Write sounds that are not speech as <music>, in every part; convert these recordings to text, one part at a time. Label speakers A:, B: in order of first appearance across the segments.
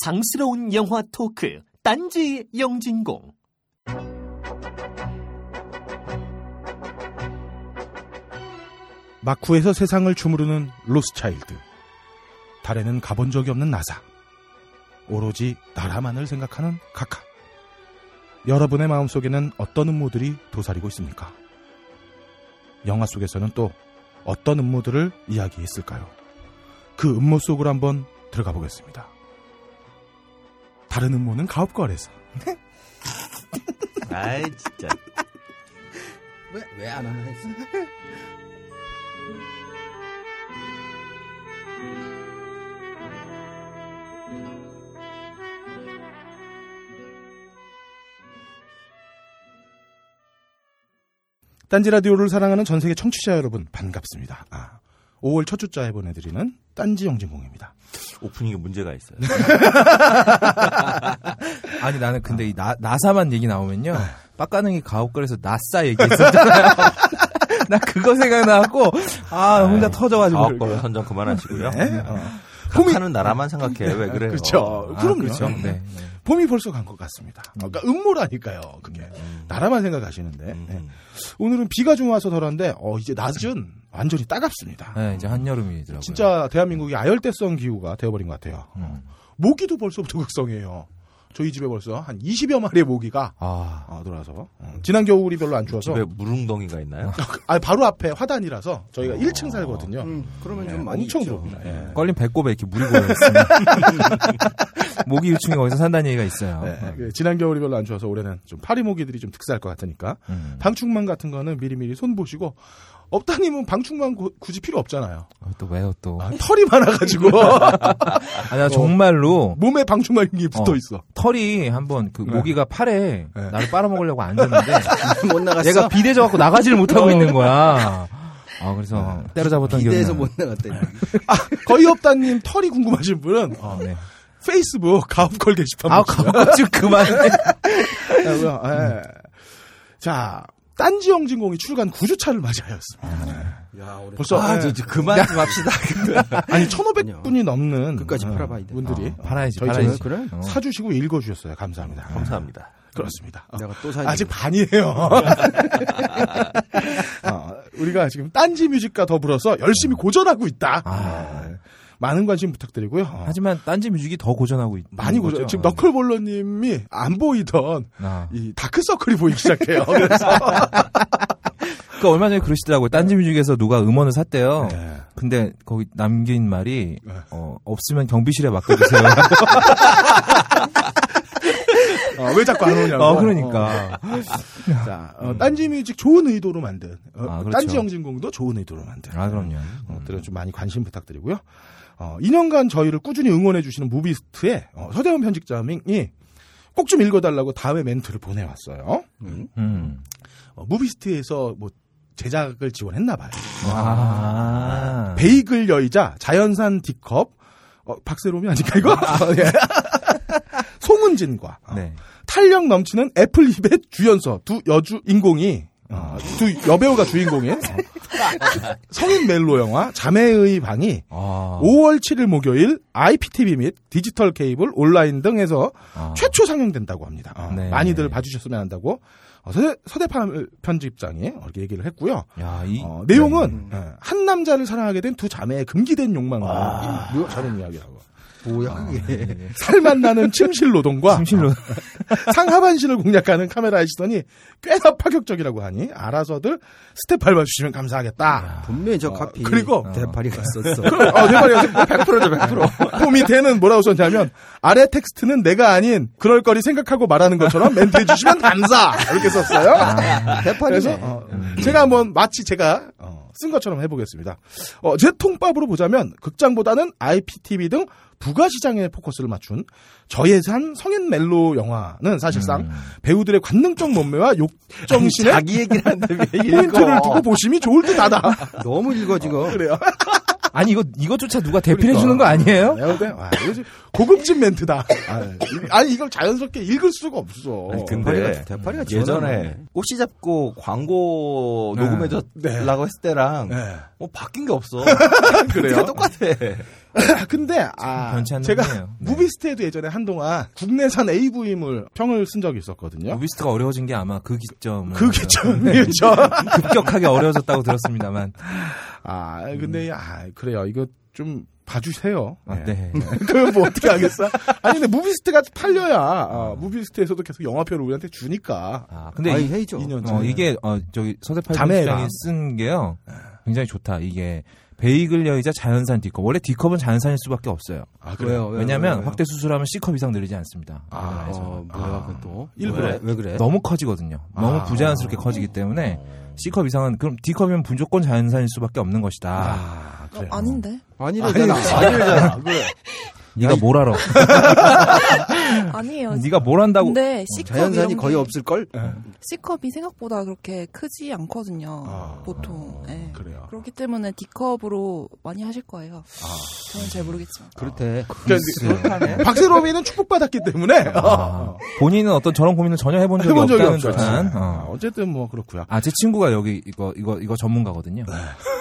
A: 상스러운 영화 토크 딴지 영진공
B: 마쿠에서 세상을 주무르는 로스차일드. 달에는 가본 적이 없는 나사. 오로지 나라만을 생각하는 카카. 여러분의 마음속에는 어떤 음모들이 도사리고 있습니까? 영화 속에서는 또 어떤 음모들을 이야기했을까요? 그 음모 속으로 한번 들어가 보겠습니다. 다른 음모는 가업거래에서
C: 아이 진짜
D: 왜 안 하나 했어?
B: 딴지 라디오를 사랑하는 전 세계 청취자 여러분 반갑습니다. 아, 5월 첫 주자에 보내드리는 딴지 영진공입니다.
C: 오프닝에 문제가 있어요.
D: 아니 나는 근데 이 나, 나사만 얘기 나오면요.
C: 네.
D: 빡가능이 가옥거리에서 나싸 얘기했었잖아요. <laughs> 나 그거 생각나고 아 혼자 터져가지고
C: 아홉 번 선정 그만하시고요.
B: 봄이-
C: 카카는 나라만 생각해 왜 그래요?
B: 그렇죠.
D: 아,
B: 그럼요.
D: 그렇죠. 네.
B: 봄이 벌써 간 것 같습니다. 그러니까 음모라니까요. 그게 나라만 생각하시는데
C: 음.
B: 네. 오늘은 비가 좀 와서 덜한데 어, 이제 낮은 완전히 따갑습니다.
D: 네, 이제 한여름이더라고요.
B: 진짜 대한민국이 아열대성 기후가 되어버린 것 같아요.
D: 음.
B: 모기도 벌써부터 극성이에요. 저희 집에 벌써 한 20여 마리의 모기가
D: 아
B: 어, 들어와서 어, 지난 겨울이 별로 안 추워서
C: 집에 무릉덩이가 있나요?
B: <laughs> 아, 바로 앞에 화단이라서 저희가 1층 살거든요.
E: 음, 그러면
B: 예,
E: 좀 많이
B: 엄청
E: 있죠.
B: 들어옵니다.
C: 네.
B: 예.
D: 걸린 네. 배꼽에 이렇게 물이 고여있습니다. <laughs> 모기 유충이 어디서 산다는 얘기가 있어요.
B: 네, 그 지난 겨울이 별로 안 추워서 올해는 좀 파리 모기들이 좀 특사할 것 같으니까
D: 음.
B: 방충망 같은 거는 미리미리 손 보시고 없다님은 방충망 구- 굳이 필요 없잖아요.
D: 어, 또 왜요 또?
B: 아, 털이 많아가지고 <laughs>
D: 아, 나 정말로
B: 몸에 방충망이 붙어 있어.
D: 털이 한번 그 모기가 팔에
B: 네.
D: 나를 빨아먹으려고 앉았는데
E: 못 나갔어.
D: 얘가 비대져갖고 나가지를 못하고 있는 거야. 아 그래서 때려잡았던 기억이
E: 비대에서
D: 나요.
E: 못 나갔대.
B: 거의 없다님 털이 궁금하신 분은
D: 아, 네.
B: 페이스북 가업걸 게시판
D: 아,
B: 보시고요.
D: 그거 좀 그만해.
B: 예. 자. 딴지 영진공이 출간 9주차를 맞이하였습니다.
E: 야, 오래
B: 벌써
D: 아,
B: 예.
C: 저, 저 그만 좀 합시다.
B: 아니 1,500분이 넘는
E: 끝까지
B: 어,
E: 팔아봐야 돼.
B: 분들이
D: 어, <laughs> 팔아야지,
B: 저희
D: 팔아야지.
B: 채널
D: 어. 음,
B: 사주시고 읽어주셨어요. 감사합니다.
C: 감사합니다.
B: 그렇습니다. 어,
E: 내가 또 사야
B: 아직 반이에요. <laughs> 어, 우리가 지금 딴지 뮤직과 더불어서 열심히 고전하고 있다.
D: 아.
B: 네. 많은 관심 부탁드리고요. 어,
D: 하지만 딴지 뮤직이 음, 더 고전하고 있
B: 많이 고전. 지금 그- 네. 너클볼러님이 안 보이던
D: 아.
B: 이 다크서클이 보이기 시작해요. <laughs> 그래서
D: 그 얼마 전에 그러시더라고요. 딴지 뮤직에서 누가 음원을 샀대요.
B: 네.
D: 근데 거기 남긴 말이
B: 네.
D: 어, 없으면 경비실에 맡겨주세요.
B: 어, 왜 자꾸 안 오냐고.
D: 어, 그러니까.
B: 어, 자, 어, 딴지 뮤직 좋은 의도로 만든 어,
D: 아, 그렇죠.
B: 딴지 영진공도 좋은 의도로 만든
D: 아 그럼요.
B: 어, 들은 좀 많이 관심 부탁드리고요. 어, 2년간 저희를 꾸준히 응원해 주시는 무비스트의 어, 서대원 편집장이 꼭 좀 읽어달라고 다음에 멘트를 보내왔어요.
D: 음.
B: 어, 무비스트에서 뭐 제작을 지원했나 봐요.
D: 아.
B: 베이글 여의자, 자연산 디컵, 어, 박세롬이 아닐까 이거? 어, <laughs> 예. 송은진과 어,
D: 네.
B: 탄력 넘치는 애플힙의 주연서 두 여주 인공이 어,
D: 음.
B: 두 여배우가 주인공인 어,
D: <laughs>
B: 성인 멜로 영화 자매의 방이
D: 아.
B: 5월 7일 목요일 IPTV 및 디지털 케이블 온라인 등에서
D: 아.
B: 최초 상영된다고 합니다. 어,
D: 네.
B: 많이들 봐주셨으면 한다고 어, 서대, 서대판 편집장이 어, 이렇게 얘기를 했고요.
D: 야, 이 네.
B: 어, 내용은 예, 한 남자를 사랑하게 된 두 자매의 금기된 욕망과 저런 이야기라고.
E: 뭐야
D: 아.
E: 그게.
B: 살 만나는 침실 노동과 어,
D: 심실로
B: 상하반신을 공략하는 카메라의 시선이 꽤나 파격적이라고 하니 알아서들 스텝 밟아주시면 감사하겠다.
E: 분명히 저 카피.
D: 아,
B: 그리고
D: 네,
E: 대파리가 있었어. 네
B: 어, 내 말이 100%죠, 100%. 폼이 되는 뭐라고 썼냐면, 아래 텍스트는 내가 아닌, 그럴 거리 생각하고 말하는 것처럼 멘트해주시면 감사! 이렇게 썼어요. 그래서,
E: 아, 대파리네.
B: 어, 제가 한번 마치 제가 어, 쓴 것처럼 해보겠습니다. 어, 제 통밥으로 보자면, 극장보다는 IPTV 등 부가시장에 포커스를 맞춘 저예산 성인 멜로 영화는 사실상 배우들의 관능적 몸매와 욕정신의
E: 음. 자기 얘기를 하는데
D: <laughs>
E: 왜 읽어?
B: 포인트를 두고 보심이 좋을 듯하다.
E: 너무 읽어 지금.
D: 아,
B: 그래요.
D: <laughs> 아니 이거 이것조차 누가 대필해 주는 거 아니에요?
B: 내가 볼 때, 와, 이거 지금 어? <laughs> 고급진 멘트다. 아, 니 이걸 자연스럽게 읽을 수가 없어.
C: 아니,
E: 대파리가
C: 근데
E: 대파리가
C: 예전에 꽃이 잡고 광고
D: 네.
C: 녹음해줬라고 했을 때랑
B: 네.
D: <laughs>
C: 뭐 바뀐 게 없어.
B: 그래요?
C: 똑같아.
B: <clears throat> 근데 아
D: 변치 않는
B: 제가
D: 분이에요. 네.
B: 무비스트에도 예전에 한동안 국내산 AV물 평을 쓴 적이 있었거든요.
D: 오비스트가 아, 어려워진 게 아마 그 기점.
B: 그 기점이죠.
D: 급격하게 어려워졌다고 들었습니다만.
B: 아 근데 아 그래요. 이거 좀 봐주세요.
D: 아,
B: 네.
D: 네.
B: 그럼 뭐 어떻게 하겠어? 아니 근데 무비스트가 팔려야 아, 무비스트에서도 계속 영화표를 우리한테 주니까.
D: 아, 근데
E: 아이,
D: 이,
E: 헤이죠.
B: 2년
D: 어,
B: 전에.
D: 이게 어, 저기 서대팔
B: 자매의
D: 시장이
B: 마음.
D: 쓴 게요. 굉장히 좋다. 이게 베이글려이자 자연산 D컵. 원래 D컵은 자연산일 수밖에 없어요.
B: 아
E: 왜요?
B: 그래요.
E: 왜요?
D: 왜냐면
E: 왜요?
D: 확대 수술하면 C컵 이상 늘리지 않습니다.
B: 아,
E: 어, 뭐야 그 또.
B: 일부러.
E: 왜, 왜 그래?
D: 너무 커지거든요. 너무
B: 아.
D: 부자연스럽게 커지기 때문에 C컵 이상은 그럼 D컵이면 무조건 자연산일 수밖에 없는 것이다.
B: 아
E: 네.
B: 그래요.
F: 아닌데?
E: 아니래잖아.
C: 아니잖아. 그래.
D: 네가 뭘 알아?
E: 음,
F: 아니에요.
D: 네가 뭘 한다고?
F: 근데 C컵
E: 어, 자연산이
F: 이런
E: 거의
F: 게-
E: 없을 걸.
B: 네,
F: C컵이 생각보다 그렇게 크지 않거든요.
B: 아,
F: 보통. 예.
B: 그래요.
F: 그렇기 때문에 D컵으로 많이 하실 거예요.
E: 아.
F: 저는 잘 모르겠지만.
E: 그렇대.
B: 그러니까 박세롬이는 축복받았기 때문에
D: 아, 본인은 어떤 저런 고민을 전혀 해본 적이
B: 해본 적이
D: 없다는
B: 없죠.
D: 듯한.
B: 아,
D: 어.
B: 어쨌든 뭐 그렇고요.
D: 아, 제 친구가 여기 이거 이거 이거 전문가거든요.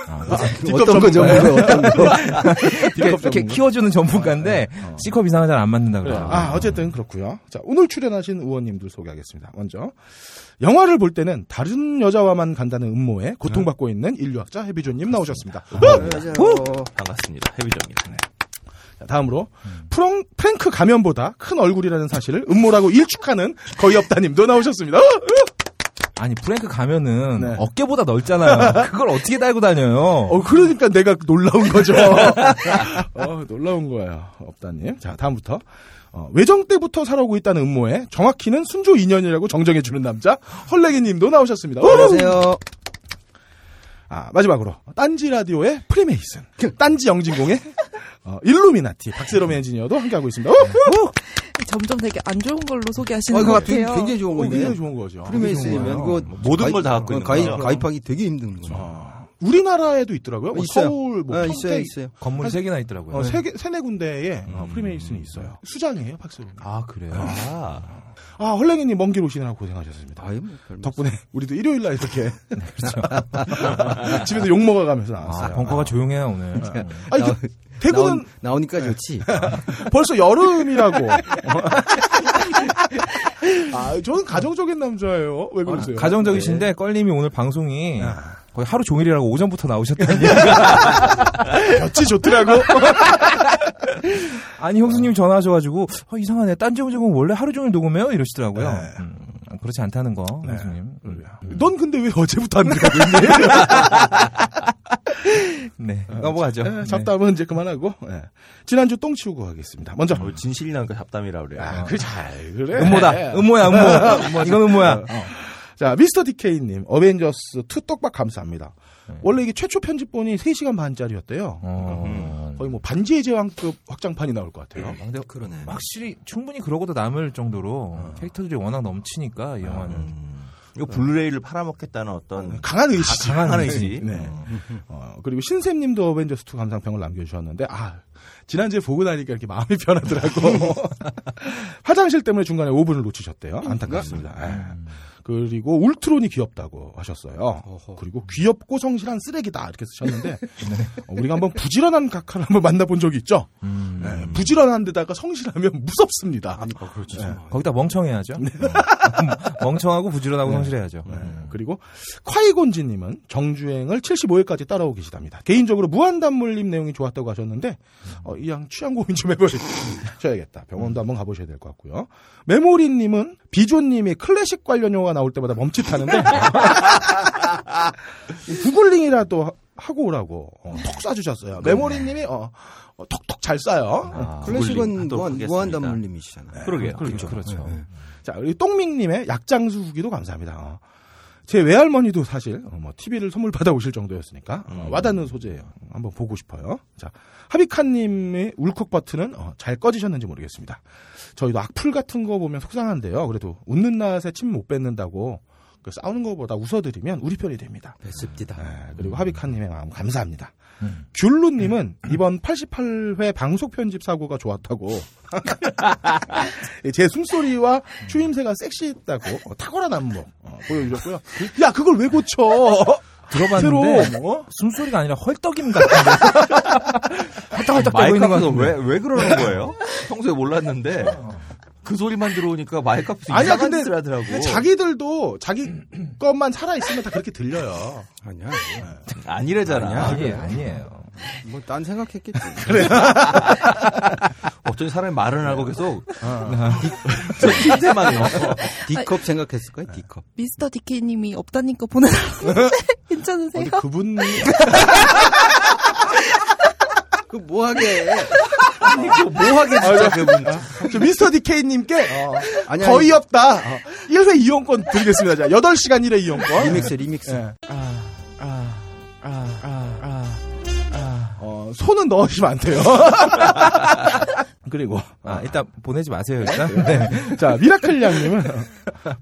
D: 아, 그래서
E: 어떤 거죠? 뭐, 어떤 거?
D: 이렇게, 아, 이렇게 키워주는 전문가인데 C컵 이상은 잘 안 맞는다
B: 그래요.
D: 그래요.
B: 아, 어쨌든 그렇고요. 자, 오늘 출연하신 의원님들 소개하겠습니다. 먼저 영화를 볼 때는 다른 여자와만 간다는 음모에
D: 네.
B: 고통받고 있는 인류학자 해비조님 나오셨습니다.
D: 아,
B: 어?
E: 어,
C: 반갑습니다. 해비정입니다.
B: 자, 다음으로 프랑, 프랭크 가면보다 큰 얼굴이라는 사실을 음모라고 일축하는 거의 없다님도 나오셨습니다. 어?
D: 아니 프랭크 가면은
B: 네.
D: 어깨보다 <laughs> 넓잖아요. 그걸 어떻게 달고 다녀요?
B: 어, 그러니까 내가 놀라운 거죠.
E: <laughs>
B: 어, 놀라운 거예요. 없다님. 자, 다음부터. 어, 외정 때부터 살아오고 있다는 음모에 정확히는 순조 인연이라고 정정해주는 남자 헐레기 님도 나오셨습니다.
E: 어, 안녕하세요.
B: 아, 마지막으로. 딴지 라디오의 프리메이슨. 딴지 영진공의 어, 일루미나티. 박세롬 엔지니어도 함께하고 있습니다.
E: 네,
B: 우후!
F: 점점 되게 안 좋은 걸로 소개하시는
E: 어,
F: 것
E: 그거
F: 같아요.
E: 굉장히, 굉장히 좋은
B: 어, 굉장히
E: 건데.
B: 좋은 거죠.
E: 프리메이슨이면 그거 뭐
C: 모든 걸
E: 가입- 어,
C: 다 갖고 있는
E: 가입,
C: 거죠.
E: 가입하기 되게 힘든 거죠.
B: 우리나라에도 있더라고요. 뭐
E: 있어요.
B: 서울, 뭐
E: 네, 아, 있어요,
B: 평택,
E: 있어요. 음.
D: 건물이 세 개나 있더라고요.
B: 어, 세, 개- 세네 군데에 어, 프리메이슨이 있어요. 수장이에요, 박세롬.
D: 아 그래요.
C: 아,
B: 아, 헐랭이님 먼 길 오시느라 고생하셨습니다.
E: 아이, 뭐, 별말.
B: 덕분에
D: 음.
B: 우리도 일요일 날 이렇게 <laughs> 집에서 욕 먹어가면서
D: 아, 네.
B: 나왔어요.
D: 그렇죠. 벙커가 조용해요 오늘. 어.
B: 아, 이게
E: 그
B: 대구는
E: 나오, 나오니까 <laughs> 좋지.
B: 벌써
D: <laughs>
B: 여름이라고. 아, 저는 가정적인 남자예요. 왜
D: 네.
B: 그러세요?
D: 아, 가정적이신데 껄님이 오늘 방송이 거의 하루 종일이라고 오전부터 나오셨다는 <laughs> 얘기가
B: 네, 볕이
D: <laughs>
B: 좋더라고.
D: 아니 형수님 전화하셔가지고 어, 이상하네 딴지오지은 원래 하루 종일 녹음해요 이러시더라고요
B: 네.
D: 음, 그렇지 않다는 거 형수님 음,
B: 넌 근데 왜 어제부터 안 들어가고 있니?
D: 네 <laughs> 넘어가죠
B: 네, 잡담은 이제 그만하고 예. 지난주 똥 치우고 하겠습니다. 먼저.
C: 어, 진실이랑 그 잡담이라 그래요.
B: 아, 그잘 그래.
D: 아,
B: 네.
D: 음모다 네. <laughs> 음모야 음모 이건 음모야
B: 자, 미스터 디케이님, 어벤져스 2 떡밥 감사합니다. 원래 이게 최초 편집본이 3시간 반짜리였대요.
D: 네. 어,
B: 거의 뭐 반지의 제왕급 확장판이 나올 것 같아요.
E: 그러네.
D: 확실히 충분히 그러고도 남을 정도로 캐릭터들이 워낙 넘치니까 이 영화는
C: 음. 이거 블루레이를 팔아먹겠다는 어떤
B: 네, 강한 의지.
C: 강한 의지.
B: 네. 어, 그리고 신샘님도 어벤져스2 감상평을 남겨주셨는데, 아, 지난주에 보고 나니까 이렇게 마음이 <laughs> 편하더라고. <laughs> 화장실 때문에 중간에 5분을 놓치셨대요. 안타깝습니다. 예. 그리고 울트론이 귀엽다고 하셨어요.
E: 어허.
B: 그리고 귀엽고 성실한 쓰레기다 이렇게 쓰셨는데 어, 우리가 한번 부지런한 각하를 한번 만나본 적이 있죠.
D: 음.
B: 예, 부지런한 데다가 성실하면 무섭습니다. 예.
E: 아, 그렇지.
D: 거기다 멍청해야죠 음. <laughs> 멍청하고 부지런하고 성실해야죠
B: 네, 그리고 콰이곤지님은 정주행을 75회까지 따라오 계시답니다. 개인적으로 무한단물림 내용이 좋았다고 하셨는데 어, 이양 취향 고민 좀 해보셔야겠다. 병원도 한번 가보셔야 될 것 같고요. 메모리님은 비조님이 클래식 관련 영화가 나올 때마다 멈칫하는데 <laughs> 구글링이라도 하- 하고 오라고 어, 톡 쏴주셨어요. 메모리님이 어, 어, 톡톡 잘 쏴요.
E: 아, 클래식은
C: 하도록
E: 무한,
C: 하겠습니다.
E: 무한단물림이시잖아요.
C: 그러게요.
D: 그렇죠 그렇죠
B: 자, 우리 똥밍님의 약장수 후기도 감사합니다. 어. 제 외할머니도 사실 어, 뭐 TV를 선물 받아오실 정도였으니까 어, 와닿는 소재예요. 한번 보고 싶어요. 자, 하비카님의 울컥 버튼은 어, 잘 꺼지셨는지 모르겠습니다. 저희도 악플 같은 거 보면 속상한데요. 그래도 웃는 낯에 침 못 뱉는다고 그 싸우는 것보다 웃어드리면 우리 편이 됩니다.
E: 뵙습니다.
C: 음.
B: 네, 그리고 하비카님의 마음 감사합니다. 귤루님은 이번 88회 방송 편집 사고가
C: <laughs>
B: 좋았다고 제 숨소리와 추임새가 섹시했다고 어, 탁월한 안목 어, 보여주셨고요. 야 그걸 왜 고쳐?
D: 들어봤는데
B: 트로 뭐?
D: 숨소리가 아니라 헐떡임 같은데 헐떡헐떡 대고
C: 어. 마이크
D: 있는 것
C: 앞에서
D: 같은데
C: 왜, 왜 그러는 거예요? <laughs> 평소에 몰랐는데 그 소리만 들어오니까 마이크 앞에서
B: 아니야,
C: 이상한
B: 근데-
C: 짓을 하더라고.
B: 근데 자기들도 자기 것만 살아 있으면 다 그렇게 들려요.
E: 아니야.
C: 아니래잖아.
D: 아니야 그게 아니에요
E: 뭐 난 <laughs> 생각했겠지.
C: 어쩐지 사람이 말은 하고 계속 <laughs> 저 흰새만 해요.
E: D컵 생각했을 거야. D컵.
F: 미스터 디케이님이
E: <laughs>
F: 없다니까 보내달라는데 괜찮으세요?
B: 어디 그분
E: 그 <laughs> 뭐하게?
D: 아,
C: 뭐하게 진짜 그분.
B: 저 미스터 디케이님께
E: 아니야.
B: 거의 없다. 어. 1회 이용권 드리겠습니다. 자, 8시간 1회 이용권.
E: 리믹스 리믹스.
B: 예.
C: 아,
B: 어, 손은 넣으시면 안 돼요. 그리고
D: 아 일단 보내지 마세요 일단 네.
B: 자 미라클 양님은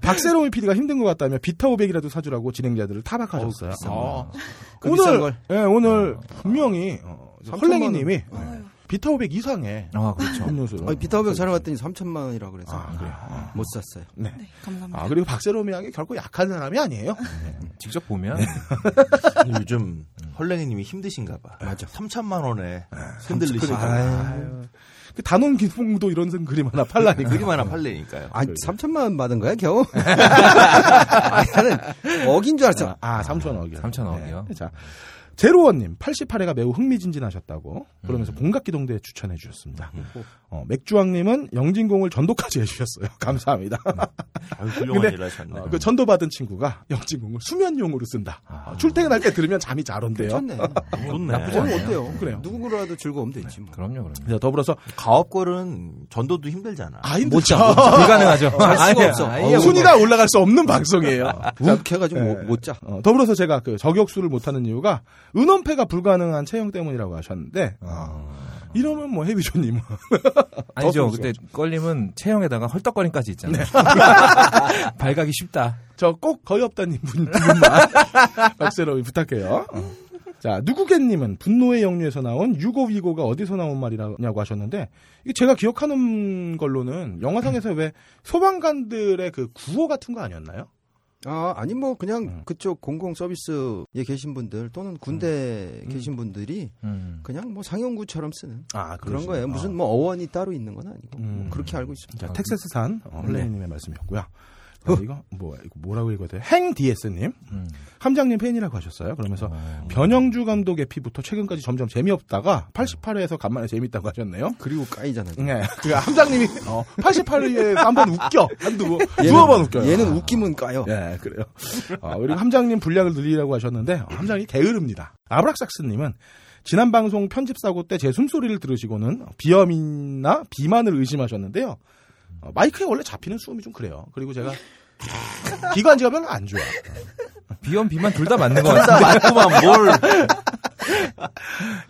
B: <laughs> 박세롬이 PD가 힘든 것 같다며 비타 500이라도 사주라고 진행자들을 타박하셨어요. 어.
E: 그 비싼
B: 오늘
E: 걸.
B: 예 오늘 분명히 어, 헐랭이님이
F: 아유.
B: 비타 500 이상의
D: 아 그렇죠
B: 음료수를
E: 아니, 비타오백 사러 왔더니 3천만 원이라 그래서
B: 어. 아, 그래요.
E: 못 샀어요.
F: 네, 감사합니다.
B: 아 그리고 박세롬이 양이 결코 약한 사람이 아니에요.
D: 직접 보면
C: 어, 요즘 음. 헐랭이님이 힘드신가 봐. 맞아. 네. 그러니까. 3천만 원에 흔들리시고
B: 그 단원 기풍도 이런 생 그림 하나 팔라니까.
C: 그림 하나 팔리니까요.
E: 아, 3천만 원 받은 거야, 겨우? <laughs> 아, 나는 억인 줄 알았어.
B: 아 3천 억이요. 네.
D: 3천 억이요.
B: 자 제로원님 88회가 매우 흥미진진하셨다고 그러면서 본각기동대 추천해 주셨습니다. 어, 맥주왕님은 영진공을 전도까지 <laughs> 해주셨어요. 감사합니다.
C: 아유, 훌륭한 일을 하셨네.
B: 어, 그 전도받은 친구가 영진공을 수면용으로 쓴다.
C: 아.
B: 어, 출퇴근할 때 들으면 잠이 잘 온대요.
E: 좋네.
C: 좋네.
D: 나쁘지
E: 오늘
D: 않아요.
E: 어때요?
B: 그래요.
E: 누구라도 즐거우면 되지 뭐.
D: 그럼요 그럼요
B: 그래서 더불어서
C: 가업골은 전도도 힘들잖아.
B: 아 힘들죠.
D: 불가능하죠 잘
E: 수가 없어.
B: 어, <laughs> 순위가 올라갈 수 없는
C: <laughs>
B: 방송이에요.
E: 욱해가지고
B: 예.
E: 못, 못 자.
B: 어, 더불어서 제가 그 저격수를 못하는 이유가 은원패가 불가능한 체형 때문이라고 하셨는데
C: 아.
B: 이러면 뭐 해비조님
D: 아니죠.
B: 더
D: 그때 껄림은 체형에다가 헐떡거림까지 있잖아요. <laughs> 발각이 쉽다.
B: 저 꼭 거의 없다님 분, 분만 <laughs> 박세롬이 부탁해요. 어. 자, 누구겠님은 분노의 영유에서 나온 유고위고가 어디서 나온 말이라고 하셨는데, 이게 제가 기억하는 걸로는 영화상에서 왜 소방관들의 그 구호 같은 거 아니었나요?
E: 아, 아니 뭐 그냥
B: 음.
E: 그쪽 공공 서비스에 계신 분들 또는 군대
B: 음.
E: 계신 분들이 그냥 뭐 상용구처럼 쓰는
B: 아,
E: 그런 거예요. 무슨 뭐 어원이 따로 있는 건 아니고 뭐
B: 음.
E: 그렇게 알고 있습니다.
B: 자, 텍사스산 어,
E: 네.
B: 헐레이님의 말씀이었고요. 어, 이거 뭐 이거 뭐라고 읽어야 돼? 행 DS님
D: 음.
B: 함장님 팬이라고 하셨어요. 그러면서 변영주 감독의 피부터 최근까지 점점 재미없다가 88회에서 간만에 재밌다고 하셨네요.
E: 그리고 까이잖아요.
B: 네, 그 함장님이 88회에 한 번 웃겨 한두 두어 번 웃겨요.
E: 얘는 웃기면 까요.
B: 예, 그래요. 어, 그리고 함장님 분량을 늘리라고 하셨는데 어, 함장이 게으릅니다. 아브락삭스님은 지난 방송 편집 사고 때 제 숨소리를 들으시고는 비염이나 비만을 의심하셨는데요. 어, 마이크에 원래 잡히는 수음이 좀 그래요. 그리고 제가 기관지가 별로 안 좋아.
D: 비염 비만 둘 다 맞는 것 같은데.
A: 아,
C: <laughs> 맞구만 뭘.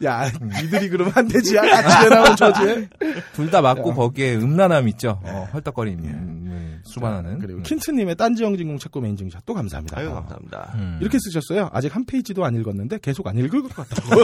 B: 야, 니들이 그러면 안 되지. 야, 같이
D: <laughs>
B: 나오면 저지.
D: 둘 다 맞고 거기에 음란함 있죠. 어, 헐떡거림 음, 수반하는.
B: 그리고
D: 음.
B: 킨트님의 딴지영진공 책구매 인증샷 또 감사합니다.
C: 아유
B: 어.
C: 감사합니다.
D: 음.
B: 이렇게 쓰셨어요. 아직 한 페이지도 안 읽었는데 계속 안 읽을 것
C: <laughs>
B: 같다고.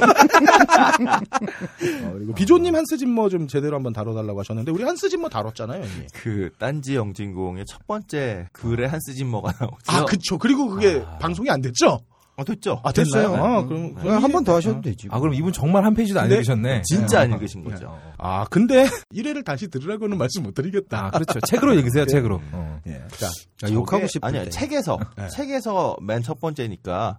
B: 어, 그리고 비조님 한스진머 좀 제대로 한번 다뤄달라고 하셨는데 우리 한스진머 다뤘잖아요. 이미.
C: 그 딴지 영진공의 첫 번째 글에 한스 진머가 나오죠.
B: 아 그쵸. 그리고 그게 방송이 안 됐죠?
C: 어, 아. 됐죠.
B: 아 됐어요.
C: 됐나요?
B: 아,
C: 네.
B: 그럼
C: 네.
E: 한 번 더 하셔도 되지.
D: 아 그럼 이분 정말 한 페이지도 안
B: 네.
D: 읽으셨네. 네.
C: 진짜 안 읽으신 거죠.
B: 아 근데 1회를 다시 들으라고는 말씀 못 드리겠다.
D: 아 그렇죠. 책으로 읽으세요. 책으로. 어.
B: <laughs> 예. 자
E: 야, 욕하고
C: 저게-
E: 싶을
C: 아니야
E: 때. 네.
C: 책에서 책에서 맨 첫 번째니까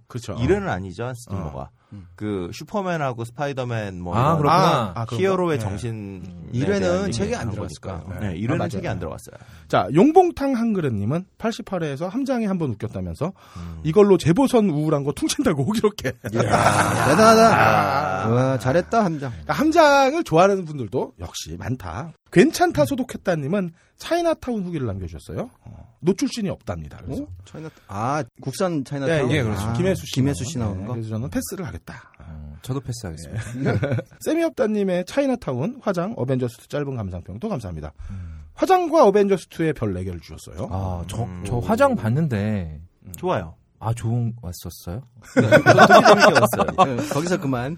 E: 어.
B: 그렇죠.
C: 이래는 아니죠 한스 진머가.
E: 음.
C: 그 슈퍼맨하고 스파이더맨 뭐
D: 아
C: 이런
D: 그렇구나.
B: 아, 그런 거?
E: 뭐,
C: 히어로의
B: 네.
C: 정신
E: 일회는 예. 음, 책에 안 들어갔을까요?
C: 네,
B: 네.
C: 이회는
B: 아, 맞아요.
C: 책에 안 들어갔어요.
B: 자, 용봉탕 한그릇님은 88회에서 함장이 한 번 웃겼다면서
C: 음.
B: 이걸로 제보선 우울한 거 퉁친다고 호기롭게.
E: 야, 대단하다. 아, 와, 잘했다 함장.
B: 그러니까 함장을 좋아하는 분들도 역시 많다. 괜찮다 소독했다님은 차이나타운 후기를 남겨주셨어요. 어, 노출신이 없답니다. 그래서.
E: 어? 차이나 아 국산 차이나
B: 네,
E: 타운.
D: 예, 그렇죠.
E: 아,
B: 김혜수 씨.
E: 김혜수 씨 나오는
B: 네,
E: 거.
B: 그래서 저는 패스를 하겠다. 예.
D: 어, 저도 패스하겠습니다.
B: <laughs> 세미업다님의 차이나타운, 화장, 어벤져스 짧은 감상평도 감사합니다. 화장과 어벤져스2의 별 4개를 주셨어요.
D: 아 저 저
C: 음.
D: 화장 봤는데
C: 좋아요.
D: 아 좋은 거 왔었어요?
C: 되게 재밌게 봤어요.
E: 예, 거기서 그만.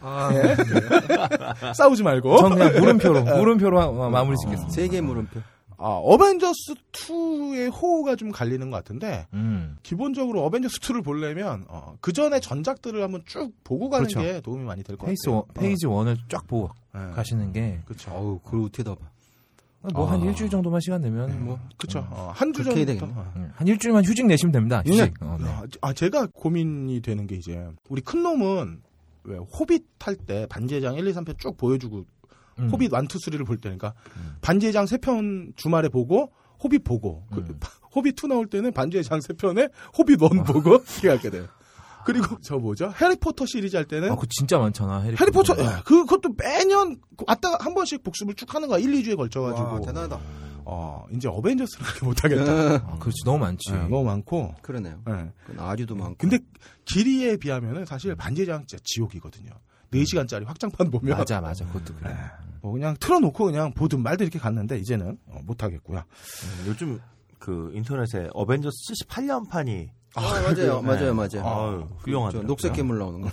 B: 싸우지 말고. 어?
D: 전 그냥 물음표로 물음표로 마- 마무리 짓겠습니다.
E: 세 개 물음표.
B: 아, 어벤져스 2의 호가 좀 갈리는 것 같은데
D: 음.
B: 기본적으로 어벤져스 2를 보려면 어, 그 전에 전작들을 한번 쭉 보고 가는
D: 그렇죠.
B: 게 도움이 많이 될 것
D: 페이지
B: 같아요.
D: 원, 페이지 원을 쫙 보고
B: 어, 예.
D: 가시는 게
B: 그렇죠.
E: 어우, 그걸 어떻게 다 봐.
D: 뭐 한
E: 아.
D: 일주일 정도만 시간 내면 뭐
B: 그렇죠. 한주
E: 그렇게 해야
B: 전부터.
E: 되겠네.
B: 어.
D: 음, 한 일주일만 휴직 내시면 됩니다. 휴직. 어, 네.
B: 아, 아, 제가 고민이 되는 게 이제 우리 큰 놈은 왜 호빗 할 때 반지의장 1, 2, 3편 쭉 보여주고
D: 음.
B: 호빗 1, 2, 3를 볼 때니까 반지의장 3편 주말에 보고 호빗 보고 그
D: 음.
B: 호빗 2 나올 때는 반지의장 3편에 호빗 1 보고 <laughs> 이렇게 하게 돼요. 그리고 저 뭐죠? 해리포터 시리즈 할 때는
D: 아, 그거 진짜 많잖아. 해리포터.
B: 해리포터
E: 네.
B: 예, 그- 그것도 매년 왔다가 한 번씩 복습을 쭉 하는 거야. 1, 2주에 걸쳐
E: 와,
B: 가지고.
E: 대단하다. 네.
B: 어, 이제 어벤져스를 그렇게 못 하겠다.
D: 아, 그렇지. 너무 많지.
B: 예, 너무 많고.
E: 그러네요.
B: 예.
E: 그건 아류도 많고.
B: 근데 길이에 비하면은
E: 음.
B: 사실 반지장 진짜 지옥이거든요. 4시간짜리 확장판 보면
D: 맞아, 맞아. 그것도 그래.
B: 뭐 그냥 틀어놓고 그냥 보든 말든 이렇게 갔는데 이제는 어, 못하겠고요.
E: 음.
C: 요즘 그 인터넷에 어벤져스 78년판이
E: 아, 맞아요, 맞아요, 맞아요.
C: 아유,
E: 저
C: 훌륭하죠.
E: 녹색 괴물 나오는 거.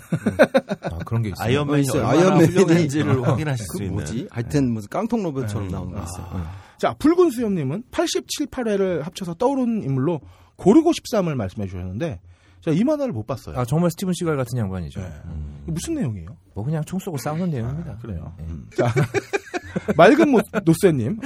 D: 아, 그런 게 있어.
C: 아이언맨이
E: 있어요.
C: 얼마나
E: 아이언맨이-
C: 훌륭한지를 확인하실 수
E: 그
C: 있는.
E: 뭐지? 하여튼 무슨 깡통 로봇처럼 나오는 거 있어요.
B: 자, 붉은 수염님은 87, 8회를 합쳐서 떠오른 인물로 고르고 13을 말씀해 주셨는데 제가 이 만화를 못 봤어요.
D: 아, 정말 스티븐 시갈 같은 양반이죠.
B: 네.
D: 음.
B: 이게 무슨 내용이에요?
D: 뭐 그냥 총 쏘고 싸우는 내용입니다.
B: 그래요.
D: 네.
B: <laughs> 맑은 모- 노쇠님.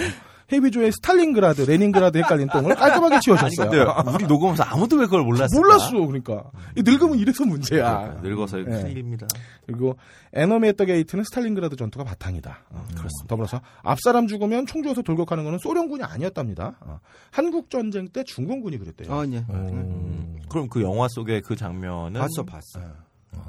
B: 헤비조의 스탈린그라드, 레닌그라드 헷갈린 똥을 깔끔하게 치워줬어요.
C: 근데 우리 녹음하면서 아무도 왜 그걸 몰랐을까?
B: 몰랐어, 그러니까. 이 늙으면 이래서 문제야.
E: 아.
C: 그러니까 늙어서
E: 음.
C: 이거
B: 네.
C: 큰일입니다.
B: 그리고 에너미의 떡게이트는 스탈린그라드 전투가 바탕이다. 어, 그렇습니다. 더불어서 앞사람 죽으면 총주에서 돌격하는 것은 소련군이 아니었답니다. 어, 한국 전쟁 때 중공군이 그랬대요.
E: 아, 예.
D: 음.
C: 그럼 그 영화 속의 그 장면은
E: 봤어, 봤어.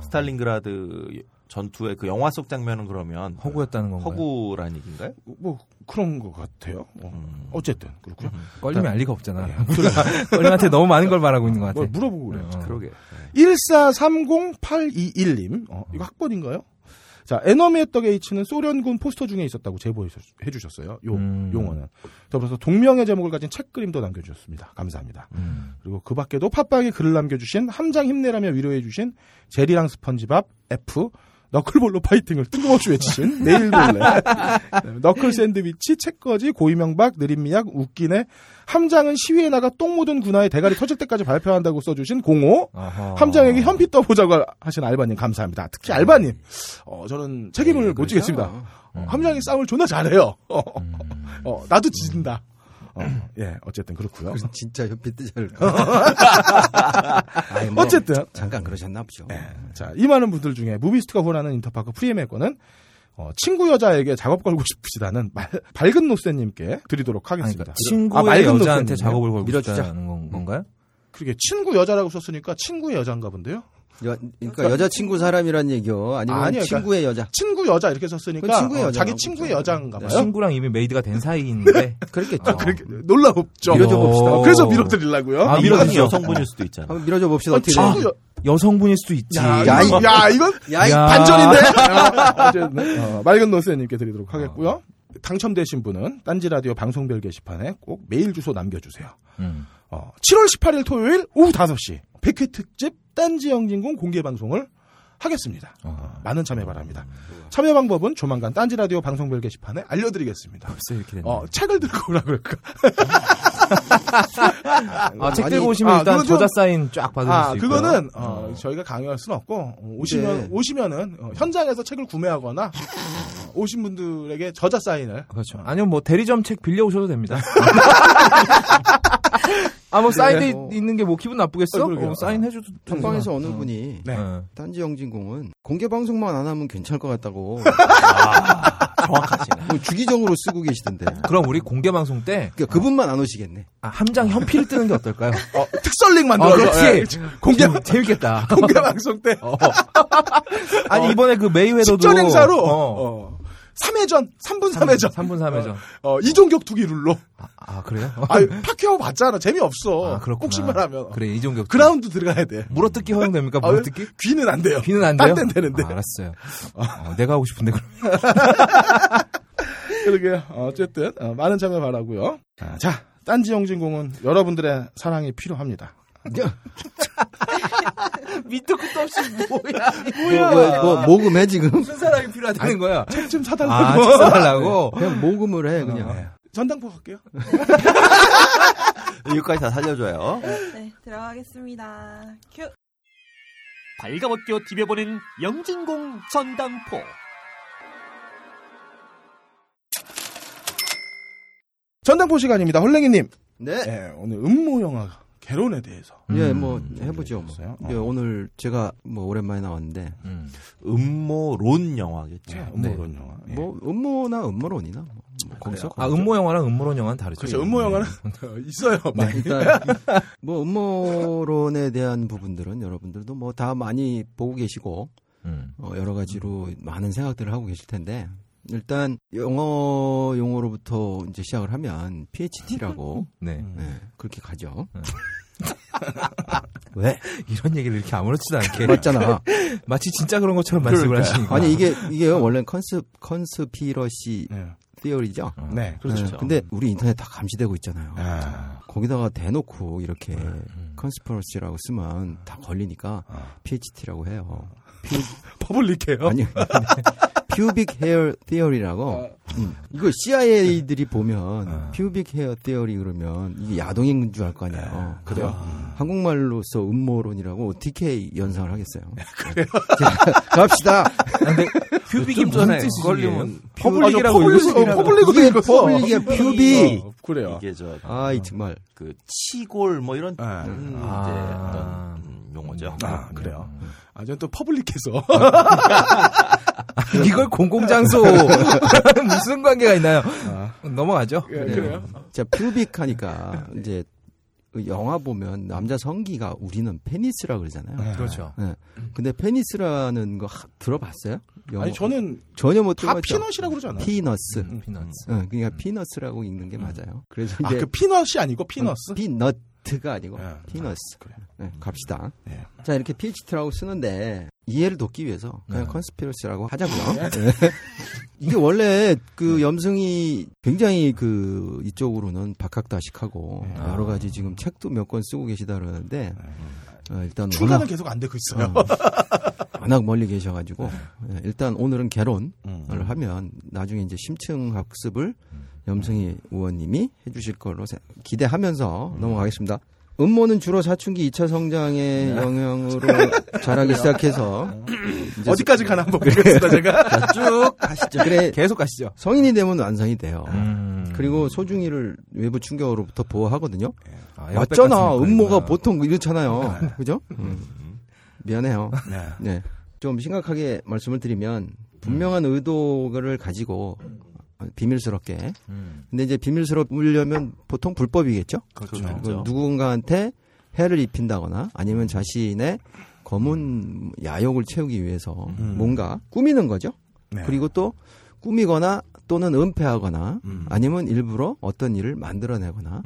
C: 스탈린그라드 전투의 그 영화 속 장면은 그러면
D: 허구였다는 건가요?
C: 허구란 얘기인가요?
B: 뭐 그런 것 같아요. 어. 어쨌든 그렇고요.
D: 껄림이 알 리가 없잖아. <laughs> 그러니까 껄림한테 너무 많은 걸 바라고 있는 것 같아.
B: 뭘 물어보고 그래요.
D: 어.
C: 그러게.
B: 1430821님. 어, 이거 학번인가요? 자, 에너미의 떡에이치는 소련군 포스터 중에 있었다고 제보해 주셨어요. 요
D: 음.
B: 용어는. 더불어서 동명의 제목을 가진 책 그림도 남겨주셨습니다. 감사합니다.
D: 음.
B: 그리고 그 밖에도 팟빵에 글을 남겨주신 함장 힘내라며 위로해주신 제리랑 스펀지밥 F 너클볼로 파이팅을 뜬금없이 외치신 <laughs> 내일 놀래 그다음에 네, 너클 샌드위치 책거지 고이명박 느림미약 웃기네 함장은 시위에 나가 똥 묻은 군화의 대가리 터질 때까지 발표한다고 써주신 공호
D: 어허.
B: 함장에게 현피 떠보자고 하신 알바님 감사합니다
D: 네.
B: 특히 알바님 어, 저는 책임을 못
D: 그렇죠.
B: 지겠습니다
D: 음.
B: 어, 함장이 싸움을 존나 잘해요 <laughs> 어, 어, 나도 지진다 어, 예 어쨌든 그렇고요
E: 그래서 진짜 협회 뜨지 <laughs> 않을까. 아이, 뭐,
B: 어쨌든
E: 잠깐 그러셨나 보죠.
B: 네, 자, 이 많은 분들 중에 무비스트가 후원하는 인터파크 프리미엄 권은 어, 친구 여자에게 작업 걸고 싶으시다는 말- 밝은 노세님께 드리도록
D: 아니,
B: 하겠습니다.
D: 그러니까 친구의
B: 맑은
D: 여자한테
B: 노쇠님이요?
D: 작업을 걸고
E: 밀어주자.
D: 싶다는 건- 건가요?
B: 그게 친구 여자라고 썼으니까 친구의 여자인가 본데요.
E: 여, 그러니까 여자친구 사람이란 얘기요. 아니면
B: 아니요, 그러니까-
E: 친구의 여자.
B: 친구 여자 이렇게 썼으니까
E: 그건 친구의
B: 어,
E: 여자가
B: 자기
E: 보죠.
B: 친구의 여자인가 봐요.
D: 네. 뭐 친구랑 이미 메이드가 된 사이인데 어.
E: 그렇겠죠.
B: 네. 그렇게 놀라웠죠.
D: 밀어줘 봅시다.
B: 어, 그래서 밀어드리려고요.
D: 아,
B: 밀어-
C: 이런
D: 밀어주죠.
C: 여성분일 수도 있잖아.
E: 한번 밀어줘 봅시다.
B: 어,
E: 어떻게 돼요?
B: 친구 여...
D: 여성분일 수도 있지.
B: 아,
D: 음.
B: 야,
E: 야,
B: 이-
D: 아.
E: 이거-
B: 야, 이건
E: 야, 이
D: 야.
B: 반전인데. 어쨌든, 어, 맑은 노스님께 드리도록 하겠고요. 당첨되신 분은 딴지 라디오 방송별 게시판에 꼭 메일 주소 남겨주세요.
D: 음.
B: 어, 7월 18일 토요일 오후 5시 백회 특집 딴지 영진공 공개 방송을 하겠습니다.
D: 아.
B: 어, 많은 참여 바랍니다. 참여 방법은 조만간 딴지 라디오 방송별 게시판에 알려드리겠습니다.
D: 벌써 이렇게 됐네.
B: 어, 책을 들고 오라고 할까?
D: 아, 책
B: 아니,
D: 들고 오시면
B: 아,
D: 일단
B: 그건 좀-
D: 저자 사인 쫙 받으실
B: 아,
D: 수 있고요.
B: 그거는 어, 저희가 강요할 수는 없고 어, 오시면
E: 네.
B: 오시면은 어, 현장에서 책을 구매하거나 어, 오신 분들에게 저자 사인을
D: 그렇죠. 아니면 뭐 대리점 책 빌려
B: <laughs>
D: 오셔도 됩니다. 아 뭐 사인돼
E: 어.
D: 있는 게 뭐 기분 나쁘겠어?
B: 어, 네, 그러게요.
D: 어, 사인 해줘도
E: <laughs> 방에서 어느 분이
B: 네.
E: 딴지 영진공은 공개 방송만 안 하면 괜찮을 것 같다고
C: 정확하시네.
E: 뭐 주기적으로 쓰고 계시던데.
D: 그럼 우리 공개 방송 때
E: 그러니까 그분만 안 오시겠네.
D: 아, 함장 현피를 뜨는 게 어떨까요?
B: 어, 특설링
D: 아,
B: 만들어서 예,
D: 그렇지. 공개 재밌겠다. <laughs> 어.
B: 공개 방송 때
D: 아니 이번에 그 메이웨더도
B: 직전 행사로
D: 어,
B: 어, 3회전 3분 3회전
D: 3분 3회전.
B: 어, 이종격 두기 룰로.
D: 아, 아, 그래요?
B: 아, 파큐하고 봤잖아. 재미없어.
D: 아, 그렇구나.
B: 꼭지만 하면.
D: 그래 이종격.
B: 그라운드 들어가야 돼.
D: 물어뜯기 허용됩니까?
B: 아,
D: 물어뜯기?
B: 귀는 안 돼요.
D: 귀는 안 돼요?
B: 딴 데는 되는데.
D: 아, 알았어요. 어, 내가 하고 싶은데 그럼.
B: 그러게 어쨌든 어, 많은 참여 바라고요. 아, 자, 딴지 영진공은 여러분들의 사랑이 필요합니다.
D: 밑도 끝도 없이
E: 뭐야? 뭐, 뭐, 모금해 지금?
B: 아,
E: 뭐.
D: 무슨 사람이 필요하다는 거야?
B: 책 좀
D: 아,
B: 사달라고.
D: 책사달라고
E: 그냥 모금을 네, 해 그냥.
B: 전당포 갈게요.
C: 아, 여기까지 다 살려줘요.
E: 그-
G: 네, 들어가겠습니다. 큐.
A: <laughs> 발가벗겨 디벼보는 영진공 전당포.
B: 전당포 시간입니다. 홀랭이님.
E: 네.
B: 예, 오늘 음모 영화 개론에 대해서.
E: 예, 뭐 해보죠. 뭐.
B: 해보셨어요?
E: 예,
B: 어.
E: 오늘 제가 뭐 오랜만에 나왔는데
D: 음.
C: 음모론 영화겠죠. 네.
B: 예, 음모론 영화. 예.
E: 뭐 음모나 음모론이나 뭐, 뭐 거기서
D: 아 음모 영화랑 음모론 영화는 다르죠.
B: 그렇죠. 음모 영화는 <laughs> 있어요.
E: 네.
B: 많이.
E: 아, 일단 뭐 음모론에 대한 부분들은 여러분들도 뭐 다 많이 보고 계시고
D: 음.
E: 어, 여러 가지로 많은 생각들을 하고 계실 텐데 일단 영어 용어로부터 이제 시작을 하면 PhD라고 <laughs>
D: 네.
E: 그렇게 가죠.
D: 네.
E: 왜?
D: 이런 얘기를 이렇게 아무렇지도 않게
E: 맞잖아.
D: 마치 진짜 그런 것처럼 말씀을 하시니까.
E: 아니 이게 이게 원래 컨셉 컨스피러시
B: 네.
E: 티어리죠.
B: 네.
E: 그렇죠. 근데 우리 인터넷 다 감시되고 있잖아요. 음.
B: 아.
E: 거기다가 대놓고 이렇게 컨스퍼러시라고 쓰면 다 걸리니까 PHT라고 해요.
D: 어?
B: 퍼블릭해요.
E: 아니, 퓨빅 헤어 티어리라고. 음. 이거 CIA들이 보면 퓨빅 헤어 티어리 그러면 이게 야동인 줄 알 거 아니에요. 그래요? 한국말로서 음모론이라고 DK 연상을 하겠어요. <laughs> 그래요? 갑시다.
B: <laughs>
D: 퓨빅이
C: 좀 전에
D: 아, 무슨 뜻이에요?
C: 걸리면
B: 퍼블릭이라고 읽으시고 퍼블릭으로
E: 이게
B: 읽었어.
E: 퍼블릭이야, 퓨빅.
B: 어, 그래요.
C: 이게 저 그
E: 아이 정말
C: 치골 뭐 이런
B: 네.
C: 음, 이제
D: 아.
C: 어떤 음, 용어죠.
B: 아, 그래요. 아, 저는 또 퍼블릭해서.
D: <laughs> 이걸
B: <laughs>
D: 공공장소 무슨 관계가 있나요?
B: 아.
D: 넘어가죠.
B: 네, <laughs> 그래요?
E: 네. 자, 퓨빅 하니까 이제 그 영화 보면 남자 성기가 우리는 페니스라 그러잖아요.
D: 그렇죠.
E: 예. 근데 페니스라는 거 하- 들어봤어요? 영어?
B: 아니, 저는
E: 전혀 못
B: 다
E: 들어봤죠.
B: 피넛이라고 그러잖아요.
E: 피너스.
B: 음,
D: 피넛스.
E: 어, 그러니까 피너스라고 읽는 게 맞아요. 그래서
B: 아,
E: 이제
B: 그 피넛이 아니고 어, 피너스?
E: 피너트가 아니고
B: 예.
E: 피너스.
B: 그래.
E: 예, 갑시다.
B: 예.
E: 자, 이렇게 PHT라고 쓰는데 이해를 돕기 위해서 그냥
B: 네. <laughs>
E: 컨스피러시라고 하자고요. 네. 이게
B: 네.
E: 원래 그 염승이 굉장히 그 이쪽으로는 박학다식하고
B: 네.
E: 여러 가지 지금 책도 몇 권 쓰고 계시다 그러는데
B: 네.
E: 어, 일단
B: 출간은
E: 워낙,
B: 계속 안 되고 있어요. <laughs>
E: 워낙 멀리 계셔가지고 예, 일단 오늘은 개론을
B: 음.
E: 하면 나중에 이제 심층 학습을 염승희 의원님이 해주실 걸로 세- 기대하면서 넘어가겠습니다. 음모는 주로 사춘기 2차 성장의 영향으로 자라기 <laughs> 시작해서 이제
B: 어디까지 가나 한번 보겠습니다, 제가.
E: 자, 쭉 가시죠. 그래
D: 계속 가시죠.
E: 그렇죠. 성인이 되면 완성이 돼요.
D: 음.
E: 그리고 소중이를 외부 충격으로부터 보호하거든요.
D: 아, 역백
E: 맞잖아.
D: 같으니까
E: 음모가
D: 이거는.
E: 보통 이렇잖아요. <laughs> 그죠? 음. 미안해요.
B: 네.
E: 네. 좀 심각하게 말씀을 드리면 분명한 의도를 가지고 비밀스럽게.
D: 음.
E: 근데 이제 비밀스럽으려면 보통 불법이겠죠.
B: 그렇죠.
E: 이거 누군가한테 해를 입힌다거나 아니면 자신의 검은 야욕을 채우기 위해서 뭔가 꾸미는 거죠.
B: 네.
E: 그리고 또 꾸미거나 또는 은폐하거나 아니면 일부러 어떤 일을 만들어내거나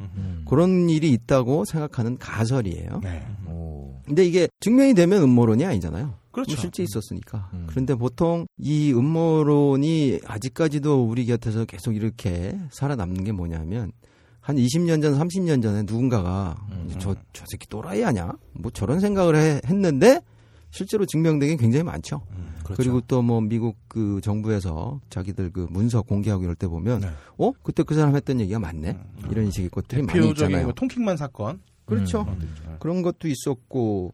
E: 그런 일이 있다고 생각하는 가설이에요.
B: 네.
D: 오.
E: 근데 이게 증명이 되면 음모론이 아니잖아요.
B: 그렇죠.
E: 뭐 실제 있었으니까.
D: 음.
E: 그런데 보통 이 음모론이 아직까지도 우리 곁에서 계속 이렇게 살아남는 게 뭐냐면 한 20년 전, 30년 전에 누군가가
B: 음.
E: 저, 저 새끼 또라이 아냐? 뭐 저런 생각을 해- 했는데 실제로 증명된 게 굉장히 많죠.
B: 음, 그렇죠.
E: 그리고 또 뭐 미국 그 정부에서 자기들 그 문서 공개하고 이럴 때 보면
B: 네. 음,
E: 어? 그때 그 사람 했던 얘기가 맞네? 이런 식의 것들이
B: <laughs>
E: 많이
B: 대표적인
E: 있잖아요.
B: 뭐 통킹만 사건.
D: 음,
E: 그렇죠.
D: 네.
E: 그런 것도 있었고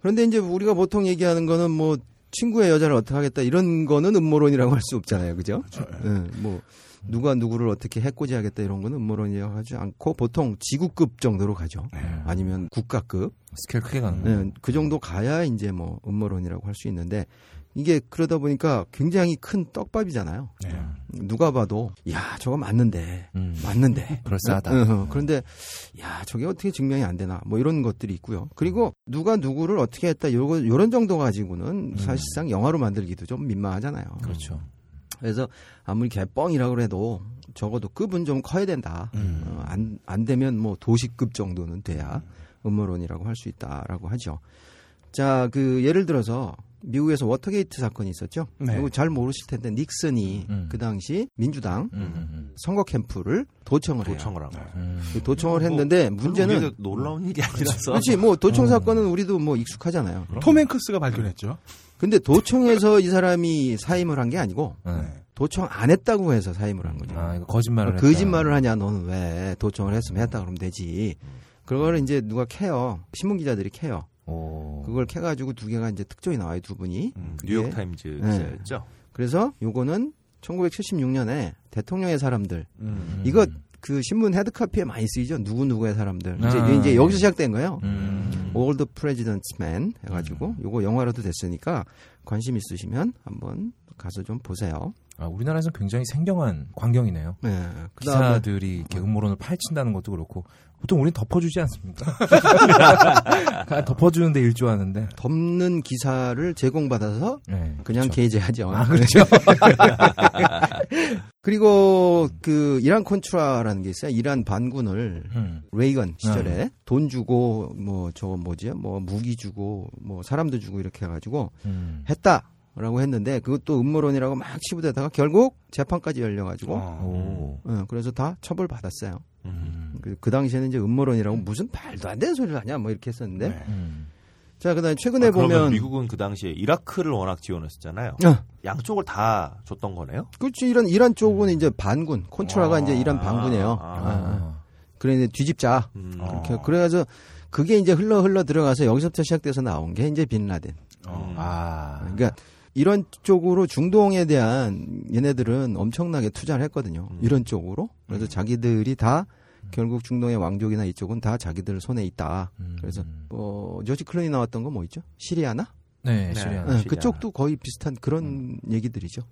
E: 그런데 이제 우리가 보통 얘기하는 거는 뭐 친구의 여자를 어떻게 하겠다 이런 거는 음모론이라고 할 수 없잖아요, 그죠?
D: 네.
E: 예, 뭐 누가 누구를 어떻게 해코지하겠다 이런 거는 음모론이라고 하지 않고 보통 지구급 정도로 가죠.
D: 네.
E: 아니면 국가급
D: 스케일 크게 가는 거.
E: 예, 그 정도 가야 이제 뭐 음모론이라고 할 수 있는데 이게 그러다 보니까 굉장히 큰 떡밥이잖아요.
B: 네.
E: 누가 봐도 야 저거 맞는데
D: 음.
E: 맞는데
D: 그럴싸하다.
E: 응, 응. 그런데 야 저게 어떻게 증명이 안 되나 뭐 이런 것들이 있고요 그리고 누가 누구를 어떻게 했다 요거 요런 정도 가지고는 사실상 영화로 만들기도 좀 민망하잖아요
D: 음. 그렇죠.
E: 그래서 아무리 개뻥이라고 해도 적어도 급은 좀 커야 된다
D: 음.
E: 어, 안, 안 되면 뭐 도시급 정도는 돼야 음모론이라고 할 수 있다라고 하죠 자 그 예를 들어서 미국에서 워터게이트 사건이 있었죠.
B: 네.
E: 그리고 잘 모르실 텐데 닉슨이
D: 음.
E: 그 당시 민주당
D: 음,
E: 선거 캠프를 도청을 해요.
C: 도청을 한 거예요.
D: 음.
E: 그 도청을
C: 뭐,
E: 했는데
C: 그건
E: 문제는
C: 우리가 놀라운 일이 아니라서
E: 그렇지 뭐 도청 사건은 우리도 뭐 익숙하잖아요.
B: 톰 행크스가 발견했죠.
E: 근데 도청에서 이 사람이 사임을 한 게 아니고
D: 네.
E: 도청 안 했다고 해서 사임을 한 거죠.
D: 아, 이거 거짓말을 했다.
E: 거짓말을 하냐 너는 왜 도청을 했으면 했다 그러면 되지. 그거를 이제 누가 캐요. 신문 기자들이 캐요.
D: 오.
E: 그걸 캐가지고 두 개가 이제 특종이 나와요 두 분이.
C: 음,
E: 그게.
C: <laughs> 뉴욕타임즈
E: 네.
C: 기자였죠.
E: 그래서 요거는 1976년에 대통령의 사람들 이거 그 신문 헤드카피에 많이 쓰이죠. 누구 누구의 사람들. 이제,
D: 아,
E: 이제
D: 네.
E: 여기서 시작된 거예요.
D: 음.
E: 올드 프레지던트맨 해가지고 요거 영화로도 됐으니까 관심 있으시면 한번 가서 좀 보세요.
D: 아, 우리나라에서 굉장히 생경한 광경이네요.
E: 네. 그다음에
D: 기사들이 이렇게 음모론을 파헤친다는 것도 그렇고 보통 우린 덮어주지
E: <laughs>
D: 않습니까? 아, 덮어주는데 일조하는데.
E: 덮는 기사를 제공받아서
D: 네,
E: 그냥
D: 그렇죠.
E: 게재하죠. 그렇죠. <laughs> 그리고 그 이란 콘트라라는 게 있어요. 이란 반군을
D: 음.
E: 레이건 시절에 돈 주고 뭐 저거 뭐지? 뭐 무기 주고 뭐 사람도 주고 이렇게 해가지고
D: 음.
E: 했다라고 했는데 그것도 음모론이라고 막 치부되다가 결국 재판까지 열려가지고
D: 음. 오.
E: 예, 그래서 다 처벌 받았어요.
D: 음.
E: 그, 그 당시에는 이제 음모론이라고 무슨 말도 안 되는 소리를 하냐 뭐 이렇게 했었는데
B: 네.
D: 음.
E: 자 그다음에 최근에 보면
C: 아, 그러면 미국은 그 당시에 이라크를 워낙 지원했었잖아요.
E: 아,
C: 양쪽을 다 줬던 거네요.
E: 그렇지 이런 이란 쪽은 이제 반군 콘트라가
C: 아,
E: 이제 이란 반군이에요.
C: 아.
D: 아.
E: 그래 이제 뒤집자
C: 음.
E: 이렇게 그래서 그게 이제 흘러 흘러 들어가서 여기서부터 시작돼서 나온 게 이제 빈라덴.
C: 음.
D: 아.
E: 그러니까 이런 쪽으로 중동에 대한 얘네들은 엄청나게 투자를 했거든요.
C: 음.
E: 이런 쪽으로 그래서 자기들이 다 결국 중동의 왕족이나 이쪽은 다 자기들 손에 있다.
D: 음.
E: 그래서 어 조지 클론이 나왔던 건 뭐 있죠? 시리아나?
D: 네,
C: 네.
D: 시리아. 음.
E: 네, 그쪽도 거의 비슷한 그런 얘기들이죠.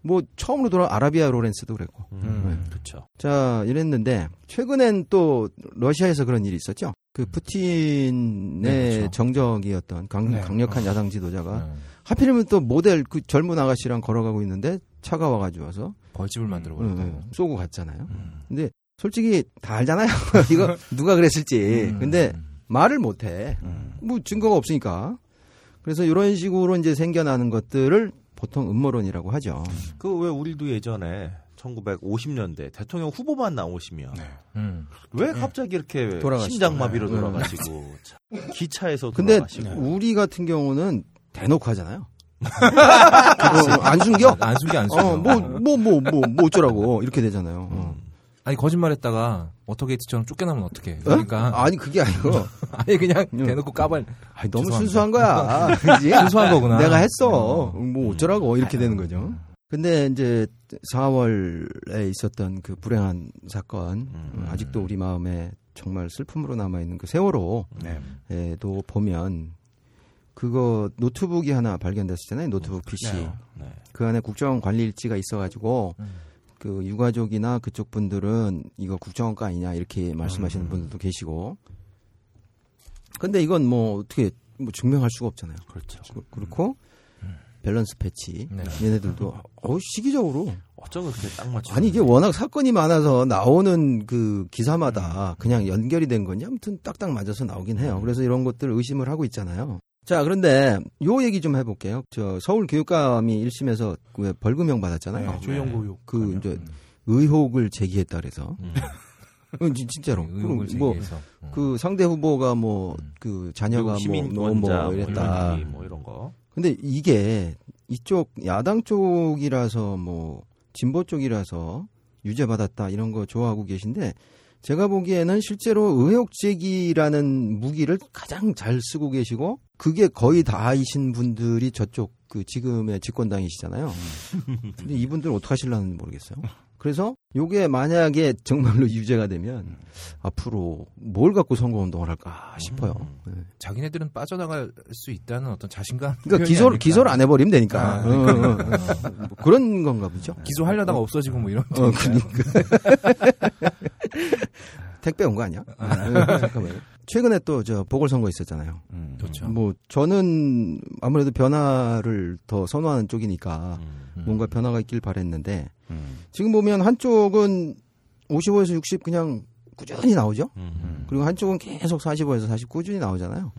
E: 뭐 처음으로 돌아 아라비아 로렌스도 그랬고.
C: 음, 그렇죠.
E: 자, 이랬는데 최근엔 또 러시아에서 그런 일이 있었죠. 그 푸틴의
D: 음. 네, 그렇죠.
E: 정적이었던 강,
B: 네.
E: 강력한 야당 지도자가
D: 음.
E: 하필이면 또 모델 그 젊은 아가씨랑 걸어가고 있는데 차가 와가지고 와서
D: 벌집을 만들어 네. 음.
E: 응,
D: 버렸다.
E: 응, 쏘고 갔잖아요. 근데 솔직히 다 알잖아요. <laughs> 이거 누가 그랬을지.
D: 음.
E: 근데 말을 못해. 뭐 증거가 없으니까. 그래서 이런 식으로 이제 생겨나는 것들을 보통 음모론이라고 하죠.
C: 그 왜 우리도 예전에 1950년대 대통령 후보만 나오시면
D: 음.
C: 왜 갑자기 이렇게
E: 네. 돌아가시죠.
C: 심장마비로
E: 네. <laughs>
C: 돌아가시고 참, 기차에서
E: 근데
C: 돌아가시고
E: 우리 같은 경우는 대놓고 하잖아요. 어, 안 숨겨?
D: 아, 안 숨겨 안 숨겨.
E: 어, 뭐, 뭐, 뭐, 뭐, 뭐 어쩌라고. 이렇게 되잖아요.
D: 음.
E: 어.
D: 아니 거짓말했다가 워터게이트처럼 쫓겨나면 어떡해. 그러니까
E: 아니, 그게 아니고.
D: <laughs> 아니 그냥
E: 음.
D: 대놓고 까발
E: 아니, 너무
D: 죄송합니다.
E: 순수한 거야. 그지?
D: 순수한 거구나.
E: 내가 했어. 뭐 어쩌라고. 이렇게 되는 거죠. 근데 이제 4월에 있었던 그 불행한 사건, 어, 아직도 우리 마음에 정말 슬픔으로 남아있는 그 세월호에도
B: 네.
E: 보면 그거 노트북이 하나 발견됐었잖아요. 노트북 PC.
C: 네.
E: 그 안에 국정원 관리 일지가 있어가지고 그 유가족이나 그쪽 분들은 이거 국정원 거 아니냐 이렇게 말씀하시는 분들도 계시고 근데 이건 뭐 어떻게 뭐 증명할 수가 없잖아요.
C: 그렇죠.
E: 그, 렇고 밸런스 패치
D: 네.
E: 얘네들도 어 시기적으로
C: 어쩜 그렇게 딱 맞춰?
E: 아니 이게 워낙 사건이 많아서 나오는 그 기사마다 그냥 연결이 된 건지 아무튼 딱딱 맞아서 나오긴 해요. 그래서 이런 것들 의심을 하고 있잖아요. 자 그런데 요 얘기 좀 해볼게요. 저 서울 교육감이 1심에서 왜 벌금형 받았잖아요.
B: 네, 조영구 의혹.
E: 그 이제 의혹을 제기했다 그래서 <laughs>
C: 음.
E: 어, 진- 진짜로
D: 네, 의혹을
E: 그럼 뭐
D: 제기해서. 음.
E: 그 상대 후보가 뭐 그 자녀가
C: 미국
E: 뭐 너무
C: 시민권자
E: 뭐
C: 뭐
E: 이랬다.
C: 이런 얘기, 뭐 이런 거.
E: 근데 이게 이쪽 야당 쪽이라서 뭐 진보 쪽이라서 유죄 받았다 이런 거 좋아하고 계신데 제가 보기에는 실제로 의혹 제기라는 무기를 가장 잘 쓰고 계시고 그게 거의 다이신 분들이 저쪽 그 지금의 집권당이시잖아요. 근데 이분들 은 어떻게 하실라는지 모르겠어요. 그래서 요게 만약에 정말로 <laughs> 유죄가 되면 앞으로 뭘 갖고 선거운동을 할까 싶어요. 네.
D: 자기네들은 빠져나갈 수 있다는 어떤 자신감.
E: 그러니까
D: 표현이
E: 기소를
D: 아닐까.
E: 기소를 안 해버리면 되니까
D: 아, 네.
E: 어, 어, 어. 뭐 그런 건가 보죠.
D: 음. 기소하려다가 없어지고 뭐 이런.
E: 어, 그러니까
D: <laughs>
E: 택배 온 거 아니야? 어, 잠깐만요. 최근에 또 저 보궐선거 있었잖아요.
D: 좋죠.
E: 뭐 저는 아무래도 변화를 더 선호하는 쪽이니까 뭔가 변화가 있길 바랬는데 지금 보면 한쪽은 55에서 60 그냥 꾸준히 나오죠.
C: 음.
E: 음. 그리고 한쪽은 계속 45에서 40 꾸준히 나오잖아요.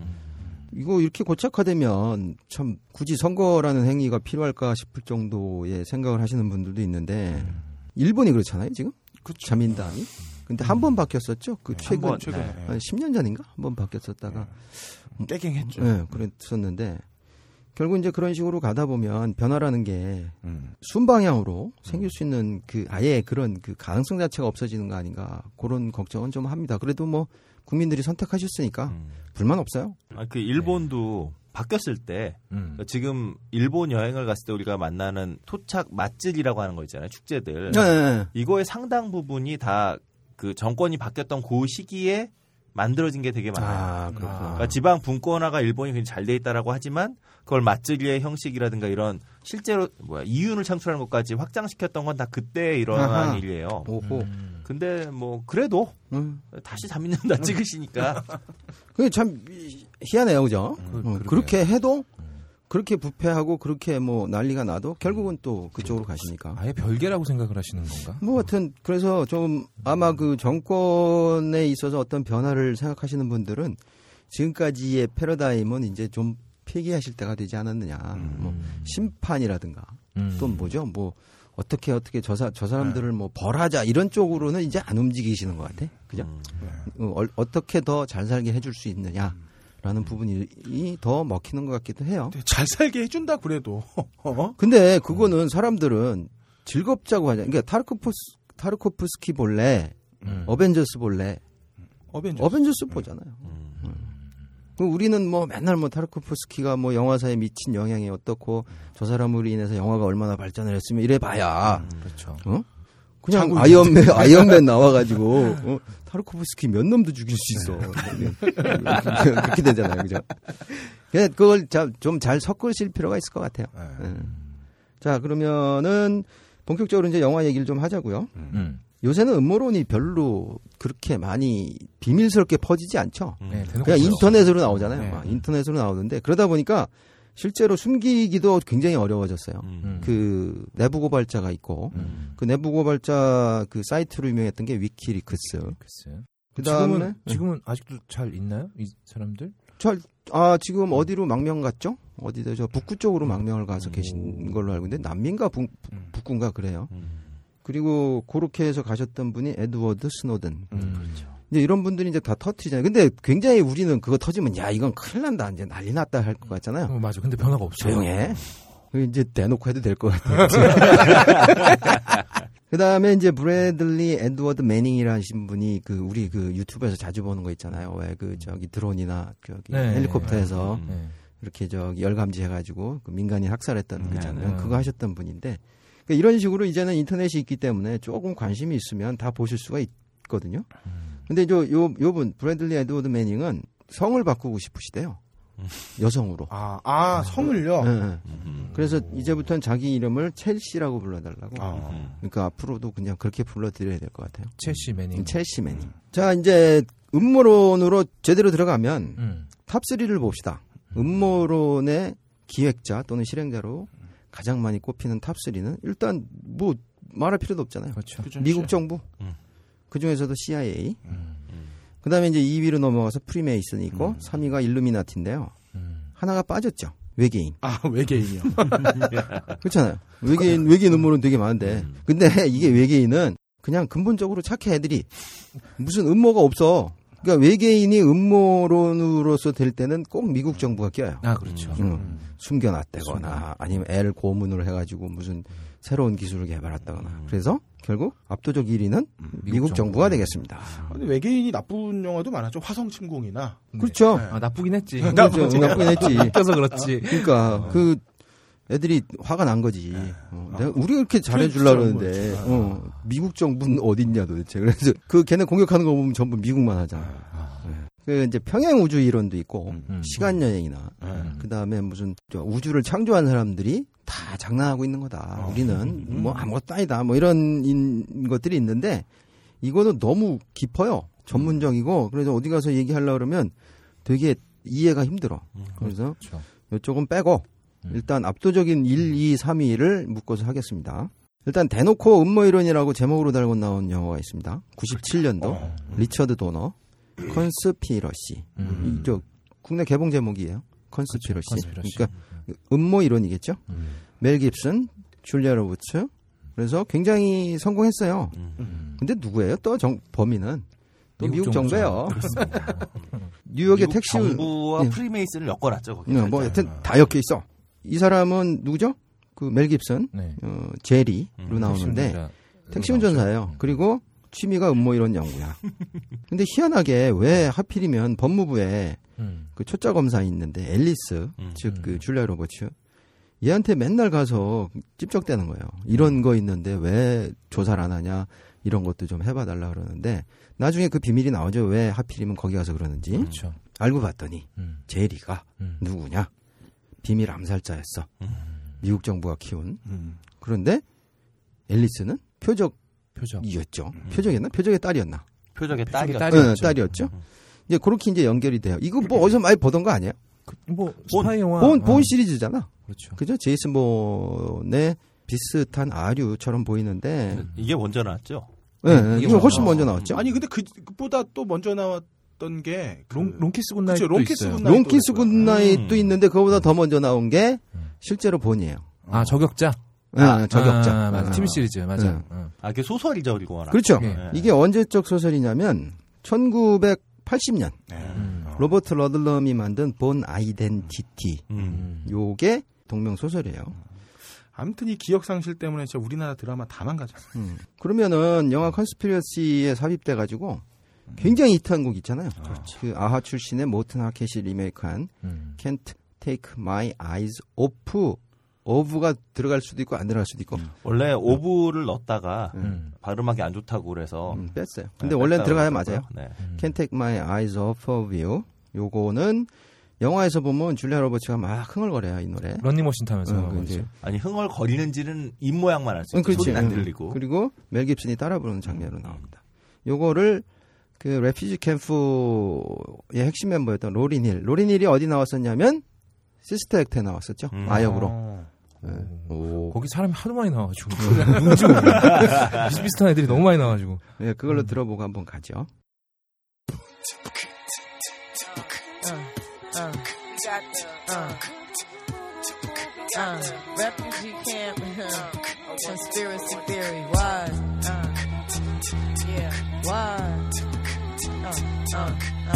E: 이거 이렇게 고착화되면 참 굳이 선거라는 행위가 필요할까 싶을 정도의 생각을 하시는 분들도 있는데 일본이 음. 그렇잖아요 지금 그렇죠. 자민당이 근데 한 번 바뀌었었죠 그 최근 네.
C: 번,
B: 최근에. 네.
E: 한 10년 전인가 한 번 바뀌었었다가
B: 깨갱했죠.
E: 예 그랬었는데 결국 이제 그런 식으로 가다 보면 변화라는 게
B: 음.
E: 순방향으로 생길 수 있는 그 아예 그런 그 가능성 자체가 없어지는 거 아닌가 그런 걱정은 좀 합니다. 그래도 뭐 국민들이 선택하셨으니까 불만 없어요.
C: 음. 아, 그 일본도 바뀌었을 때
D: 음.
C: 지금 일본 여행을 갔을 때 우리가 만나는 토착 맛집이라고 하는 거 있잖아요. 축제들.
E: 네.
C: 이거의 상당 부분이 다 그 정권이 바뀌었던 그 시기에 만들어진 게 되게 많아요.
E: 아 그렇구나.
C: 그러니까 지방 분권화가 일본이 굉장히 잘 돼 있다라고 하지만 그걸 맛집의 형식이라든가 이런 실제로 뭐야 이윤을 창출하는 것까지 확장시켰던 건 다 그때 일어난
E: 아하.
C: 일이에요.
E: 오호.
C: 근데 뭐 그래도
E: 음.
C: 다시 자민련다
E: <laughs>
C: 찍으시니까
E: 그게 참 희- 희한해요, 음. 그죠? 어, 그렇게 해도 그렇게 부패하고 그렇게 뭐 난리가 나도 결국은 또 그쪽으로 가시니까.
D: 아예 별개라고 생각을 하시는 건가?
E: 뭐 하여튼 그래서 좀 아마 그 정권에 있어서 어떤 변화를 생각하시는 분들은 지금까지의 패러다임은 이제 좀 폐기하실 때가 되지 않았느냐. 뭐 심판이라든가
D: 음.
E: 또 뭐죠? 뭐 어떻게 어떻게 저, 사, 저 사람들을 뭐 벌하자 이런 쪽으로는 이제 안 움직이시는 것 같아. 그죠? 어, 얼- 어떻게 더 잘 살게 해줄 수 있느냐. 라는 부분이 이더 먹히는 것 같기도 해요.
B: 근데 잘 살게 해준다 그래도 <laughs> 어?
E: 근데 그거는 사람들은 즐겁자고 하냐. 그러니까 타르코프스, 타르코프스키 볼래, 어벤져스 볼래,
B: 음. 어벤져.
E: 어벤져스 보잖아요.
B: 음.
E: 음. 그럼 우리는 뭐 맨날 뭐 타르코프스키가 뭐 영화사에 미친 영향이 어떻고 저 사람으로 인해서 영화가 얼마나 발전을 했으면 이래 봐야
B: 음.
D: 그렇죠.
E: 어? 그냥
B: 자고
E: 아이언맨 아이언맨 나와가지고 어? 타르코프스키 몇 놈도 죽일 수 있어 <laughs> 그렇게 되잖아요, 그죠? 그냥 그걸 좀 잘 섞으실 필요가 있을 것 같아요. 예. 자 그러면은 본격적으로 이제 영화 얘기를 좀 하자고요.
D: 음.
E: 요새는 음모론이 별로 그렇게 많이 비밀스럽게 퍼지지 않죠.
D: 네, 대놓고
E: 그냥
D: 써요.
E: 그러니까 인터넷으로 나오잖아요.
D: 네.
E: 막 인터넷으로 나오는데 그러다 보니까 실제로 숨기기도 굉장히 어려워졌어요.
D: 음.
E: 그 내부 고발자가 있고
D: 음.
E: 그 내부 고발자 그 사이트로 유명했던 게 위키리크스.
D: 글쎄.
E: 그다음에
D: 지금은, 지금은 아직도 잘 있나요? 이 사람들?
E: 아 지금
D: 네.
E: 어디로 망명 갔죠? 어디죠? 저 북구
D: 음.
E: 쪽으로 망명을 가서 계신 걸로 알고 있는데 남민가 북, 북군가 그래요.
D: 음.
E: 그리고 그렇게 해서 가셨던 분이 에드워드 스노든.
D: 그렇죠.
E: 이제 이런 분들이 이제 다 터트리잖아요. 근데 굉장히 우리는 그거 터지면 야 이건 큰일 난다 이제 난리 났다 할 것 같잖아요.
D: 어, 맞아. 근데 변화가 없어요.
E: 조용해. 그거 어, 이제 대놓고 해도 될 것 같아요. <laughs> 그 다음에 이제 브래들리 에드워드 매닝이라신 분이 그 우리 그 유튜브에서 자주 보는 거 있잖아요. 왜 그 저기 드론이나 저기
D: 네.
E: 헬리콥터에서
D: 네.
E: 이렇게 저기 열감지 해가지고 그 민간인 학살했던
D: 네,
E: 거잖아요.
D: 네.
E: 그거 하셨던 분인데 그러니까 이런 식으로 이제는 인터넷이 있기 때문에 조금 관심이 있으면 다 보실 수가 있거든요. 근데 저 요 요분 브래들리 에드워드 매닝은 성을 바꾸고 싶으시대요. 여성으로.
B: 아, 아 성을요.
E: 예, 예. 그래서 이제부터는 자기 이름을 첼시라고 불러달라고.
B: 아,
E: 그러니까 앞으로도 그냥 그렇게 불러드려야 될 것 같아요.
D: 첼시 매닝.
E: 음. 첼시맨이. 자, 이제 음모론으로 제대로 들어가면
D: 음.
E: 탑3를 봅시다. 음모론의 기획자 또는 실행자로 가장 많이 꼽히는 탑3는 일단 뭐 말할 필요도 없잖아요.
D: 그렇죠.
E: 미국 정부. 그 중에서도 CIA. 그 다음에 이제 2위로 넘어가서 프리메이슨이 있고 3위가 일루미나티인데요.
D: 음.
E: 하나가 빠졌죠. 외계인.
B: 아 외계인이요.
E: <laughs> 그렇잖아요. 외계인 외계인 음모론 되게 많은데. 근데 이게 외계인은 그냥 근본적으로 착해 애들이 무슨 음모가 없어. 그러니까 외계인이 음모론으로서 될 때는 꼭 미국 정부가 껴요.
D: 아, 그렇죠.
E: 음, 숨겨놨다거나 음. 아니면 L 고문을 해가지고 무슨 새로운 기술을 개발했다거나. 그래서 결국 압도적 1위는 음. 미국,
D: 미국
E: 정부가 네. 되겠습니다.
B: 근데 외계인이 나쁜 영화도 많았죠. 화성 침공이나
E: 그렇죠.
D: 아, 나쁘긴 했지.
E: 그렇죠.
D: 네.
E: 나쁘긴 했지.
D: 웃겨서 그렇지. 어.
E: 그러니까 그 애들이 화가 난 거지.
D: 네.
E: 어,
D: 아,
E: 내가 우리가 이렇게 잘해주려
B: 그런
E: 그러는데 어, 미국 정부는 어딨냐 도대체. 그래서 그 걔네 공격하는 거 보면 전부 미국만 하잖아. 그 이제 평행 우주 이론도
D: 네.
E: 있고
D: 음. 네.
E: 시간 여행이나 그 다음에 무슨 저 우주를 창조한 사람들이 다 장난하고 있는 거다.
D: 아.
E: 우리는
D: 음.
E: 뭐 아무것도 아니다. 뭐 이런 인- 것들이 있는데 이거는 너무 깊어요. 전문적이고 그래서 어디 가서 얘기하려 그러면 되게 이해가 힘들어. 그래서
D: 그렇죠.
E: 이쪽은 빼고 일단 압도적인 1, 2, 3, 2를 묶어서 하겠습니다. 일단 대놓고 음모이론이라고 제목으로 달고 나온 영화가 있습니다. 97년도 리처드 도너 컨스피러시 이쪽 국내 개봉 제목이에요. 컨스피러시.
D: 컨스피러시.
E: 그러니까 음모 이론이겠죠. 멜 깁슨, 줄리아 로버츠. 그래서 굉장히 성공했어요. 근데 누구예요? 또 정, 범인은 또 미국, 정부예요. <laughs> 뉴욕의
C: 미국
E: 택시
C: 정부와
E: 예.
C: 프리메이슨을 엮어놨죠. 거기
E: 네, 뭐 여튼 다 엮여 있어. 이 사람은 누구죠? 그 멜 깁슨,
D: 네.
E: 어, 제리로 나오는데 택시 운전사예요. 그리고 취미가 음모 이론 <laughs> 연구야. 근데 희한하게 왜 하필이면 법무부에
D: 음.
E: 그 초짜 검사 있는데 앨리스
C: 음.
E: 즉 그 줄리아 로버츠 얘한테 맨날 가서 찝적대는 거예요. 이런 거 있는데 왜 조사를 안 하냐 이런 것도 좀 해봐 달라 그러는데 나중에 그 비밀이 나오죠. 왜 하필이면 거기 가서 그러는지
D: 그렇죠.
E: 알고 봤더니
D: 음.
E: 제리가
D: 음.
E: 누구냐 비밀 암살자였어. 미국 정부가 키운
B: 음.
E: 그런데 앨리스는 표적이었죠.
D: 표정.
E: 표적이었나? 표적의 딸이었나?
C: 표적의 딸이
E: 응, 딸이었죠. 네, 이제 그렇게 이제 연결이 돼요. 이거 뭐 어디서 많이 보던 거 아니에요?
D: 뭐 스파이 영화.
E: 본,
D: 어,
E: 본 시리즈잖아.
D: 그렇죠.
E: 그죠? 제이슨 본의 비슷한 아류처럼 보이는데
C: 이게 먼저 나왔죠.
E: 예, 예,
D: 이게
E: 이거 훨씬
D: 먼저
E: 먼저 나왔죠.
B: 아니 근데 그, 그보다 또 먼저 나왔던 게 그-
D: 롱 롱키스 굿나잇.
B: 그쵸, 롱키스 굿나잇
E: 롱키스 굿나잇도
C: 음.
E: 있는데 그거보다 더 먼저 나온 게 실제로 본이에요.
D: 아 저격자.
E: 아, 저격자.
D: 아, 맞아.
E: 아.
D: TV 시리즈 맞아.
E: 네.
D: 어.
C: 아, 이게 소설이죠, 이거 하나.
E: 그렇죠.
D: 네.
C: 예.
E: 이게 언제적 소설이냐면 1980년
D: 음.
E: 로버트 러들럼이 만든 본 아이덴티티.
C: 음.
D: 음.
E: 요게 동명 소설이에요.
B: 아무튼 이 기억 상실 때문에 진짜 우리나라 드라마 다 망가졌어요.
E: 음. 그러면은 영화 컨스피러시에 삽입돼 가지고 굉장히 히트한 곡 있잖아요. 그 아하 출신의 모튼 하켓이 리메이크한
D: 음.
E: Can't Take My Eyes Off 오브가 들어갈 수도 있고 안 들어갈 수도 있고
C: 원래 오브를 넣었다가
D: 음.
C: 발음하기 안 좋다고 그래서.
E: 음, 뺐어요. 근데
C: 네,
E: 원래
C: 뺐다고
E: 는 들어가야 맞아요.
C: 그러더라고요. 네.
E: Can't Take My Eyes Off of You 요거는 영화에서 보면 줄리아 로버츠가 막 흥얼거려요 이 노래.
D: 런닝머신 타면서.
E: 어, 그 이제
C: 아니, 흥얼거리는지는 입 모양만 알수
E: 응, 음,
C: 있고,
E: 그렇지.
C: 소리는 안
E: 응.
C: 들리고.
E: 그리고 멜 깁슨이 따라 부르는 장면으로 나옵니다. 요거를 그 레피지 캠프의 핵심 멤버였던 로린힐. 로린힐이 어디 나왔었냐면 시스터 액트에 나왔었죠.
C: 음.
E: 아역으로.
B: 어.
E: 예. 오.
D: 거기 사람이 하도 많이 나와가지고 <laughs> 뭔지 몰라. 비슷비슷한 애들이 너무 많이 나와가지고
E: 예, 그걸로
C: 음.
E: 들어보고 한번 가죠.
H: Uh, refugee camp, conspiracy theory, why? Uh, yeah, why? Uh, uh, uh.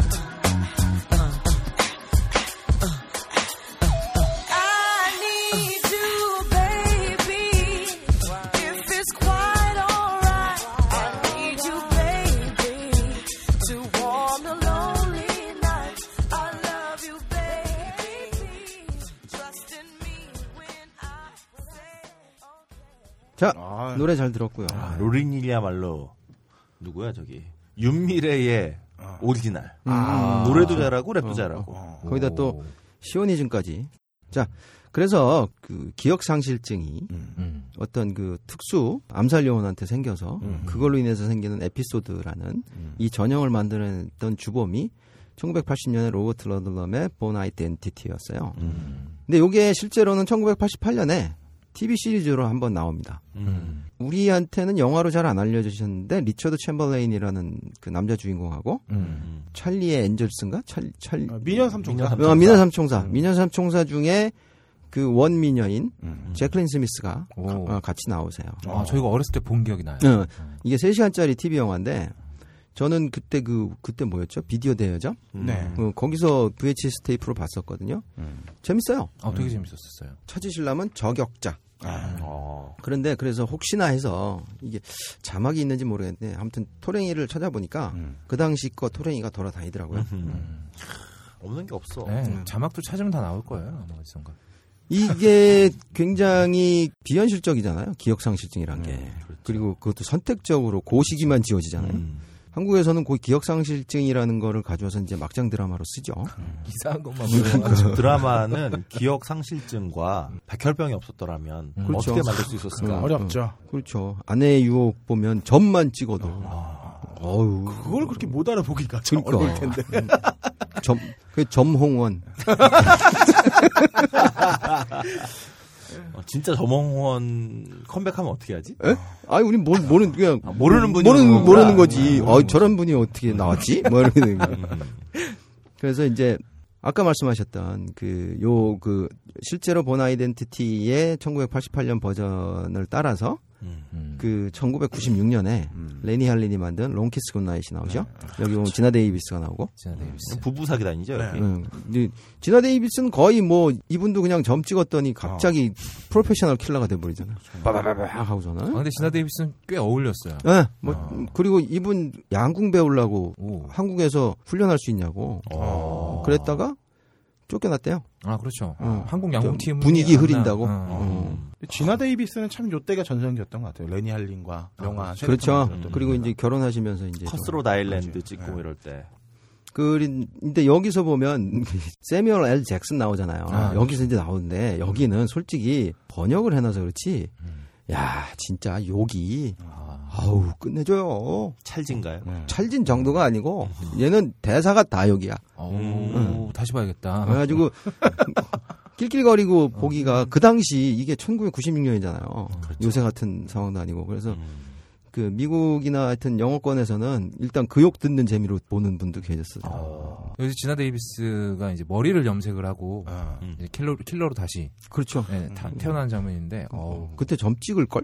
H: I need you, baby. If it's quite alright, I need you, baby, to warm the lonely night. I love you, baby. Trust in me when I say okay.
E: 자,
B: 아.
E: 노래 잘 들었고요.
C: 아, 로린이야말로 누구야 저기 윤미래의 오리지널 음,
E: 아. 어,
C: 노래도 잘하고 랩도 잘하고
E: 거기다 또 시오니즘까지. 자, 그래서 그 기억 상실증이
D: 음.
E: 어떤 그 특수 암살 요원한테 생겨서 그걸로 인해서 생기는 에피소드라는 이 전형을 만들어냈던 주범이 1980년에 로버트 러들럼의 본 아이덴티티였어요. 근데 이게 실제로는 1988년에 TV 시리즈로 한번 나옵니다.
C: 음.
E: 우리한테는 영화로 잘 안 알려지셨는데 리처드 챔버레인이라는 그 남자 주인공하고 찰리의 엔젤스인가 찰 찰.
B: 어, 미녀 삼총사.
C: 미녀 삼-
E: 어, 미녀 삼총사. 미녀 삼총사 중에 그 원 미녀인 제클린 스미스가
D: 음, 오.
E: 가- 어, 같이 나오세요.
D: 아 네. 저희가 어렸을 때 본 기억이 나요.
E: 어, 이게 3시간짜리 TV 영화인데 저는 그때 그 그때 뭐였죠? 비디오 대여죠?
D: 음.
B: 네.
E: 어, 거기서 VHS 테이프로 봤었거든요. 재밌어요.
D: 음. 아 되게 재밌었어요.
E: 찾으시려면 저격자.
C: 어.
E: 그런데 그래서 혹시나 해서 이게 자막이 있는지 모르겠는데 아무튼 토랭이를 찾아보니까
D: 음.
E: 그 당시 거 토랭이가 돌아다니더라고요.
C: 없는 게 없어.
D: 네, 자막도 찾으면 다 나올 거예요. 뭐 어디선가.
E: 이게 굉장히 비현실적이잖아요. 기억상실증이란 게.
D: 네, 그렇죠.
E: 그리고 그것도 선택적으로 고시기만 지워지잖아요.
D: 음.
C: 음.
E: 한국에서는 그 기억상실증이라는 거를 가져와서 이제 막장 드라마로 쓰죠.
D: 이상한 것만 물어가지고.
C: 드라마는 기억 상실증과 백혈병이 없었더라면
D: 음.
C: 어떻게
E: 그렇죠.
C: 만들 수 있었을까?
E: 음.
B: 그러니까 어렵죠.
E: 그렇죠. 아내의 유혹 보면 점만 찍어도 어우
B: 그걸 그렇게 못 알아보기가 참
E: 그러니까.
B: 어려울 텐데.
E: 점, 그 점홍원. 음.
C: 어, 진짜 저몽원 컴백하면 어떻게 하지?
E: 아니 우리 뭘 모르는 그냥
C: 모르는 분이
E: 음. 모르는
C: 그런구나.
E: 모르는 거지. 어 저런 분이 어떻게 나왔지? 뭐 이렇게 되는 거예요. 그래서 이제 아까 말씀하셨던 그 요 그 실제로 본 아이덴티티의 1988년 버전을 따라서
D: 음.
E: 그 1996년에 레니 할린이 만든 롱키스 굿나잇이 나오죠. 여기 보면 지나 데이비스가 나오고.
D: 진짜 네. 데이비스.
C: 음, 부부 사기 다니죠. 여기.
E: 응. 근데 지나 데이비스는 거의 뭐 이분도 그냥 점 찍었더니 갑자기 프로페셔널 킬러가 돼버리잖아. 아. 그렇죠. 빠바바바 어?
D: 아,
E: 하고서는.
D: 근데 진아 데이비스는 꽤 어울렸어요.
E: 예, 뭐 그리고 이분 양궁 배우려고
D: 오.
E: 한국에서 훈련할 수 있냐고 아.
C: 어.
E: 그랬다가 쫓겨났대요.
D: 아 그렇죠.
E: 어.
D: 한국 양궁팀
E: 분위기 흐린다고.
D: 음.
E: 어.
B: 진화 데이비스는 참 요때가 전성기였던 것 같아요. 레니 할린과 영화. 세레모니
E: 그렇죠.
B: 만들었던
E: 그리고
B: 분들.
E: 이제 결혼하시면서 이제
C: 커스로 아일랜드 찍고 이럴 때.
E: 그런데 여기서 보면 세미얼 엘 잭슨 나오잖아요. 그렇죠.
D: 아,
E: 여기서 이제 나오는데 여기는 솔직히 번역을 해놔서 그렇지. 야 진짜 욕이 음. 아우 네. 끝내줘요.
C: 찰진가요?
E: 찰진 정도가 아니고 얘는 대사가 다 욕이야.
D: 어. 오, 다시 봐야겠다.
E: 그래가지고 <laughs> 낄낄거리고 보기가 그 당시 이게 1996년이잖아요. 요새 같은 상황도 아니고 그래서 그 미국이나 하여튼 영어권에서는 일단 그 욕 듣는 재미로 보는 분도 계셨어요.
D: 여기서 진아 데이비스가 이제 머리를 염색을 하고
E: 음.
B: 어.
D: 이제 킬러, 킬러로 다시
E: 그렇죠.
D: 예, 다- 태어난 장면인데 어,
E: 그러니까. 그때 점 찍을 걸?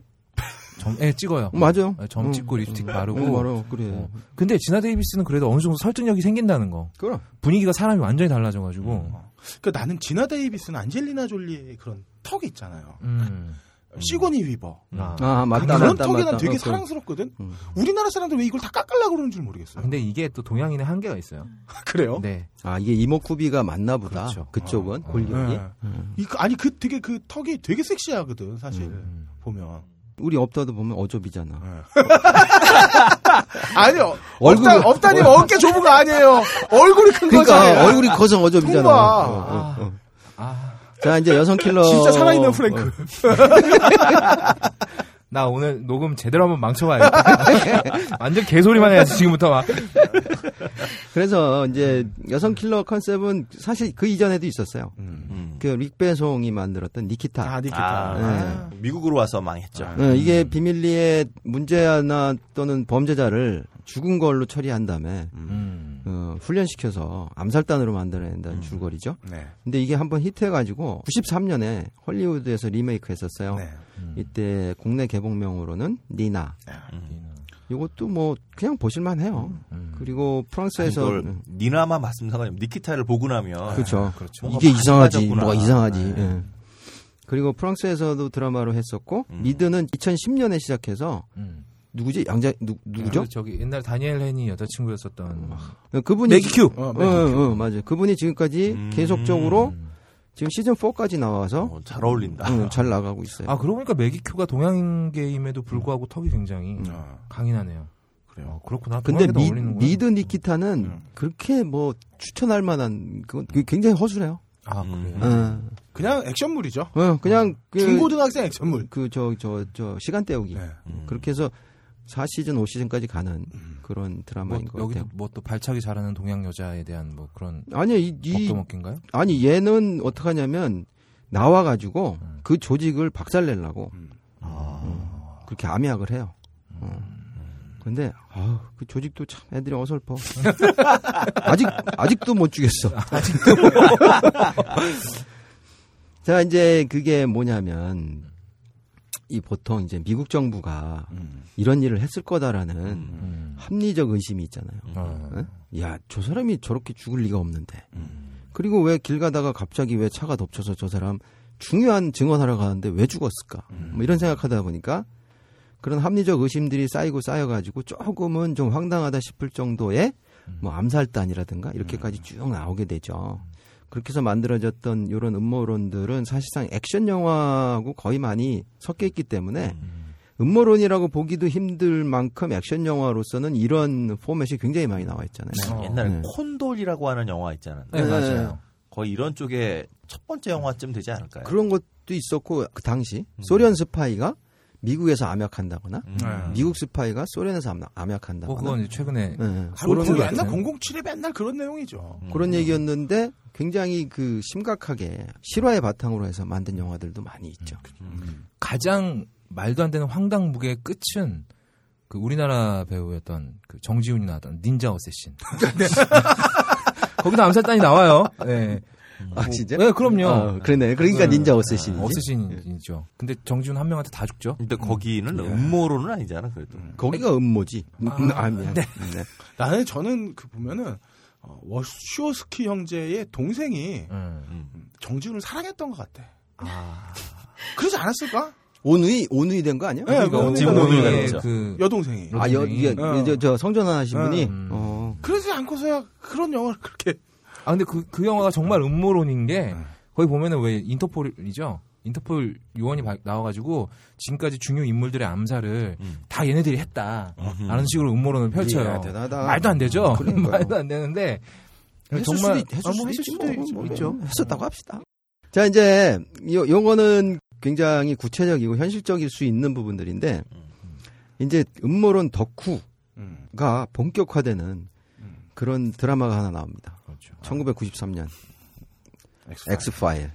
D: 점 예, 찍어요.
E: 맞아요.
D: 예, 점
E: 음. 음.
D: 찍고 립스틱 바르고.
E: 어, 바로 그래.
D: 어. 근데 진아 데이비스는 그래도 어느 정도 설득력이 생긴다는 거.
E: 그럼.
D: 분위기가 사람이 완전히 달라져가지고.
B: 그 나는 진화 데이비스는 안젤리나 졸리의 그런 턱 있잖아요.
D: 음.
B: 시고니 위버.
E: 아 맞다
B: 그런
E: 맞다
B: 턱이
E: 맞다.
B: 난 되게
E: 어, 그럼.
B: 사랑스럽거든. 우리나라 사람들 왜 이걸 다 깎으려고 그러는 줄 모르겠어요.
D: 근데 이게 또 동양인의 한계가 있어요.
B: 그래요?
D: 네.
E: 아 이게 이목구비가 맞나 보다.
D: 그렇죠.
E: 그쪽은
D: 어, 어.
E: 골격이.
B: 네.
E: 음.
B: 이, 그- 아니 그 되게 그 턱이 되게 섹시하거든 사실
D: 음.
B: 보면
E: 우리 업다도 보면 어조비잖아.
B: 네. 아니
E: 얼굴-
B: 얼굴 업다님 어깨 좁은가 아니에요 얼굴이 큰
E: 그러니까
B: 거잖아요
E: 얼굴이 커서 어조비잖아.
B: 통과.
E: 어, 어, 어.
D: 아,
E: 자 이제 여성 킬러.
B: 진짜
E: 어.
B: 살아있는 프랭크
D: 나 오늘 녹음 제대로 한번 망쳐봐야겠다. <laughs> 완전 개소리만 해야지, 지금부터 막.
E: 그래서 이제 여성 킬러 컨셉은 사실 그 이전에도 있었어요.
C: 음.
E: 그 릭배송이 만들었던 니키타. 네.
B: 아 니키타
C: 아, 미국으로 와서 망했죠.
E: 어, 이게 비밀리에 문제나 또는 범죄자를 죽은 걸로 처리한 다음에
D: 음.
E: 어, 훈련시켜서 암살단으로 만들어낸다는 줄거리죠.
B: 네.
E: 근데 이게 한번 히트해가지고 93년에 헐리우드에서 리메이크했었어요. 음.
B: 네.
E: 이때 국내 개봉명으로는 니나.
C: 음.
E: 이것도 뭐 그냥 보실만해요. 그리고 프랑스에서 음.
C: 이걸 니나만 봤으면 상관없는데 니키타를 보고 나면
E: 그렇죠.
D: 그렇죠.
C: 아, 뭔가
E: 이게
C: 많이
E: 이상하지.
C: 빠졌구나.
E: 뭐가 이상하지. 예. 그리고 프랑스에서도 드라마로 했었고 미드는 2010년에 시작해서
D: 음.
E: 누구지? 양자 누, 누구죠? 음. 예,
D: 그 저기 옛날 다니엘 헨이 여자친구였었던
E: 그분이
D: 매기큐.
B: 어,
E: 어, 어, 맞아. 그분이 지금까지
C: 음.
E: 계속적으로 지금 시즌 4까지 나와서
C: 어, 잘 어울린다.
E: 음, 잘 나가고 있어요.
D: 아 그러고 보니까 매기큐가 동양계임에도 불구하고 턱이 굉장히 강인하네요. 어, 그래요. 그렇구나.
E: 음. 근데
D: 동양계도
E: 미,
D: 어울리는구나.
E: 미드 니키타는 그렇게 뭐 추천할 만한 그건 그게 굉장히 허술해요.
D: 아
C: 음.
D: 그래요.
E: 어,
B: 그냥 액션물이죠
E: 어, 그냥 그,
B: 중고등학생 액션물
E: 그저 저 저 시간 때우기
B: 네.
C: 음.
E: 음, 그렇게 해서 4시즌 5시즌까지 가는 그런
D: 뭐,
E: 드라마인 것
D: 여기도
E: 같아요.
D: 뭐 또 발차기 잘하는 동양 여자에 대한 뭐 그런
E: 아니 이, 이
D: 먹도먹기인가요?
E: 아니 얘는 어떻게 하냐면 나와 가지고 그 조직을 박살내려고 음, 그렇게 암약을 해요. 음. 근데 아, 그 조직도 참 애들이 어설퍼. <laughs> 아직 <laughs> 아직도 못 죽였어. 자, 이제 그게 뭐냐면 이 보통 이제 미국 정부가 이런 일을 했을 거다라는 음. 합리적 의심이 있잖아요.
D: 어.
E: 어? 야, 저 사람이 저렇게 죽을 리가 없는데. 그리고 왜 길 가다가 갑자기 왜 차가 덮쳐서 저 사람 중요한 증언하러 가는데 왜 죽었을까? 뭐 이런 생각하다 보니까 그런 합리적 의심들이 쌓이고 쌓여가지고 조금은 좀 황당하다 싶을 정도의 뭐 암살단이라든가 이렇게까지 쭉 나오게 되죠. 그렇게 해서 만들어졌던 이런 음모론들은 사실상 액션 영화하고 거의 많이 섞여 있기 때문에 음모론이라고 보기도 힘들 만큼 액션 영화로서는 이런 포맷이 굉장히 많이 나와 있잖아요.
C: 음. 옛날에
E: 네.
C: 콘돌이라고 하는 영화 있잖아요.
D: 네, 맞아요.
C: 거의 이런 쪽에 첫 번째 영화쯤 되지 않을까요?
E: 그런 것도 있었고 그 당시 소련 스파이가 미국에서 암약한다거나
C: 음.
E: 미국 스파이가 소련에서 암- 암약한다거나
D: 뭐 그건 음. 이제 최근에
E: 예,
B: 그런
E: 그런
B: 옛날
E: 같은
B: 007이 맨날 그런 내용이죠.
C: 음.
E: 그런 얘기였는데 굉장히 그 심각하게 실화의 바탕으로 해서 만든 영화들도 많이 있죠.
D: 가장 말도 안 되는 황당무게의 끝은 그 우리나라 배우였던 그 정지훈이 나왔던 닌자
E: <laughs>
D: 어쌔신.
E: 네.
D: <laughs> 거기도 암살단이 나와요. 네.
E: 아 진짜?
D: 네, 그럼요.
E: 어, 그러네. 그러니까
D: 네.
E: 닌자 예. 네. 어쌔신이지.
D: 어쌔신이죠. 근데 정지훈 한 명한테 다 죽죠.
C: 근데 거기는 음모론은 아니잖아 그래도.
E: 거기가 음모지. 음, 아, 미안. 네.
B: 나는 저는 그 보면은 어, 워쇼스키 형제의 동생이
D: 음.
B: 정지훈을 사랑했던 것 같아. <laughs> 그러지 않았을까?
E: 온우이 온우이 된 거 아니야?
B: 네, 그러니까
D: 그러니까
B: 지금 그렇죠.
D: 오늘의
C: 오늘의 거죠.
D: 그
B: 여동생이.
E: 아, 여,
D: 여동생이.
E: 여, 여, 저, 저 성전하신 분이,
D: 음.
E: 어,
B: 그러지 않고서야 그런 영화를 그렇게
D: 아 근데 그, 그 영화가 정말 음모론인 게 거기 보면은 왜 인터폴이죠 인터폴 요원이 바- 나와가지고 지금까지 중요 인물들의 암살을
C: 음.
D: 다 얘네들이 했다 라는 식으로 음모론을 펼쳐요
E: 이야, 예, 대단하다. 음,
D: 말도 안 되죠 <laughs>
E: 그러니까요.
D: 말도 안 되는데
E: 했을
D: 정말
E: 수도, 있,
D: 아, 뭐
E: 네, 했을 수도 있지, 뭐,
D: 있-
E: 뭐, 했었다고 합시다. 자, 이제, 요, 요거는 굉장히 구체적이고 현실적일 수 있는 부분들인데, 이제 음모론 덕후가
B: 음.
E: 본격화되는 그런 드라마가 하나 나옵니다. 1993년. 그렇죠. 아. 엑스파일.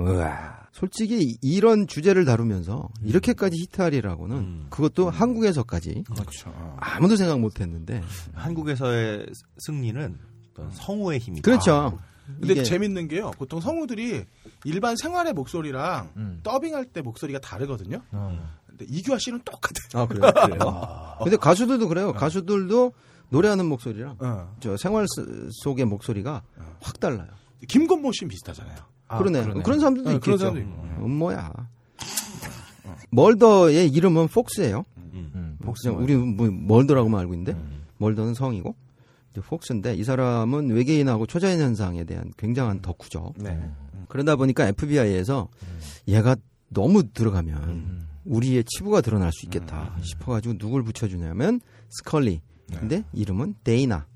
E: 음. 우와. 솔직히 이런 주제를 다루면서 이렇게까지 히트하리라고는
C: 음.
E: 그것도 한국에서까지
B: 그렇죠. 어.
E: 아무도 생각 못 했는데.
C: 한국에서의 승리는 어떤 성우의 힘이다.
E: 그렇죠.
B: 근데
E: 이게-
B: 재밌는 게요. 보통 성우들이 일반 생활의 목소리랑
D: 음.
B: 더빙할 때 목소리가 다르거든요.
D: 어.
B: 근데 이규하 씨는 똑같아.
E: 아, 그래요? 그래요? 근데 가수들도 그래요. 가수들도 노래하는 목소리랑
B: 어.
E: 저 생활 스- 속의 목소리가 확 달라요.
B: <laughs> 김건모 씨는 비슷하잖아요.
E: 그러네.
D: 그러네.
E: 그런 사람들도
B: 네, 그런
E: 있겠죠.
B: 사람도 있고.
E: 음, 뭐야. 멀더의 이름은 폭스예요.
D: 음.
E: 그냥 우리는 뭐 멀더라고만 알고 있는데
B: 음.
E: 멀더는 성이고 이제 폭스인데 이 사람은 외계인하고 초자연 현상에 대한 굉장한 덕후죠.
B: 네.
E: 음.
B: 음.
E: 그러다 보니까 FBI에서 얘가 너무 들어가면
B: 음,
E: 우리의 치부가 드러날 수 있겠다 싶어가지고 누굴 붙여주냐면 스컬리.
B: 네.
E: 근데 이름은 데이나.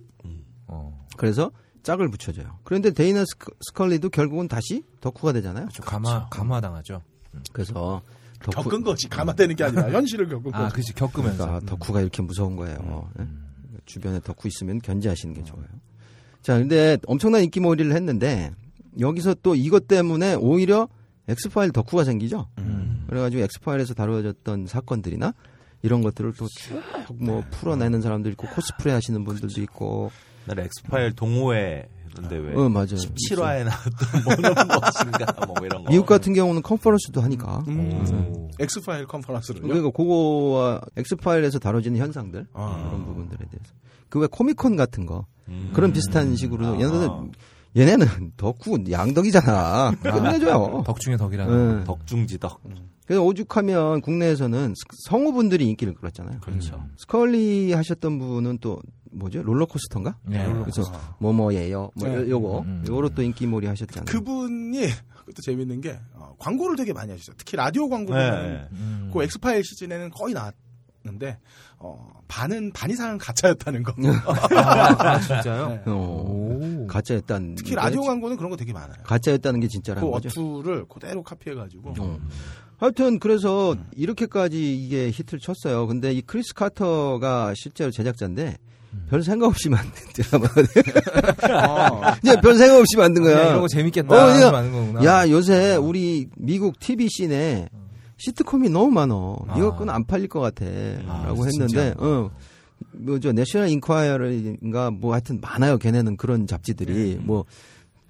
D: 어.
E: 그래서 짝을 붙여줘요. 그런데 데이나 스컬- 스컬리도 결국은 다시 덕후가 되잖아요.
D: 저 감화 감화당하죠
E: 그래서 덕후,
B: 겪은 거지. 감화되는 게 아니라 현실을 겪은
D: 아
B: 거지.
D: 그치 겪으면서
E: 그러니까 덕후가 이렇게 무서운 거예요. 예? 주변에 덕후 있으면 견제하시는 게 좋아요. 자, 근데 엄청난 인기몰이를 했는데 여기서 또 이것 때문에 오히려 엑스파일 덕후가 생기죠. 그래가지고 엑스파일에서 다루어졌던 사건들이나 이런 것들을 또 쭉 뭐 풀어내는 사람도 있고 코스프레 하시는 분들도 있고.
C: 옛날에 엑스파일 동호회 그런데 왜
E: 어, 맞아요.
C: 7화에 나왔던 뭐는 무엇인가 뭐 이런 거.
E: 미국 같은 경우는 컨퍼런스도 하니까.
B: 음. 엑스파일 컨퍼런스를.
E: 그러니까 그거와 엑스파일에서 다뤄지는 현상들 그런 부분들에 대해서 그 왜 코미콘 같은 거 그런 비슷한 식으로 얘네들 얘네는 덕후 양덕이잖아 끝내줘요
D: 음. 덕 중에 덕이라는
E: 예.
C: 덕중지덕.
E: 그래서 오죽하면 국내에서는 스- 성우분들이 인기를 끌었잖아요
C: 그렇죠.
E: 스컬리 하셨던 분은 또 뭐죠 롤러코스터인가
D: 네.
E: 그래서 뭐뭐예요 뭐
B: 네.
E: 요거
D: 음.
E: 요거로 또 인기몰이 하셨잖아요
B: 그분이 그것도 재밌는 게 어, 광고를 되게 많이 하시죠. 특히 라디오 광고를
C: 네.
B: 하는
E: 음.
B: 그 엑스파일 시즌에는 거의 나왔는데 어, 반은 반 이상은 가짜였다는 거.
E: 음.
B: 어,
D: 아 진짜요
B: 네.
E: 어,
D: 오
E: 가짜였다는
B: 특히
E: 게
B: 라디오 광고는 그런 거 되게 많아요.
E: 가짜였다는 게
B: 그
E: 진짜라는 거죠
B: 어투를 그대로 카피해가지고
E: 어. 하여튼 그래서 이렇게까지 이게 히트를 쳤어요. 근데 이 크리스 카터가 실제로 제작자인데 별 생각 없이 만든 <laughs> 드라마.
B: 어,
E: 이제 별 생각 없이 만든
D: 아, 야,
E: 거야.
D: 이런 거 재밌겠다
E: 아, 어,
D: 하는
E: 그냥-
D: 많은 거구나
E: 야 요새 우리 미국 TV 씬에 시트콤이 너무 많어. 이거 건 안 팔릴 것 아. 같아.라고 했는데, 어, 뭐저 내셔널 인콰이어인가 뭐 하여튼 많아요. 걔네는 그런 잡지들이 뭐.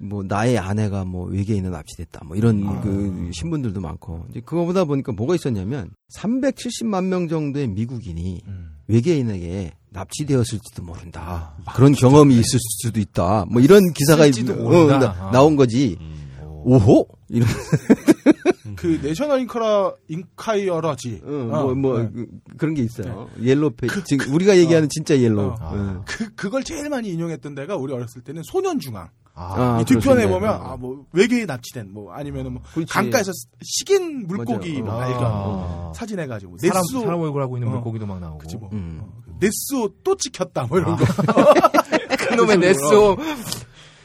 E: 뭐 나의 아내가 뭐 외계인을 납치됐다 뭐 이런
B: 아.
E: 그 신문들도 많고 이제 그거보다 보니까 뭐가 있었냐면 370만 명 정도의 미국인이
B: 음.
E: 외계인에게 납치되었을지도 모른다
B: 아,
E: 그런 경험이
B: 네.
E: 있을 수도 있다 뭐 이런 기사가
B: 아.
E: 있,
D: 있을지도
E: 어,
B: 음,
D: 모른다.
B: <laughs>
E: 나- 나온 거지 오호 이런
B: 그 내셔널 인카라 인카이어러지.
E: 음. 뭐, 뭐,
B: 네.
E: 그- 그런 게 있어요. 옐로우 페 지금 우리가 얘기하는 진짜 옐로우.
B: 어.
E: 아,
B: 그 그걸 제일 많이 인용했던 데가 우리 어렸을 때는 소년 중앙.
E: 아,
B: 이 뒷편에
E: 그렇습니다. 네.
B: 보면 아 뭐 외계에 납치된 뭐 아니면은 뭐
E: 그렇지.
B: 강가에서 스- 식인 물고기
E: 맞아요.
B: 막 발견
D: 아.
B: 사진해 가지고
D: 사람,
B: 네스오
D: 사람 얼굴 하고 있는
B: 어.
D: 물고기도 막 나오고.
B: 그치 뭐
E: 음.
B: 네스오 또 찍혔다 뭐 이런
D: 아.
B: 거. 어,
D: 그놈의 넷소.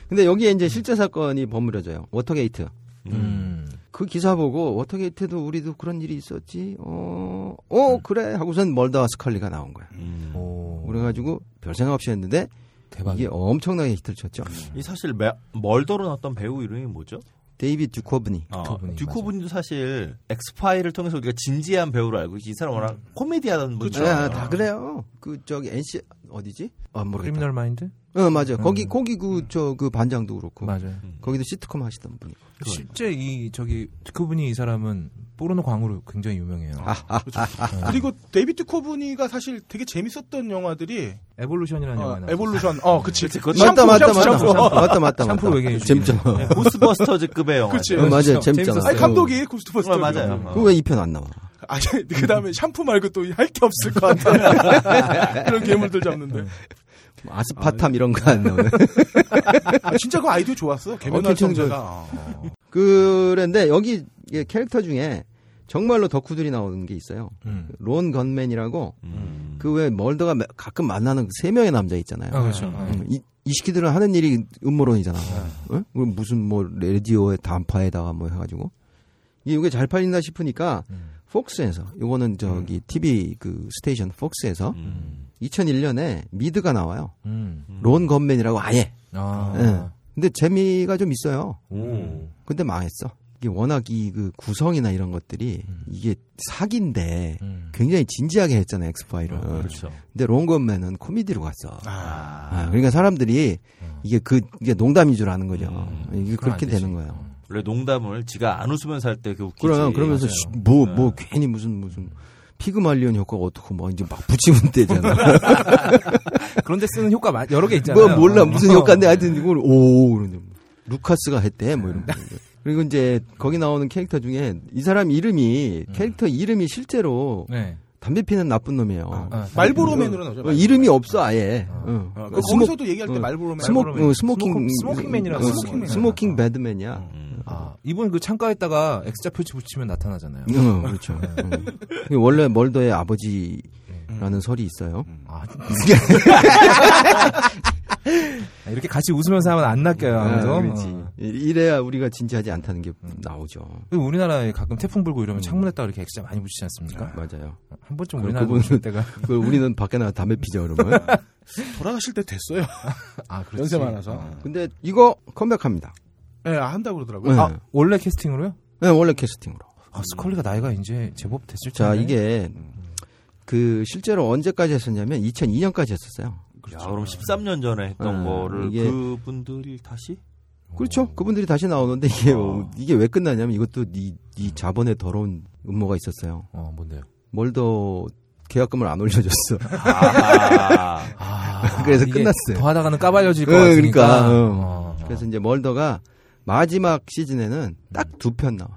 E: 근데 여기에 이제 실제 사건이 버무려져요. 워터게이트.
D: 음.
E: 그 기사 보고 워터게이트도 우리도 그런 일이 있었지. 어, 어 그래 하고선 멀더와 스컬리가 나온
C: 음.
E: 거야.
B: 음.
D: 오.
E: 그래가지고 별 생각 없이 했는데
D: 대박.
E: 이게 엄청나게 히트를 쳤죠.
C: 이 사실 매- 멀더로 나왔던 배우 이름이 뭐죠?
E: 데이비 듀코브니.
B: 아,
D: 듀코브니,
C: 듀코브니도 사실 엑스파일을 통해서 우리가 진지한 배우로 알고 이 사람 워낙
B: 음.
C: 코미디하던 분이잖
B: 네,
E: 아, 다 그래요. 그 저기 NC 어디지? 아 모르겠다.
D: 크리미널 마인드?
E: 어 맞아. 요
D: 음.
E: 거기 거기 그 저 그 반장도 그렇고. 음.
D: 맞아요.
E: 거기도 시트콤 하시던 분이.
D: 실제 이 저기 듀코브니 이 사람은 포르노 광으로 굉장히 유명해요.
E: 아.
B: 그리고 데이비드 코브니가 사실 되게 재밌었던 영화들이
D: 에볼루션이라는 영화에
B: 어,
D: 나왔어요.
B: 에볼루션 어 그치
C: 그치, 그것도
E: 맞다
B: 샴푸,
E: 맞다
B: 샴푸,
E: 맞다
B: 샴푸.
E: 맞다 맞다 맞다.
D: 샴푸 외계인
E: 재밌죠.
C: 네, 고스버스터즈급의 영화.
B: 그치.
E: 어, 맞아요.
D: 재밌었어요.
E: 재밌잖아.
B: 아니 감독이 고스트버스터
C: 어, 맞아요. 어.
E: 그왜 이 편 안 나와?
B: 아, 그 다음에 샴푸 말고 또 할 게 없을 것 같아. 그런 괴물들 잡는데.
E: 뭐 아스파탐 이런 거 안 나오네.
B: 아, 진짜 그 아이디어 좋았어. 개면
E: 어, 괜찮은
B: 활성제가. 어.
E: 그런데 여기 이게 캐릭터 중에 정말로 덕후들이 나오는 게 있어요.
D: 음.
E: 론 건맨이라고
C: 음.
E: 그 왜 멀더가 매- 가끔 만나는 그세 명의 남자 있잖아요.
D: 아, 그렇죠. 네.
E: 음, 이, 이 시키들은 하는 일이 음모론이잖아. 어? 그럼 무슨 뭐 레디오의 단파에다가 뭐 해가지고 이게 이게 잘 팔린다 싶으니까
D: 음.
E: 폭스에서 요거는 저기 TV 그 스테이션 폭스에서 2001년에 미드가 나와요.
D: 음.
E: 론 건맨이라고 아예.
D: 아.
E: 예. 근데 재미가 좀 있어요.
D: 오.
C: 음.
E: 근데 망했어. 이게 워낙 이 그 구성이나 이런 것들이
C: 음.
E: 이게 사기인데
D: 음.
E: 굉장히 진지하게 했잖아요 엑스파일은.
C: 그렇죠.
E: 근데 롱건맨은 코미디로 갔어. 아, 그러니까 사람들이
C: 어.
E: 이게 그 이게 농담인 줄 아는 거죠.
C: 음.
E: 이게
D: 그럼
E: 그렇게
D: 안 되지.
E: 되는 거예요.
C: 원래 농담을 지가 안 웃으면서 할 때 그 음. 웃기지. 네.
E: 그럼 그러면서 뭐 뭐 괜히 무슨 무슨 피그말리온 효과가 어떻고 막 이제 막 붙이면
C: <laughs>
E: 되잖아.
D: 그런데 쓰는 효과 마- 여러 개 있잖아요.
E: 뭐 몰라 무슨
D: 어.
E: 효과인데 하여튼 이걸 오 그런데 뭐 루카스가 했대 뭐 이런 거. <laughs> 그리고 이제 거기 나오는 캐릭터 중에 이 사람 이름이 캐릭터 이름이 실제로
D: 네.
E: 담배 피는 나쁜 놈이에요.
D: 아,
B: 말보로맨으로 나오죠.
E: 어, 이름이 없어 아예. 어.
B: 어, 그
E: 그러니까 스모-
B: 거기서도 얘기할 때
E: 어,
B: 말보로맨.
E: 스모,
D: 말보로맨.
E: 어, 스모킹
D: 스모킹- 스모킹맨이라고
E: 어,
D: 하는 거예요.
E: 스모킹 배드맨이야.
D: 아, 이분 그 창가에다가 X자 표시 붙이면 나타나잖아요.
E: 응, 그렇죠. 응. 이게 원래 멀더의 아버지라는 설이 있어요.
D: 아, <laughs> 아, 이렇게 같이 웃으면서 하면 안 낚여요.
E: 아, 음.
D: 하면서.
E: 그렇지.
D: 어.
E: 이- 이래야 우리가 진지하지 않다는 게 나오죠.
D: 그 우리나라에 가끔 태풍 불고 이러면 창문에다가 이렇게 X자 많이 붙이지 않습니까?
E: 음. 맞아요.
D: 한 번쯤
E: 그
D: 우리나라
E: 부분은-
D: 오실 때가
E: 그 우리는 밖에 나가 담배 피자 <laughs> 그러면.
B: 돌아가실 때 됐어요.
D: <laughs> 아, 그렇지.
B: 연세 많아서.
E: 근데 이거 컴백합니다.
B: 예, 아, 한다고 그러더라고요.
E: 네.
D: 아, 원래 캐스팅으로요?
E: 네, 원래 캐스팅으로.
D: 아, 스컬리가 나이가 이제 제법 됐을 텐데.
C: 네.
E: 자, 이게 그 실제로 언제까지 했었냐면 2002년까지 했었어요.
C: 야, 그럼 13년 전에 했던
E: 아,
C: 거를
E: 이게-
C: 그분들이
B: <laughs>
C: 다시
E: 그렇죠. 그분들이 다시 나오는데 이게
C: 아.
E: 어, 이게 왜 끝나냐면 이것도 이, 이 자본의 더러운 음모가 있었어요.
D: 어, 뭔데요?
E: 멀더 계약금을 안
C: <laughs>
E: 올려줬어.
C: 아,
D: 아, <laughs>
E: 그래서
D: 이게
E: 끝났어요.
D: 더 하다가는 까발려질 것
E: 응,
D: 같으니까.
E: 그러니까, 응.
D: 어.
E: 그래서 이제 멀더가 마지막 시즌에는 딱 두 편 나와.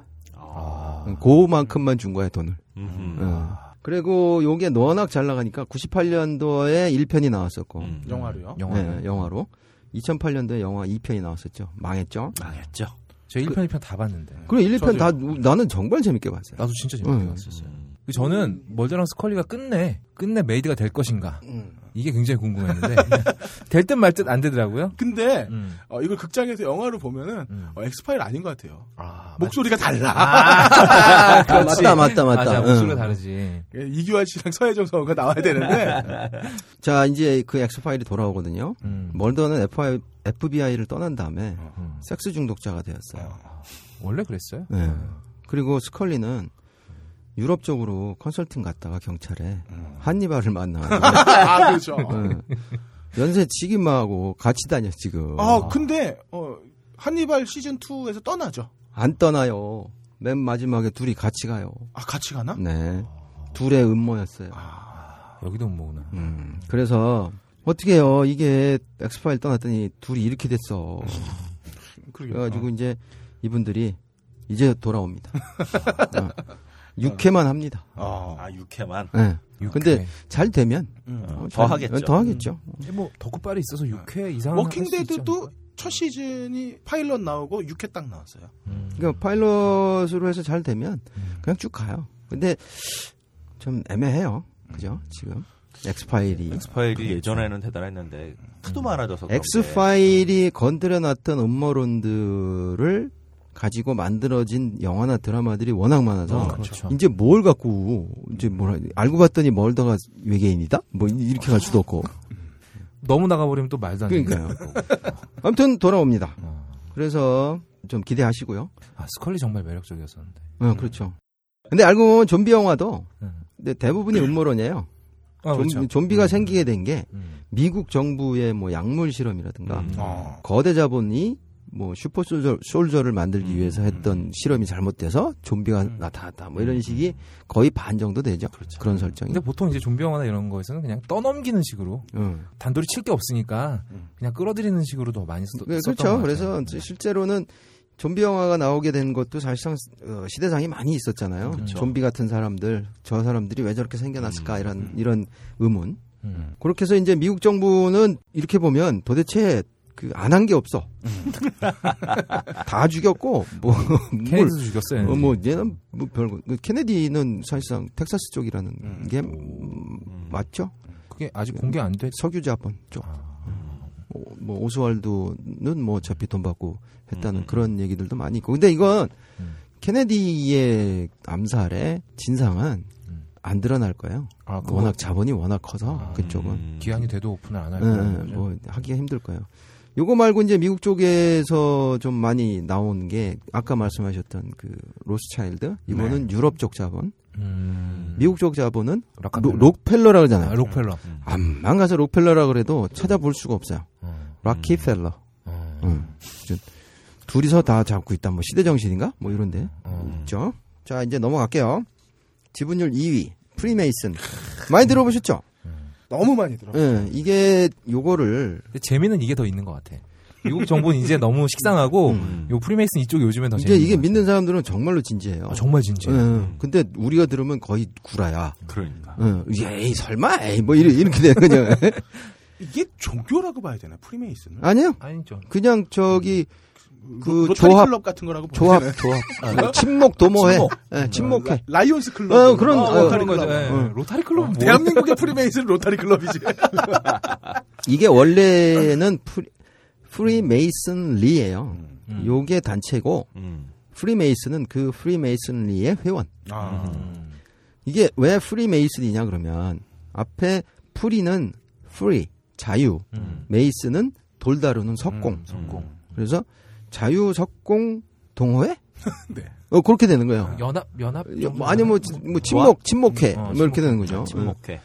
E: 음,
C: 아.
E: 그만큼만 준 거야 돈을.
C: 음.
E: 응. 그리고 요게 워낙 잘 나가니까 98년도에 1편이 나왔었고
C: 음.
B: 영화로요.
D: 영화.
E: 네, 영화로 2008년도에 영화 2편이 나왔었죠. 망했죠.
C: 망했죠.
D: 제 1편, 2편 다 봤는데.
E: 그리고 1편 다 나는 정말 재밌게 봤어요.
D: 나도 진짜 재밌게
E: 응.
D: 봤었어요. 그 저는 멀더랑 스컬리가 끝내 끝내 메이드가 될 것인가
E: 음.
D: 이게 굉장히 궁금했는데 <laughs> 될 듯 말 듯 안 되더라고요.
B: 근데
D: 음.
B: 어, 이걸 극장에서 영화로 보면은
D: 음.
B: 어, 엑스파일 아닌 것 같아요.
D: 아,
E: 뭐,
B: 목소리가 달라.
E: 아, 맞다 맞다 맞다. 음.
D: 맞아
E: 응.
D: 목소리가 다르지.
B: 예, <laughs> 이규환 씨랑 서혜정 선우가 나와야 되는데
E: 자, 이제 그 엑스 파일이 돌아오거든요.
D: 음.
E: 멀더는 FBI를 떠난 다음에
D: 음.
E: 섹스 중독자가 되었어요.
D: 원래 그랬어요.
E: 네. 그리고 스컬리는 유럽 쪽으로 컨설팅 갔다가 경찰에 한니발을
B: <laughs>
E: 만나가지고
B: 아 그렇죠.
E: 네. 연쇄 지기마하고 같이 다녀 지금.
B: 아 근데 어, 한니발 시즌 2에서 떠나죠.
E: 안 떠나요. 맨 마지막에 둘이 같이 가요.
B: 아 같이 가나?
E: 네. 둘의 음모였어요.
D: 여기도 뭐 못 모으나.
E: 음, 그래서 어떻게 해요? 이게 엑스파일 떠났더니 둘이 이렇게 됐어.
B: 그러게요.
E: 그래가지고 이제 이분들이 이제 돌아옵니다. 어, 6회만 합니다.
B: 어.
C: 아 6회만
E: 예.
D: 육회.
E: 근데 잘 되면
C: 어,
B: 음.
E: 어,
C: 더
E: 잘-
C: 하겠죠.
E: 더 하겠죠.
D: 뭐 덕후빨이 있어서
E: 음.
D: 6회 이상
B: 워킹데드도 첫 시즌이 파일럿 나오고 6회 딱 나왔어요.
E: 그러니까 파일럿으로 해서 잘 되면 그냥 쭉 가요. 근데 좀 애매해요. 그죠? 지금 엑스파일이
C: 엑스파일이 그 예전에는 대단했는데
B: 음.
C: 하도 많아져서 그런 게.
E: 엑스파일이 건드려놨던 음모론들을 가지고 만들어진 영화나 드라마들이 워낙 많아서
D: 그렇죠.
E: 이제 뭘 갖고 이제 뭐라 알고 봤더니 멀더가 외계인이다? 뭐 이렇게 갈 수도 없고
D: 너무 나가버리면 또 말도 안 되는
E: 그러니까요. 아무튼 돌아옵니다.
D: 어.
E: 그래서 좀 기대하시고요.
D: 아 스컬리 정말 매력적이었었는데.
E: 어, 그렇죠. 근데 알고 보면 좀비 영화도
D: 음.
E: 근데 대부분이 음모론이에요.
D: 아, 그렇죠.
E: 좀비, 가 생기게 된 게
D: 음.
E: 미국 정부의 뭐 약물 실험이라든가
D: 음.
B: 어.
E: 거대 자본이 뭐 슈퍼 솔저, 솔저를 만들기
D: 음,
E: 위해서 했던 실험이 잘못돼서 좀비가 나타났다. 뭐 이런 식이 거의 반 정도 되죠. 그런
D: 음,
E: 설정이.
D: 그렇죠. 근데 보통 이제 좀비 영화나 이런 거에서는 그냥 떠넘기는 식으로
E: 응.
D: 단도리 칠 게 없으니까 그냥 끌어들이는 식으로도 많이 써,
E: 음. 네,
D: 썼던
E: 그렇죠.
D: 것
E: 그래서
D: 같아요.
E: 이제 실제로는 좀비 영화가 나오게 된 것도 사실상 어, 시대상이 많이 있었잖아요.
D: 그렇죠.
E: 좀비 같은 사람들, 저 사람들이 왜 저렇게 생겨났을까 이런 이런 의문.
D: 음.
E: 그렇게 해서 이제 미국 정부는 이렇게 보면 도대체 그 안 한 게 없어.
D: 음.
E: <laughs> 다 죽였고 뭐뭘뭐
D: 케네디도 죽였어요.
E: 어, 뭐 얘는 뭐 별거. 그 케네디는 사실상 텍사스 쪽이라는 게 음, 맞죠?
D: 그게 아직 공개 안 돼.
E: 석유 자본 쪽.
D: 아.
E: 오- 뭐 오스왈드는 뭐 어차피 돈 받고 했다는
D: 음.
E: 그런 얘기들도 많이 있고. 근데 이건 케네디의 암살의 진상은 안 드러날 거예요.
D: 음. 아, 그거 아.
E: 워낙 자본이 워낙 커서 그쪽은
C: 음.
D: 기한이 돼도 오픈을 안
E: 예,
D: 하는
E: 예,
D: 거죠.
E: 뭐 하기가 힘들 거예요. 요거 말고 이제 미국 쪽에서 좀 많이 나온 게 아까 말씀하셨던 그 로스차일드 이거는 유럽 쪽 자본,
D: 네. 음.
E: 미국 쪽 자본은
D: 록펠러.
E: 로- 록펠러라 음. 그러잖아요.
D: 아, 록펠러.
E: 암만 가서 록펠러라 그래도 찾아볼 수가 없어요.
D: 음.
E: 락키펠러.
D: 음.
E: 음. 이제 둘이서 다 잡고 있다. 뭐 시대 정신인가? 뭐 이런데
D: 음.
E: 있죠. 자 이제 넘어갈게요. 지분율 2위 프리메이슨 많이 들어보셨죠?
B: 너무 많이
D: 음.
B: 들어.
E: 예, 이게 요거를
D: 근데 재미는 이게 더 있는 것 같아. 미국 정부는 이제 너무 식상하고 요 프리메이슨 이쪽이 요즘에 더
E: 음. 이게
D: 재밌는
E: 이게
D: 것 같아.
E: 믿는 사람들은 정말로 진지해요.
D: 네. 음. 아, 정말 진짜. 해
E: 예, 근데 우리가 들으면 거의 구라야.
C: 그러니까.
D: 음.
E: 예, 에이 설마 에이 뭐 이래- 이렇게 되는
D: <laughs>
E: 거죠.
B: 이게 종교라고 봐야 되나 프리메이슨은?
E: 아니요.
D: 아니죠.
E: 그냥 저기 그
B: 로타리
E: 조합
B: 뭐, 클럽 같은 거라고 보면
E: 조합
B: 되나요? 음.
E: 조합 아, 침묵 도모해
D: 침묵.
E: 예, 침묵해
B: 라- 라이온스 클럽.
E: 어, 그런- 어,
B: 로타리
E: 그런
B: 클럽.
D: 거죠. 예.
E: 응.
D: 로타리 클럽은 뭐
B: 대한민국의 프리메이슨 로타리 클럽이지.
E: 이게 원래는 프리, 프리메이슨리예요. 요게 단체고
C: 음.
E: 프리메이슨은 그 프리메이슨리의 회원.
B: 아,
E: 이게 왜 프리메이슨이냐 그러면 앞에 프리는 프리 자유,
C: 음.
E: 메이슨은 돌다루는 석공.
D: 음, 성공.
E: 그래서 자유 석공
D: <laughs>
E: 동호회?
B: 네.
E: 어 그렇게 되는 거예요.
D: 뭐, 연합 연합
E: 여- 뭐 아니 뭐, 지- 뭐 침묵 침묵회
D: 음, 아, 어,
E: 뭐 이렇게 되는 거죠.
C: 침묵해.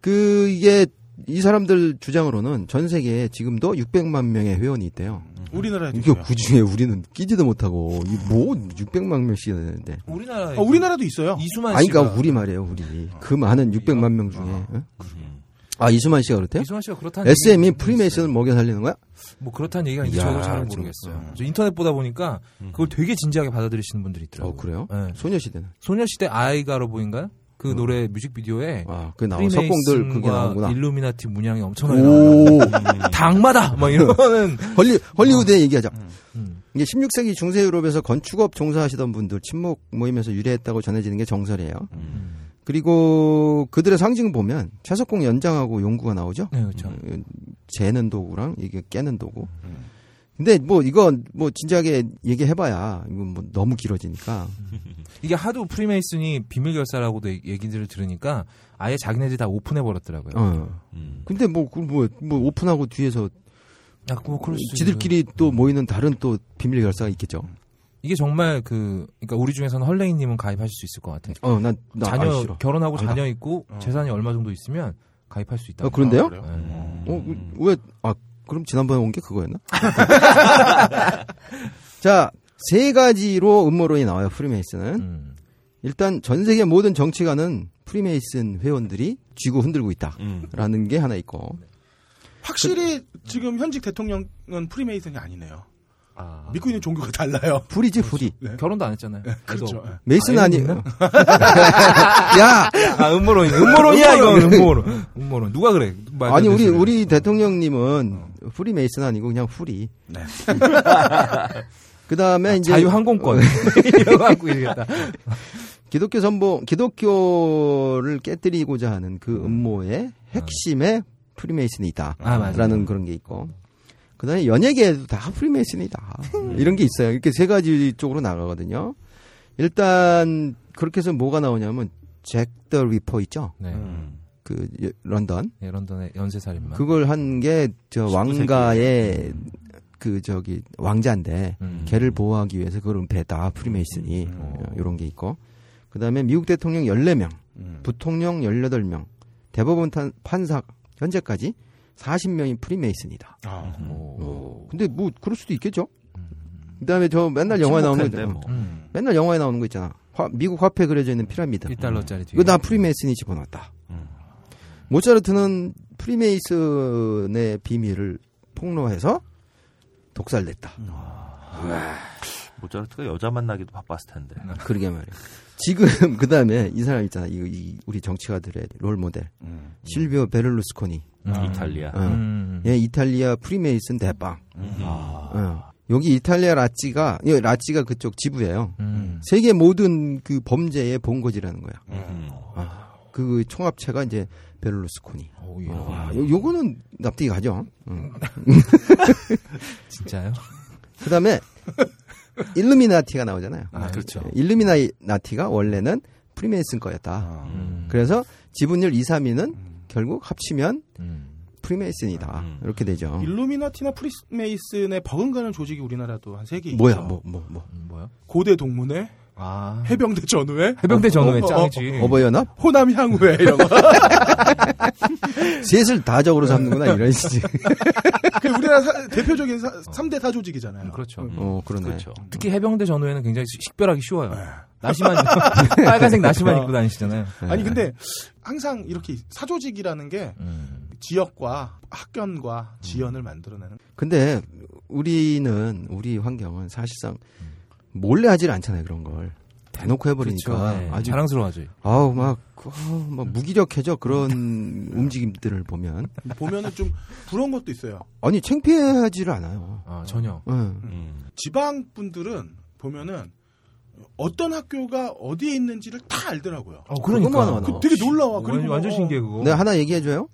E: 그 이게 이 사람들 주장으로는 전 세계에 지금도 600만 명의 회원이 있대요.
D: 음.
B: 우리나라에도
E: 이거
B: 있어요.
E: 그 중에 우리는 끼지도 못하고 이뭐 600만 명씩 되는데.
D: 우리나라
B: 아, 우리나라도 있어요.
D: 이수만
E: 아니
D: 씨가 아,
E: 그러니까 우리 말이에요, 우리. 그 많은 600만 명 중에. 응? 아, 이수만 씨가 그렇대요?
D: 이수만 씨가 그렇다는
E: SM이
D: 얘기가
E: 프리메이슨을 먹여 살리는 거야?
D: 뭐 그렇다는 얘기가 있는지
E: 이야,
D: 저도 잘
E: 좀, 음.
D: 모르겠어요. 저 인터넷 보다 보니까 그걸 되게 진지하게 받아들이시는 분들이 있더라고요.
E: 어, 그래요?
D: 네.
E: 소녀시대는.
D: 소녀시대 아이가로보인가요? 그 노래 뮤직비디오에
E: 아, 그게 나오 석공들 그게 나오구나.
D: 일루미나티 문양이 엄청나게 나와요. 어.
E: 오,
D: 당마다 막
E: <laughs>
D: 이러는
E: 헐리 헐리우드의 얘기하자.
D: 음.
E: 이게 16세기 중세 유럽에서 건축업 종사하시던 분들 친목 모임에서 유래했다고 전해지는 게 정설이에요.
D: 음.
E: 그리고 그들의 상징 보면 채석공 연장하고 용구가 나오죠.
D: 네, 그렇죠.
E: 음, 재는 도구랑 이게 깨는 도구.
D: 음.
E: 근데 뭐 이건 뭐 진지하게 얘기해봐야 이건 뭐 너무 길어지니까.
D: 음. 이게 하도 프리메이슨이 비밀 결사라고도 얘- 얘기들을 들으니까 아예 자기네들이 다 오픈해 버렸더라고요.
E: 어.
C: 음.
E: 근데 뭐, 그 뭐, 뭐 오픈하고 뒤에서
D: 아, 뭐 그럴 수 음.
E: 지들끼리 또 모이는 다른 또 비밀 결사가 있겠죠.
D: 이게 정말 그 그러니까 우리 중에서는 헐레이님은 가입하실 수 있을 것 같아요.
E: 어, 난, 나
D: 자녀
E: 아이 싫어.
D: 결혼하고
E: 아니다.
D: 자녀 있고 재산이 얼마 정도 있으면 가입할 수 있다.
E: 어, 그런데요?
B: 그래요?
C: 음.
E: 어, 그- 왜, 아, 그럼 지난번에 온 게 그거였나? 자, 세 가지로 음모론이 나와요, 프리메이슨은.
D: 음.
E: 일단, 전 세계 모든 정치가는 프리메이슨 회원들이 쥐고 흔들고 있다.
C: 음.
E: 라는 게 하나 있고.
D: 그-
B: 확실히 지금 현직 대통령은 프리메이슨이 아니네요.
C: 아.
B: 믿고 있는 종교가 <laughs> 달라요.
E: 불이지 불이.
D: 결혼도 안 했잖아요.
B: 그렇죠. 예.
E: 메이슨 아니. <laughs> 야,
D: 아, 음모론이 음모론이야 이건 음모론. 음모론. 누가 그래? 말도
E: 아니
D: 안
E: 우리
D: 되는 소리.
E: 우리 대통령님은 프리 메이슨 아니고 그냥 프리.
B: 네.
E: <laughs> 그다음에 이제
D: 자유항공권 이런 거 갖고 얘기했다.
E: 기독교 선봉 기독교를 깨뜨리고자 하는 그 음모의 핵심에 프리메이슨이다.
D: 아, 맞아요.
E: 라는 그런 게 있고. 그다음에 연예계에도 다 프리메이슨이다.
D: 음.
E: 이런 게 있어요. 이렇게 세 가지 쪽으로 나가거든요. 일단 그렇게 해서 뭐가 나오냐면 잭 더 리퍼 있죠.
D: 네.
E: 그 여- 런던.
D: 네, 런던의 연쇄살인마.
E: 그걸 한 게 저 왕가의 그 저기 왕자인데
D: 음.
E: 걔를 보호하기 위해서 그걸 은폐했다. 아, 프리메이슨이 이런 게 있고 그다음에 미국 대통령 14명, 부통령 18명, 대법원 탄- 판사 현재까지 40명이 프리메이슨이다. 음.
B: 아,
D: 오.
E: 근데 뭐 그럴 수도 있겠죠. 그다음에 저 맨날 영화에 나오는 거
C: 침묵한데 뭐.
D: 음.
E: 맨날 영화에 나오는 거 있잖아. 화- 미국 화폐 그려져 있는 피라미드.
D: 1달러짜리 뒤에.
E: 이거 다 프리메이슨이 집어넣었다. 모차르트는 프리메이슨의 비밀을 폭로해서 독살됐다.
C: 모차르트가 여자 만나기도 바빴을 텐데.
E: 그러게 말이야. 지금 <laughs> 그 다음에 이 사람 있잖아. 이, 이 우리 정치가들의 롤 모델 실비오 베를루스코니.
C: 이탈리아.
E: 어.
D: 음.
E: 얘 이탈리아 프리메이슨 대빵. 어. 여기 이탈리아 라찌가 이 라찌가 그쪽 지부예요.
D: 음.
E: 세계 모든 그 범죄의 본거지라는 거야.
C: 음.
E: 그 총합체가 이제 베를루스코니.
D: 오, 예.
E: 아, 요, 요거는 납득이 가죠. 음. 응.
D: 진짜요?
E: 그 다음에 일루미나티가 나오잖아요.
D: 아, 그렇죠.
E: 일루미나티가 원래는 프리메이슨 거였다.
D: 음.
E: 그래서 지분율 2, 3위는 결국 합치면
D: 음.
E: 프리메이슨이다.
C: 음.
E: 이렇게 되죠.
B: 일루미나티나 프리메이슨의 버금가는 조직이 우리나라도 한 세 개.
E: 뭐야,
B: 있죠.
E: 뭐, 뭐, 뭐.
D: 음, 뭐야?
B: 고대 동문회,
D: 아.
B: 해병대 전후회,
D: 해병대 전후에
B: 어, 어,
D: 짱이지.
E: 어버이연합?
B: 호남 향후회 이런
D: <laughs>
B: 거.
E: 셋을 다적으로 잡는구나, 이런 식이.
B: 그 우리나라 사- 대표적인 사, 3대 사조직이잖아요.
D: 그렇죠.
E: 어, 그러네.
C: 그렇죠.
D: 특히 해병대 전후에는 굉장히 시- 식별하기 쉬워요. 나시만 <laughs> 입고- 빨간색 나시만 입고 다니시잖아요.
B: 아니 근데 항상 이렇게 사조직이라는 게
D: 네. 음.
B: 지역과 학견과 지연을 만들어내는
E: 근데 우리는, 우리 환경은 사실상 몰래 하질 않잖아요, 그런 걸. 대놓고 해버리니까.
D: 네,
E: 그러니까. 아주
D: 자랑스러워하죠.
E: 아우 막, 아우, 막 무기력해져 그런 움직임들을 보면
B: 보면은 좀 부러운 것도 있어요.
E: 아니 창피하지를 않아요.
D: 아, 전혀.
E: 예.
C: 음.
B: 지방 분들은 보면은 어떤 학교가 어디에 있는지를 다 알더라고요.
D: 어,
E: 그것만 하나.
B: 그 되게 놀라워.
D: 완전,
B: 그리고 네,
D: 완전 신기해
B: 뭐?
D: 그거.
E: 내가 하나 얘기해 줘요.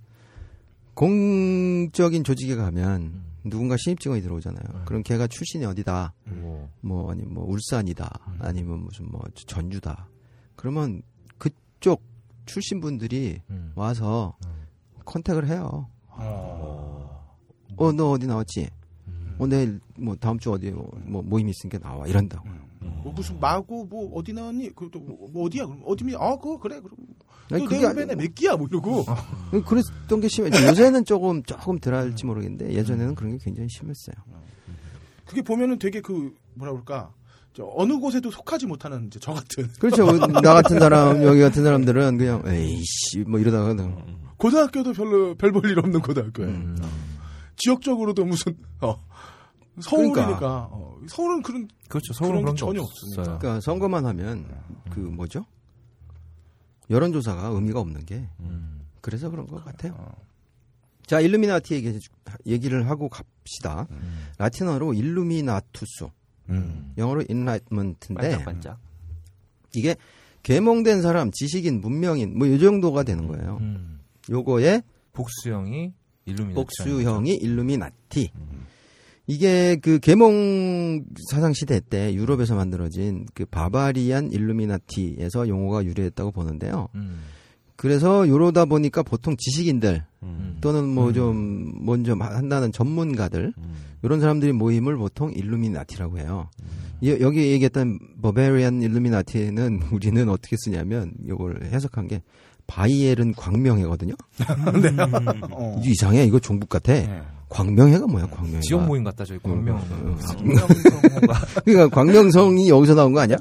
E: 공적인 조직에 가면 누군가 신입 직원이 들어오잖아요.
B: 음.
E: 그럼 걔가 출신이 어디다,
D: 오.
E: 뭐 아니 뭐
B: 음.
E: 울산이다, 아니면 무슨 뭐 전주다. 그러면 그쪽 출신 분들이
D: 음.
E: 와서 컨택을 해요.
B: 아.
C: 어.
E: 어 너 어디 나왔지?
B: 음.
E: 어 내일 뭐 다음 주 어디 뭐 모임 있으니까 나와 이런다고.
B: 뭐 무슨 마고 뭐 어디 나왔니? 그또 뭐 어디야? 그럼 어디면 아 그거 그래 그럼 너내
E: 아니, 그게 아니-
B: 후배네 몇 끼야? 뭐 이러고
E: 그- 그랬던 게 심했죠. 요새는 조금 조금 덜할지 모르겠는데 예전에는 그런 게 굉장히 심했어요.
B: 그게 보면은 되게 그 뭐라 그럴까 저 어느 곳에도 속하지 못하는 이제 저 같은 <laughs>
E: 그렇죠. 나 같은 사람 여기 같은 사람들은 그냥 에이씨 뭐 이러다가 그냥
B: 고등학교도 별로 별 볼 일 없는 고등학교예요.
E: 음.
B: 어. 지역적으로도 무슨 어, 서울이니까
E: 그러니까.
B: 어, 서울은 그런
D: 그렇죠.
B: 그런
D: 서울은 그런
B: 게
D: 게
B: 전혀
D: 없어요.
E: 그러니까 선거만 하면 그 뭐죠? 여론조사가 의미가 없는 게
D: 음.
E: 그래서 그런 것 같아요. 자 일루미나티 얘기 얘기를 하고 갑시다. 라틴어로 일루미나투스, 영어로 인라이트먼트인데
C: 반짝반짝.
E: 이게 계몽된 사람, 지식인, 문명인 뭐 이 정도가 되는 거예요.
D: 음.
E: 요거에
D: 복수형이
C: 예,
D: 일루미나티.
E: 복수형이 일루미나티.
C: 음.
E: 이게 그 계몽 사상 시대 때 유럽에서 만들어진 그 바바리안 일루미나티에서 용어가 유래했다고 보는데요.
D: 음.
E: 그래서 요러다 보니까 보통 지식인들
C: 음.
E: 또는 뭐 좀 뭔좀 한다는 전문가들
C: 음.
E: 이런 사람들이 모임을 보통 일루미나티라고 해요.
C: 음.
E: 여- 여기 얘기했던 버베리안 일루미나티는 <laughs> 우리는 어떻게 쓰냐면 요걸 해석한 게 바이에른 광명회거든요.
C: 음.
B: 어.
E: <laughs> 이거 이상해. 이거 종북 같아. 광명회가 뭐야, 광명회.
D: 지역 모임 같다 저기 광명.
E: <laughs>
D: 음.
E: 그러니까 광명성이 여기서 나온 거 아니야?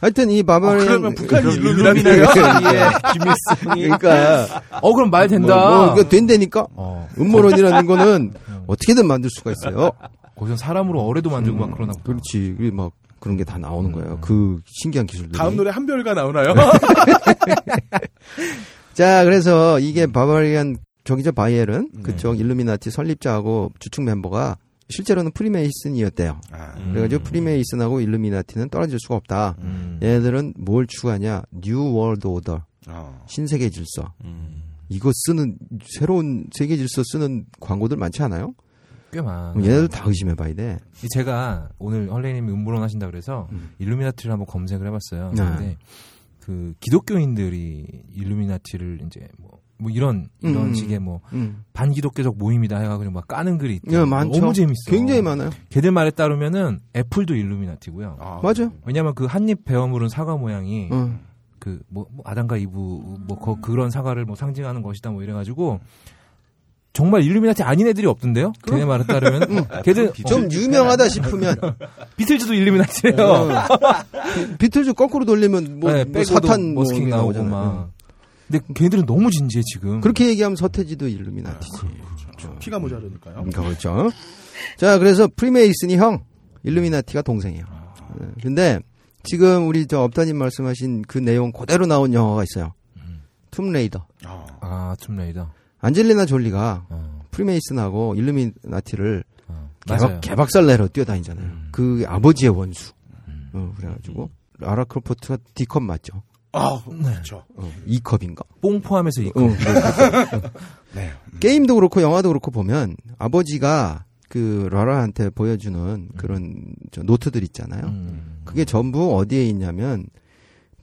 E: 하여튼 이 바바리안
B: 아, 그러면 북한이 <laughs> 예, 일루미나티야?
D: 일루미나티의 김일성이.
E: 예. 그러니까
D: 어 그럼 말
E: 뭐,
D: 된다.
E: 뭐, 그러니까 된다니까.
D: 어.
E: 음모론이라는 거는 어떻게든 만들 수가 있어요.
D: 거기서 사람으로 어뢰도 만들고 막 그러나 보다.
E: 그렇지. 그게 막 그런 게 다 나오는 거예요. 그 신기한
B: 음.
E: 기술들이.
B: 다음 노래 한별가
E: <laughs>
B: 나오나요?
E: 자, 그래서 이게 바바리안 경기자 바이엘은
B: 네.
E: 그쪽 일루미나티 설립자하고 주축 멤버가 실제로는 프리메이슨이었대요.
B: 아. 음.
E: 그래가지고 프리메이슨하고 일루미나티는 떨어질 수가 없다.
D: 음.
E: 얘네들은 뭘 추구하냐? 뉴 월드 오더, 아.
B: 어.
E: 신세계 질서. 이거 쓰는 새로운 세계 질서 쓰는 광고들 많지 않아요?
D: 꽤 많아.
E: 그럼 얘네들 다 의심해봐야 돼.
D: 이 제가 오늘 헐레님이 음모론 하신다 그래서
E: 음.
D: 일루미나티를 한번 검색을 해봤어요.
E: 네.
D: 근데 그 기독교인들이 일루미나티를 이제 뭐, 뭐 이런 이런
E: 음.
D: 식의 뭐
E: 음.
D: 반기독교적 모임이다 해가지고 막 까는 글이 있대.
E: 예, 많죠.
D: 너무 재밌어.
E: 굉장히 많아요.
D: 걔들 말에 따르면은 애플도 일루미나티고요.
E: 맞아요. 어. 음.
D: 왜냐면 그 한입 배어물은 사과 모양이
E: 응.
D: 그 뭐 아담과 이브 뭐 거- 그런 사과를 뭐 상징하는 것이다 뭐 이래가지고 정말 일루미나티 아닌 애들이 없던데요.
E: 그?
D: 걔네 말에 따르면
E: 음.
D: 걔들 좀
E: 좀
D: <laughs>
E: 유명하다 싶으면
D: 비틀즈도
E: 네.
D: 일루미나티래요.
E: 어. 비틀즈 거꾸로 돌리면 뭐,
D: 네,
E: 뭐
D: 빼고도
E: 사탄 뭐
D: 머스킹
E: 이게
D: 나오고
E: 나오잖아요.
D: 막. 근데 걔들은 너무 진지해 지금.
E: 응. 그렇게 얘기하면 서태지도
D: 아,
E: 일루미나티지.
B: 피가 모자르니까요.
E: 음, 그렇죠. 자, 그래서 프리메이슨이 형, 일루미나티가 동생이에요. 네, 근데 지금 우리 저 업다님 말씀하신 그 내용 그대로 나온 영화가 있어요. 툼레이더.
B: 어.
D: 아 툼레이더.
E: 안젤리나 졸리가
D: 어,
E: 프리메이슨하고 일루미나티를
D: 어. 맞아요. 음.
E: 개박, 개박살 내러 뛰어다니잖아요. 그 아버지의 원수. 어, 그래가지고 라라 크로포트가 D컵 맞죠?
B: 아, 그렇죠.
E: 어, E컵인가?
D: 뽕 포함해서 이거.
E: 어,
D: 음.
E: 게임도 그렇고 영화도 그렇고 보면 아버지가 그 라라한테 보여주는 그런 저 노트들 있잖아요.
D: 음.
E: 그게 전부 어디에 있냐면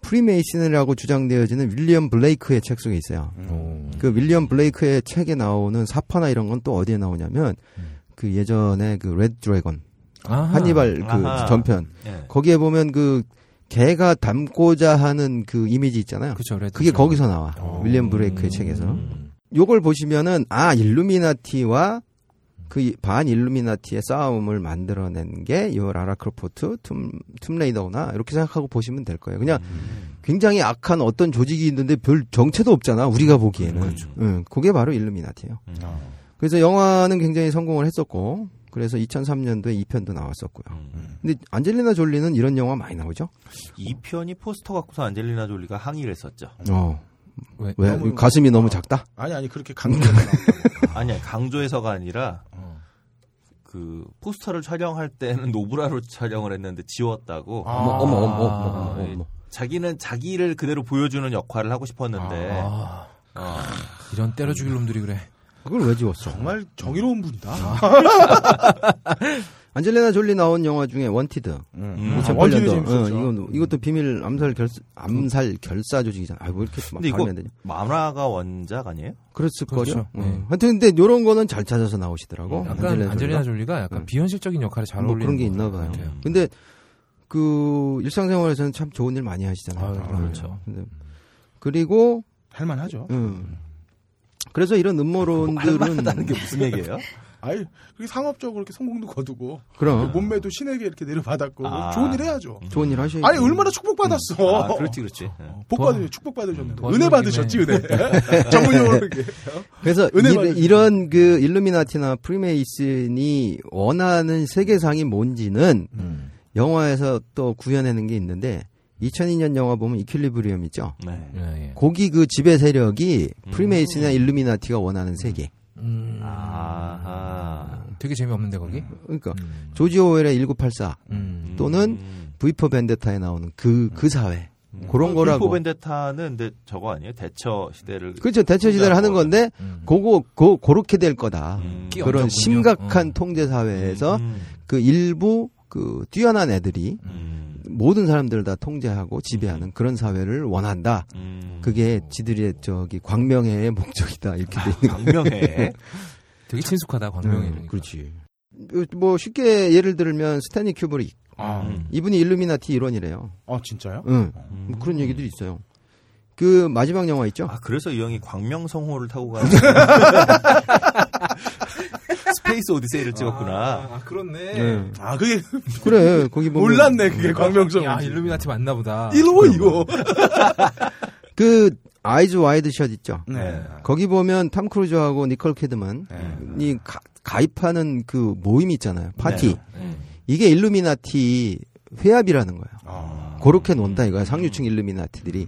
E: 프리메이슨이라고 주장되어지는 윌리엄 블레이크의 책 속에 있어요.
D: 오.
E: 그 윌리엄 블레이크의 책에 나오는 사파나 이런 건 또 어디에 나오냐면 그 예전에 그 레드 드래곤
D: 아하.
E: 한니발 그
C: 아하. 네.
E: 전편
C: 음. 예.
E: 거기에 보면 그 개가 담고자 하는 그 이미지 있잖아요.
D: 그쵸, 레드
E: 그게
D: 드래곤.
E: 거기서 나와.
D: 어.
E: 윌리엄 블레이크의 책에서.
D: 음.
E: 요걸 보시면은 아 일루미나티와 그 반 일루미나티의 싸움을 만들어낸 게 요 라라 크로포트 툼 툼레이더구나 이렇게 생각하고 보시면 될 거예요. 그냥 굉장히 악한 어떤 조직이 있는데 별 정체도 없잖아 우리가 보기에는. 응, 그게 바로 일루미나티예요.
C: 음.
E: 그래서 영화는 굉장히 성공을 했었고 그래서 2003년도에 2편도 나왔었고요.
C: 음.
E: 근데 안젤리나 졸리는 이런 영화 많이 나오죠?
C: 이 편이 포스터 갖고서 안젤리나 졸리가 항의를 했었죠.
E: 어.
D: 왜?
E: 왜
B: 너무-
E: 가슴이 너무 작다?
B: 아니 아니 그렇게 강조해서 나왔다고.
C: 아니야 강조해서가 아니라 그 포스터를 촬영할 때는 <laughs> 노브라로 촬영을 했는데 지웠다고.
E: 어머 어머 어머 어머,
C: 어,
E: 어머, 어머.
C: 자기는 자기를 그대로 보여주는 역할을 하고 싶었는데
D: 아,
C: 어,
D: 이런 때려 죽일 놈들이 그래.
E: 그걸 왜
B: <laughs>
E: 지웠어?
B: 정말 정의로운 분이다.
E: 안젤리나 졸리 나온 영화 중에 원티드. 뭐
C: 음.
B: 아,
E: 2008년도. 어,
B: 원티드 재밌었죠.
E: 이건 이것도 비밀 암살 결 암살 결사 조직이잖아. 아, 뭐 이렇게 막
C: 근데 이거
E: 발음이 안 되냐.
C: 만화가 원작 아니에요?
E: 그랬을
D: 그렇죠.
E: 거죠. 음.
D: 네.
E: 하여튼 근데 요런 거는 잘 찾아서 나오시더라고.
D: 약간 뭐, 안젤리나 졸리가 약간
E: 음.
D: 비현실적인 역할에 잘
E: 뭐
D: 어울리는
E: 그런 게
D: 것
E: 있나 봐요.
D: 같아요.
E: 근데 그 일상생활에서는 참 좋은 일 많이 하시잖아요. 음.
D: 아유, 그렇죠.
E: 근데 그리고
B: 할만하죠.
E: 음. 그래서 이런 음모론들은
C: 할만하다는 게 무슨 <laughs> 얘기예요?
B: 아이 그게 상업적으로 이렇게 성공도 거두고
E: 그럼
B: 몸매도 신에게 이렇게 내려받았고
C: 아.
B: 그 좋은 일 해야죠.
E: 좋은 일 하셔야지.
B: 아니 얼마나 축복받았어.
C: 아, 그렇지 그렇지.
B: 복
D: 도와-
B: 받으 축복 받으셨는데
D: 도와주는
B: 은혜 받으셨지 은혜. <laughs> 전문용어로 이렇게.
E: 그래서
B: 은혜
E: 이,
B: 받으시죠.
E: 이런 그 일루미나티나 프리메이슨이 원하는 세계상이 뭔지는 영화에서 또 구현하는 게 있는데 2002년 영화 보면 이퀄리브리엄 있죠.
C: 네.
B: 음.
D: 예, 예.
E: 거기 그 지배 세력이 프리메이슨이나 일루미나티가 원하는 세계.
D: 음,
C: 아하.
D: 되게 재미없는데 거기.
E: 그러니까
D: 음.
E: 조지 오웰의 1984
D: 음.
E: 또는
C: 음.
E: V4 벤데타에 나오는 그 그 사회. 그런
C: 불포
E: 거라고.
C: 음. 아, 벤데타는 근데 저거 아니에요? 대처 시대를
E: 그렇죠. 대처 시대를 하는 건데
D: 음.
E: 그거 그 그렇게 될 거다.
C: 끼
E: 그런
D: 얹었군요.
E: 심각한
D: 어.
E: 통제 사회에서
C: 음,
E: 그 일부 그 뛰어난 애들이
C: 음,
E: 모든 사람들을 다 통제하고 지배하는 그런 사회를 원한다.
C: 음.
E: 그게 지들의 저기 광명의 <laughs> 목적이다 이렇게 돼 있는 <laughs>
C: 음. 광명해.
D: 되게 친숙하다 광명이.
E: 음, 그렇지. 요- 뭐 쉽게 예를 들면 스탠리 큐브릭
B: 아,
C: 음.
E: 이분이 일루미나티 일원이래요.
B: 아 진짜요?
E: 응. 뭐 그런 얘기들이 있어요. 그 마지막 영화 있죠?
C: 아 그래서 이 형이 광명성호를 타고
E: <laughs>
C: 가는 <laughs> 스페이스 오디세이를 찍었구나.
D: 아, 그렇네.
E: 네.
B: 아 그게
E: <laughs> 그래 거기 보면
D: 아,
B: 아,
D: 음.
B: 몰랐네 그게 광명성.
D: 야 일루미나티 맞나 보다.
B: 일호 이거.
E: 그 아이즈 와이드 샷 있죠.
B: 네.
E: 거기 보면 탐 크루즈하고 니콜 캐드만이 네. 가, 입하는그 모임이 있잖아요. 파티. 이게 일루미나티 회합이라는 거예요.
C: 아.
E: 그렇게 논다 이거야. 상류층 일루미나티들이.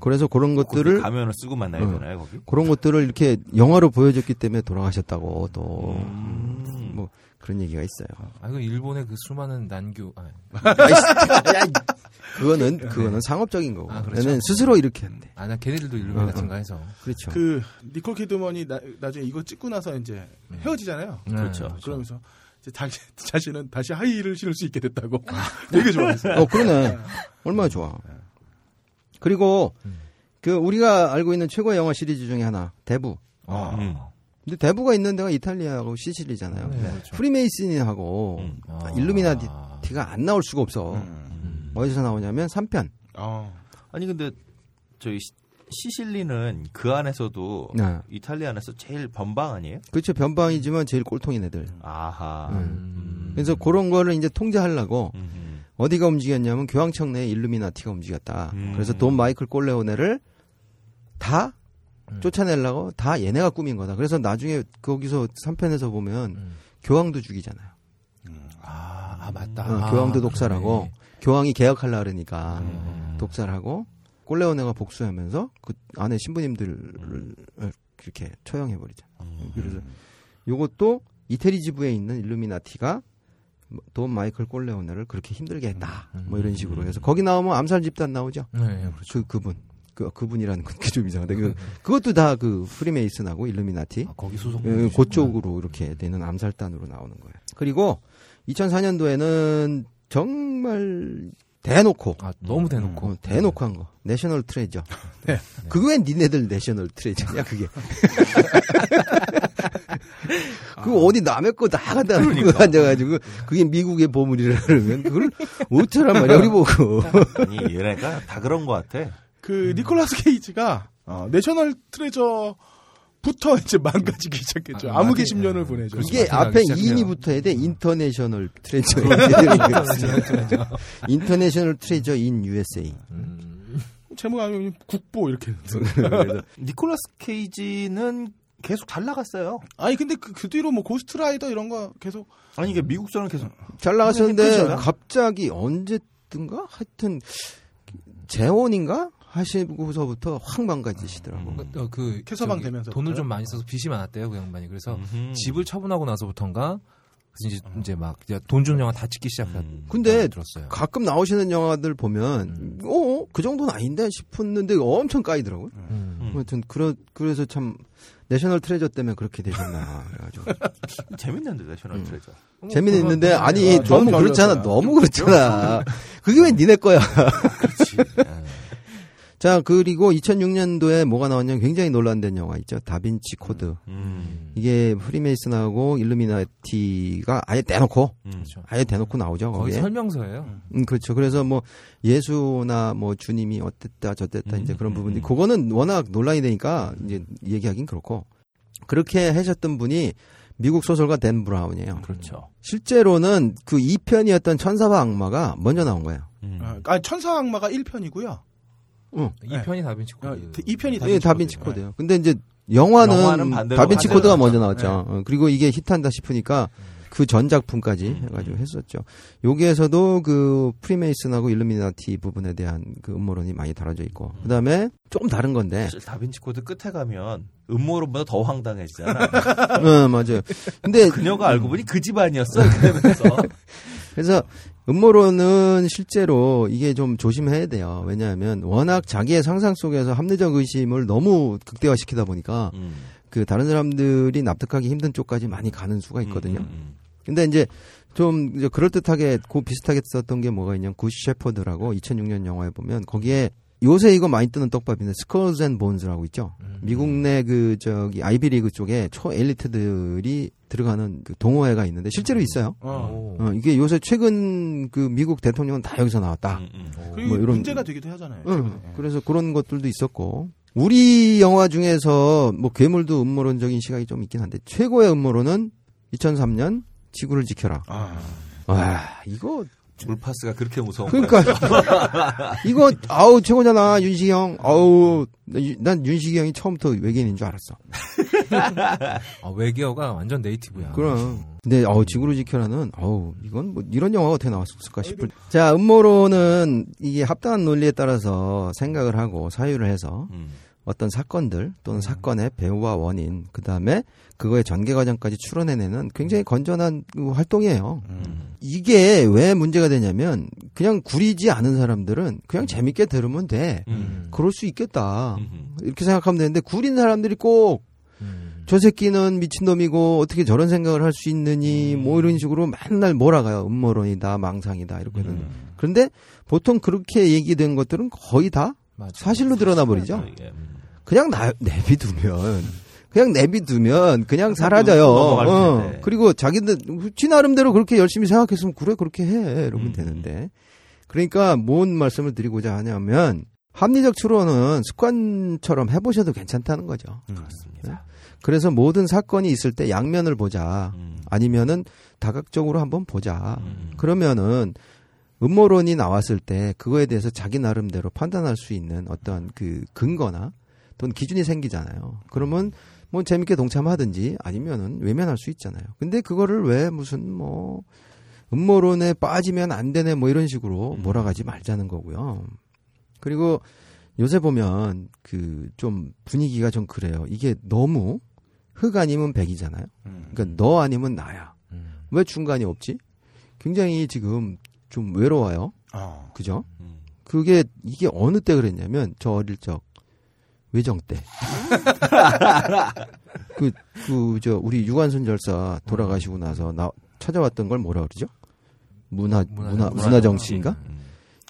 E: 그래서 그런
C: 거기
E: 것들을
C: 가면을 쓰고 만나야
E: 응.
C: 되나요 거기?
E: 그런 것들을 이렇게 영화로 보여줬기 때문에 돌아가셨다고 또
C: 음.
E: 뭐 그런 얘기가 있어요.
D: 아, 이건 일본의 그 수많은 난교. 아,
E: 그거는 그거는 상업적인 거고.
D: 아, 그렇죠.
E: 얘는 스스로 이렇게 한대.
D: 아, 나 걔네들도 일본 같은가 해서.
E: 그렇죠.
B: 그 니콜 키드먼이 나, 나중에 이거 찍고 나서 이제 헤어지잖아요.
D: 그렇죠.
B: 그러면서 이제 <laughs> 자기 자신은 다시 하이힐을 신을 수 있게 됐다고 되게 좋아했어요.
E: 어 그러네. 얼마나 좋아. 그리고 그 우리가 알고 있는 최고의 영화 시리즈 중에 하나 대부.
B: 아.
C: 음.
E: 근데 대부가 있는 데가 이탈리아하고 시칠리잖아요. 네. 프리메이슨하고
C: 음.
D: 네, 그렇죠. 아. 음.
E: 일루미나티가 안 나올 수가 없어. 음. 어디서 나오냐면 3편.
B: 어.
C: 아니 근데 저희 시- 시실리는 그 안에서도
D: 뭐.
E: 네.
C: 이탈리아 안에서 제일 변방 아니에요?
E: 그렇죠. 변방이지만 제일 꼴통인 애들.
C: 아하.
D: 음.
E: 그래서 그런 거를 이제 통제하려고
C: 음.
E: 어디가 움직였냐면 교황청 내 일루미나티가 움직였다.
C: 음.
E: 그래서 돈 마이클 꼴레오네를 다
D: 음.
E: 쫓아내려고 다 얘네가 꾸민 거다. 그래서 나중에 거기서 3편에서 보면
D: 음.
E: 교황도 죽이잖아요.
D: 아, 아, 맞다.
E: 어,
D: 아,
E: 교황도 독살하고
D: 그러네. 음,
E: 교황이 개혁하려 그러니까 독살하고 꼴레오네가 복수하면서 그 안에 신부님들을 그렇게 처형해 버리죠.
D: 음,
E: 그래서 요것도 이태리 지부에 있는 일루미나티가 뭐, 돈 마이클 꼴레오네를 그렇게 힘들게 했다.
D: 음,
E: 뭐 이런 식으로 해서 거기 나오면 암살 집단 나오죠.
D: 네,
E: 그 그분 그 그분이라는 건 <laughs> 좀 이상한데
D: 음,
E: 그, 그것도 다 그 프리메이슨하고 일루미나티
D: 아, 거기 소송.
E: 예, 그쪽으로 이렇게 되는 암살단으로 나오는 거예요. 그리고 2004년도에는 정말 대놓고
D: 아, 너무 대놓고.
E: 어, 대놓고 한 거. 내셔널 트레저.
D: <laughs> 네.
E: 그거엔 니네들 내셔널 트레저야 그게. <laughs> 그거
D: 아.
E: 어디 남의 거 나가다
D: 그러니까.
E: 그거 앉아가지고 그게 미국의 보물이라 그러면 그걸 어쩌란 말이야 우리 보고.
C: 아니 얘네가 다 그런 것 같아.
B: 그 니콜라스 케이지가 어, 내셔널 트레저부터 이제 망가지기 시작했죠.
D: 아,
B: 암흑의
D: 맞아요.
B: 10년을 보내죠.
C: 그렇죠.
E: 이게
D: 마태가
E: 앞에
D: 시작해요. 음. 그렇죠.
E: 2인이 붙어야 돼. 인터내셔널 트레저. 인터내셔널 트레저 인 USA.
D: 음.
B: 제목 아니면 국보 이렇게. 했는데.
C: 네. 니콜라스 케이지는 계속 잘 나갔어요.
B: 아니 근데 그, 그 뒤로 뭐 고스트라이더 이런 거 계속
C: 아니 이게 미국처럼 계속
E: 잘 나갔었는데
C: 힘드셔요?
E: 갑자기 언제든가 하여튼 재혼인가 하시고서부터 확 망가지시더라고.
D: 그, 어, 그
B: 캐서방
D: 저기
B: 되면서
D: 돈을 좀 많이 써서 빚이 많았대요 그 양반이 그래서 집을 처분하고 나서부터인가 그래서 이제, 이제 막 돈 주는 영화 다 찍기 시작한 네.
C: 음.
D: 아,
E: 근데
D: 들었어요.
E: 네. 가끔 나오시는 영화들 보면 어, 어? 그 정도는 아닌데 싶었는데 엄청 까이더라고요.
D: 음.
C: 뭐
E: 아무튼 그러, 그래서 참 내셔널 트레저 때문에 그렇게 되셨나 그래가지고
C: 재밌는데 내셔널 트레저.
E: 재미는 있는데 아니
B: 아, 저는
E: 너무 그렇잖아
B: 별로였어요.
E: 너무 그렇잖아 그게 왜 니네 거야
C: 음. 네.
E: 자 그리고 2006년도에 뭐가 나왔냐면 굉장히 논란된 영화 있죠 다빈치 코드
C: 음.
E: 이게 프리메이슨하고 일루미나티가 아예 대놓고
C: 음. 그렇죠.
E: 아예 대놓고 나오죠
D: 거의
E: 거기에.
D: 설명서예요.
E: 음, 그렇죠. 그래서 뭐 예수나 뭐 주님이 어땠다 저땠다 이제 그런 부분이
C: 음.
E: 그거는 워낙 논란이 되니까 이제 얘기하긴 그렇고 그렇게 하셨던 분이 미국 소설가 댄
D: 음.
E: 브라운이에요.
C: 그렇죠.
E: 실제로는 그 2편이었던 천사와 악마가 먼저 나온 거예요.
C: 음.
B: 아, 아니 천사 악마가 1편이고요. 아,
D: 이 편이 다빈치
C: 음.
D: 코드.
B: 네. 2편이
E: 예, 다빈치 코드예요. 근데 이제 영화는,
C: 영화는 반대로 네.
E: 다빈치
C: 반대로
E: 코드가 먼저
B: 나왔죠.
E: 나왔죠. 어, 그리고 이게 히트한다 싶으니까 그 전작품까지
C: 음.
E: 해가지고 했었죠. 여기에서도 그 프리메이슨하고 일루미나티 부분에 대한 그 음모론이 많이 다뤄져 있고, 그 다음에 조금 다른
C: <laughs>
E: 건데,
C: 사실 다빈치 코드 끝에 가면 네. 음모론보다 더 황당해지잖아. <laughs>
E: 응 어, 맞아요. 근데
C: 그녀가 알고 보니 그 집안이었어. 그러면서
E: 그래서 음모론은 실제로 이게 좀 조심해야 돼요. 왜냐하면 워낙 자기의 상상 속에서 합리적 의심을 너무 극대화시키다 보니까
C: 음.
E: 그 다른 사람들이 납득하기 힘든 쪽까지 많이 가는 수가 있거든요.
C: 음,
E: 근데 이제 좀 이제 그럴듯하게 고 비슷하게 썼던 게 뭐가 있냐면 굿 셰퍼드라고 2006년 영화에 보면 거기에 요새 이거 많이 뜨는 떡밥인데 스컬즈 앤 본즈라고 있죠. 미국 내 그 저기 아이비리그 쪽에 초 엘리트들이 들어가는 그 동호회가 있는데 실제로 있어요.
D: 오.
E: 어, 이게 요새 최근 그 미국 대통령은 다 여기서 나왔다.
C: 음, 음, 음.
B: 그리고
E: 뭐 이런-
B: 문제가 되기도 하잖아요.
E: 응,
B: 최근에.
E: 그래서 그런 것들도 있었고 우리 영화 중에서 뭐 괴물도 음모론적인 시각이 좀 있긴 한데 최고의 음모론은 2003년 지구를 지켜라.
B: 아.
E: 와 이거
C: 물파스가 그렇게 무서운 거야.
E: 그러니까 <laughs> 이거 아우 최고잖아 윤식이 형. 아우 나 유- 난 윤식이 형이 처음부터 외계인인 줄 알았어.
D: 아, 외계어가 완전 네이티브야.
E: 그럼. 근데 어우 지구를 지켜라는 어우 이건 뭐 이런 영화가 어떻게 나왔을까 싶을. 자 음모론은 이게 합당한 논리에 따라서 생각을 하고 사유를 해서
C: 음.
E: 어떤 사건들 또는 사건의 배후와 원인 그 다음에 그거의 전개 과정까지 추론해내는 굉장히 건전한 그 활동이에요. 음. 이게 왜 문제가 되냐면 그냥 구리지 않은 사람들은 그냥 재밌게 들으면 돼.
C: 음.
E: 그럴 수 있겠다.
C: 음.
E: 이렇게 생각하면 되는데 구린 사람들이 꼭 저 음. 새끼는 미친놈이고 어떻게 저런 생각을 할 수 있느니 뭐 이런 식으로 맨날 몰아가요. 음모론이다, 망상이다 이렇게는.
C: 음.
E: 그런데 보통 그렇게 얘기된 것들은 거의 다 사실로 드러나 버리죠.
C: 예. 음.
E: 그냥 나, 내비두면 그냥 내비두면 그냥 사라져요.
C: 넘어갈
E: 어,
C: 텐데.
E: 그리고 자기들 지 나름대로 그렇게 열심히 생각했으면 그래 그렇게 해 이러면
C: 음.
E: 되는데 그러니까 뭔 말씀을 드리고자 하냐면 합리적 추론은 습관처럼 해보셔도 괜찮다는 거죠.
B: 음. 네.
C: 그렇습니다.
E: 그래서 모든 사건이 있을 때 양면을 보자
C: 음.
E: 아니면은 다각적으로 한번 보자.
C: 음.
E: 그러면은 음모론이 나왔을 때 그거에 대해서 자기 나름대로 판단할 수 있는 어떤 그 근거나 또는 기준이 생기잖아요. 그러면 뭐 재밌게 동참하든지 아니면은 외면할 수 있잖아요. 근데 그거를 왜 무슨 뭐 음모론에 빠지면 안 되네 뭐 이런 식으로
C: 음.
E: 몰아가지 말자는 거고요. 그리고 요새 보면 그 좀 분위기가 좀 그래요. 이게 너무 흑 아니면 백이잖아요. 그러니까 너 아니면 나야. 왜 중간이 없지? 굉장히 지금 좀 외로워요.
B: 어.
E: 그죠?
C: 음.
E: 그게 이게 어느 때 그랬냐면 저 어릴 적 외정 <laughs> 때. 그 그 저 우리 유관순 열사 돌아가시고 나서 나 찾아왔던 걸 뭐라 그러죠? 문화
D: 문화-
E: 문화
D: 문화
E: 문화 정치인가?
C: 음.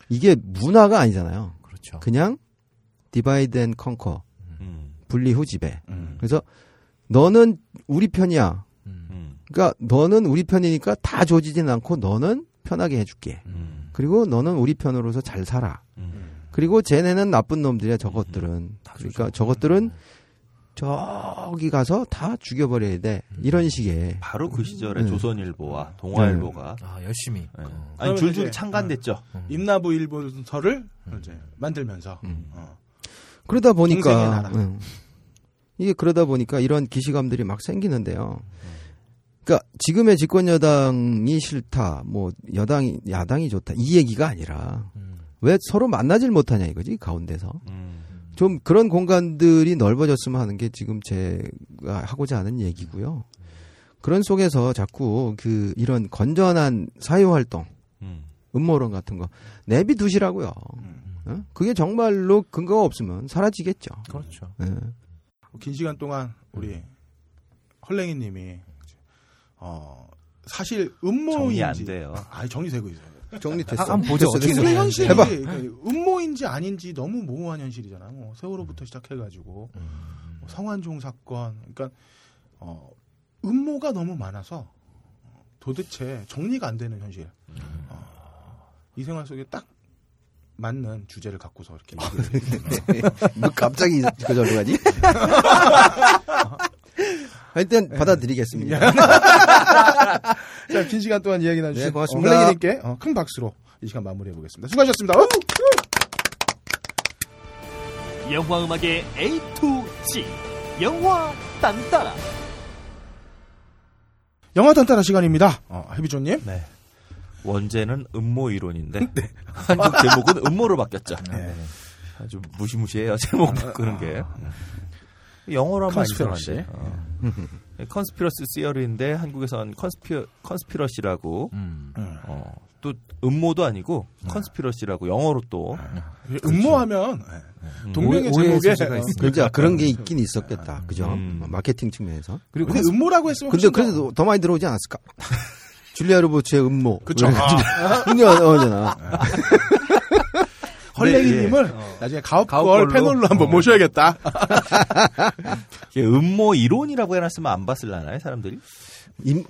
E: 이게 문화가 아니잖아요.
D: 그렇죠.
E: 그냥 디바이드 앤 컨커
C: 음.
E: 분리 후지배.
B: 음.
E: 그래서 너는 우리 편이야.
C: 음.
E: 그러니까 너는 우리 편이니까 다 조지진 않고 너는 편하게 해줄게.
C: 음.
E: 그리고 너는 우리 편으로서 잘 살아.
C: 음.
E: 그리고 쟤네는 나쁜 놈들이야 저것들은. 그러니까 저것들은 저기 가서 다 죽여버려야 돼.
C: 음.
E: 이런 식의.
C: 바로 그 시절에
E: 음.
C: 조선일보와 동아일보가
D: 아, 열심히. 어.
C: 예. 아니
B: 네. 그러면
C: 줄줄이
B: 이제-
C: 창간됐죠.
E: 음.
B: 임나부 일본서를
C: 음.
B: 이제 만들면서 어.
E: 음. 그러다
B: 동생의
E: 보니까
B: 나라.
E: 응. 이게 그러다 보니까 이런 기시감들이 막 생기는데요. 그러니까 지금의 집권 여당이 싫다, 뭐 여당이 야당이 좋다 이 얘기가 아니라 왜 서로 만나질 못하냐 이거지 가운데서.
C: 음.
E: 좀 그런 공간들이 넓어졌으면 하는 게 지금 제가 하고자 하는 얘기고요. 그런 속에서 자꾸 그 이런 건전한 사회 활동,
C: 음.
E: 음모론 같은 거 내비 두시라고요. 어? 그게 정말로 근거가 없으면 사라지겠죠.
D: 그렇죠.
E: 예.
B: 긴 시간 동안 우리
C: 음.
B: 헐랭이님이 어, 사실
C: 정리 안
B: 음모인지
C: 돼요.
B: 아 정리되고 있어요.
E: 정리됐어.
D: 아, 한번 보죠. 어떻게
B: 기술
D: 생각해요?
B: 현실이 그러니까
E: 해봐.
B: 음모인지 아닌지 너무 모호한 현실이잖아요. 뭐 세월호부터 시작해가지고 뭐 성완종 사건, 그러니까 어, 음모가 너무 많아서 어, 도대체 정리가 안 되는 현실. 어, 이 생활 속에 딱 맞는 주제를 갖고서 이렇게 얘기를 아, 해주시네요.
E: 뭐 갑자기 그절로
D: <laughs>
E: 가지?
D: 네.
E: 하여튼
D: 예.
E: 받아들이겠습니다.
B: 자, 긴 시간 동안 이야기 나눠주신
E: 네, 고맙습니다.
B: 헐랭이님께 어, 큰 박수로 이 시간 마무리해 보겠습니다. 수고하셨습니다. 어우!
A: 영화 음악의 A to Z 영화 딴따라
B: 영화 단타라 시간입니다. 어, 해비조님.
C: 네. 원제는 음모
B: <laughs>
C: 이론인데
B: 네.
C: 한국 제목은 음모로 바뀌었죠. 네. 아주 무시무시해요. 제목 바꾸는 게. 음. 영어로 하면
B: 아. 컨스피러시.
C: 이상한데. 어. 컨스피러시 시어리인데 한국에선 컨스피 컨스피러시라고
D: 음.
C: 어, 또 음모도 아니고 컨스피러시라고 영어로 또
B: 음모하면 예,
E: 그
B: 동명의
D: 오해- 오해의
B: 제목에
D: 소재가
B: 어,
D: 있습니다.
E: 그러니까
D: 네.
E: 그죠? 그런 게 있긴 있었겠다. 그죠?
C: 음.
E: 마케팅 측면에서.
D: 그리고
B: 근데 음모라고 했으면
E: 근데
B: 훨씬 더-
E: 그래도 더 많이 들어오지 않았을까? <laughs> 줄리아 로버츠의 음모.
B: 그쵸.
C: 아.
E: <laughs> 그녀 어잖아.
B: 헐랭이님을 나중에 가업걸
D: 가업걸로.
B: 패널로 한번 모셔야겠다.
C: 이게 음모 이론이라고 해놨으면 안 봤을라나요 사람들이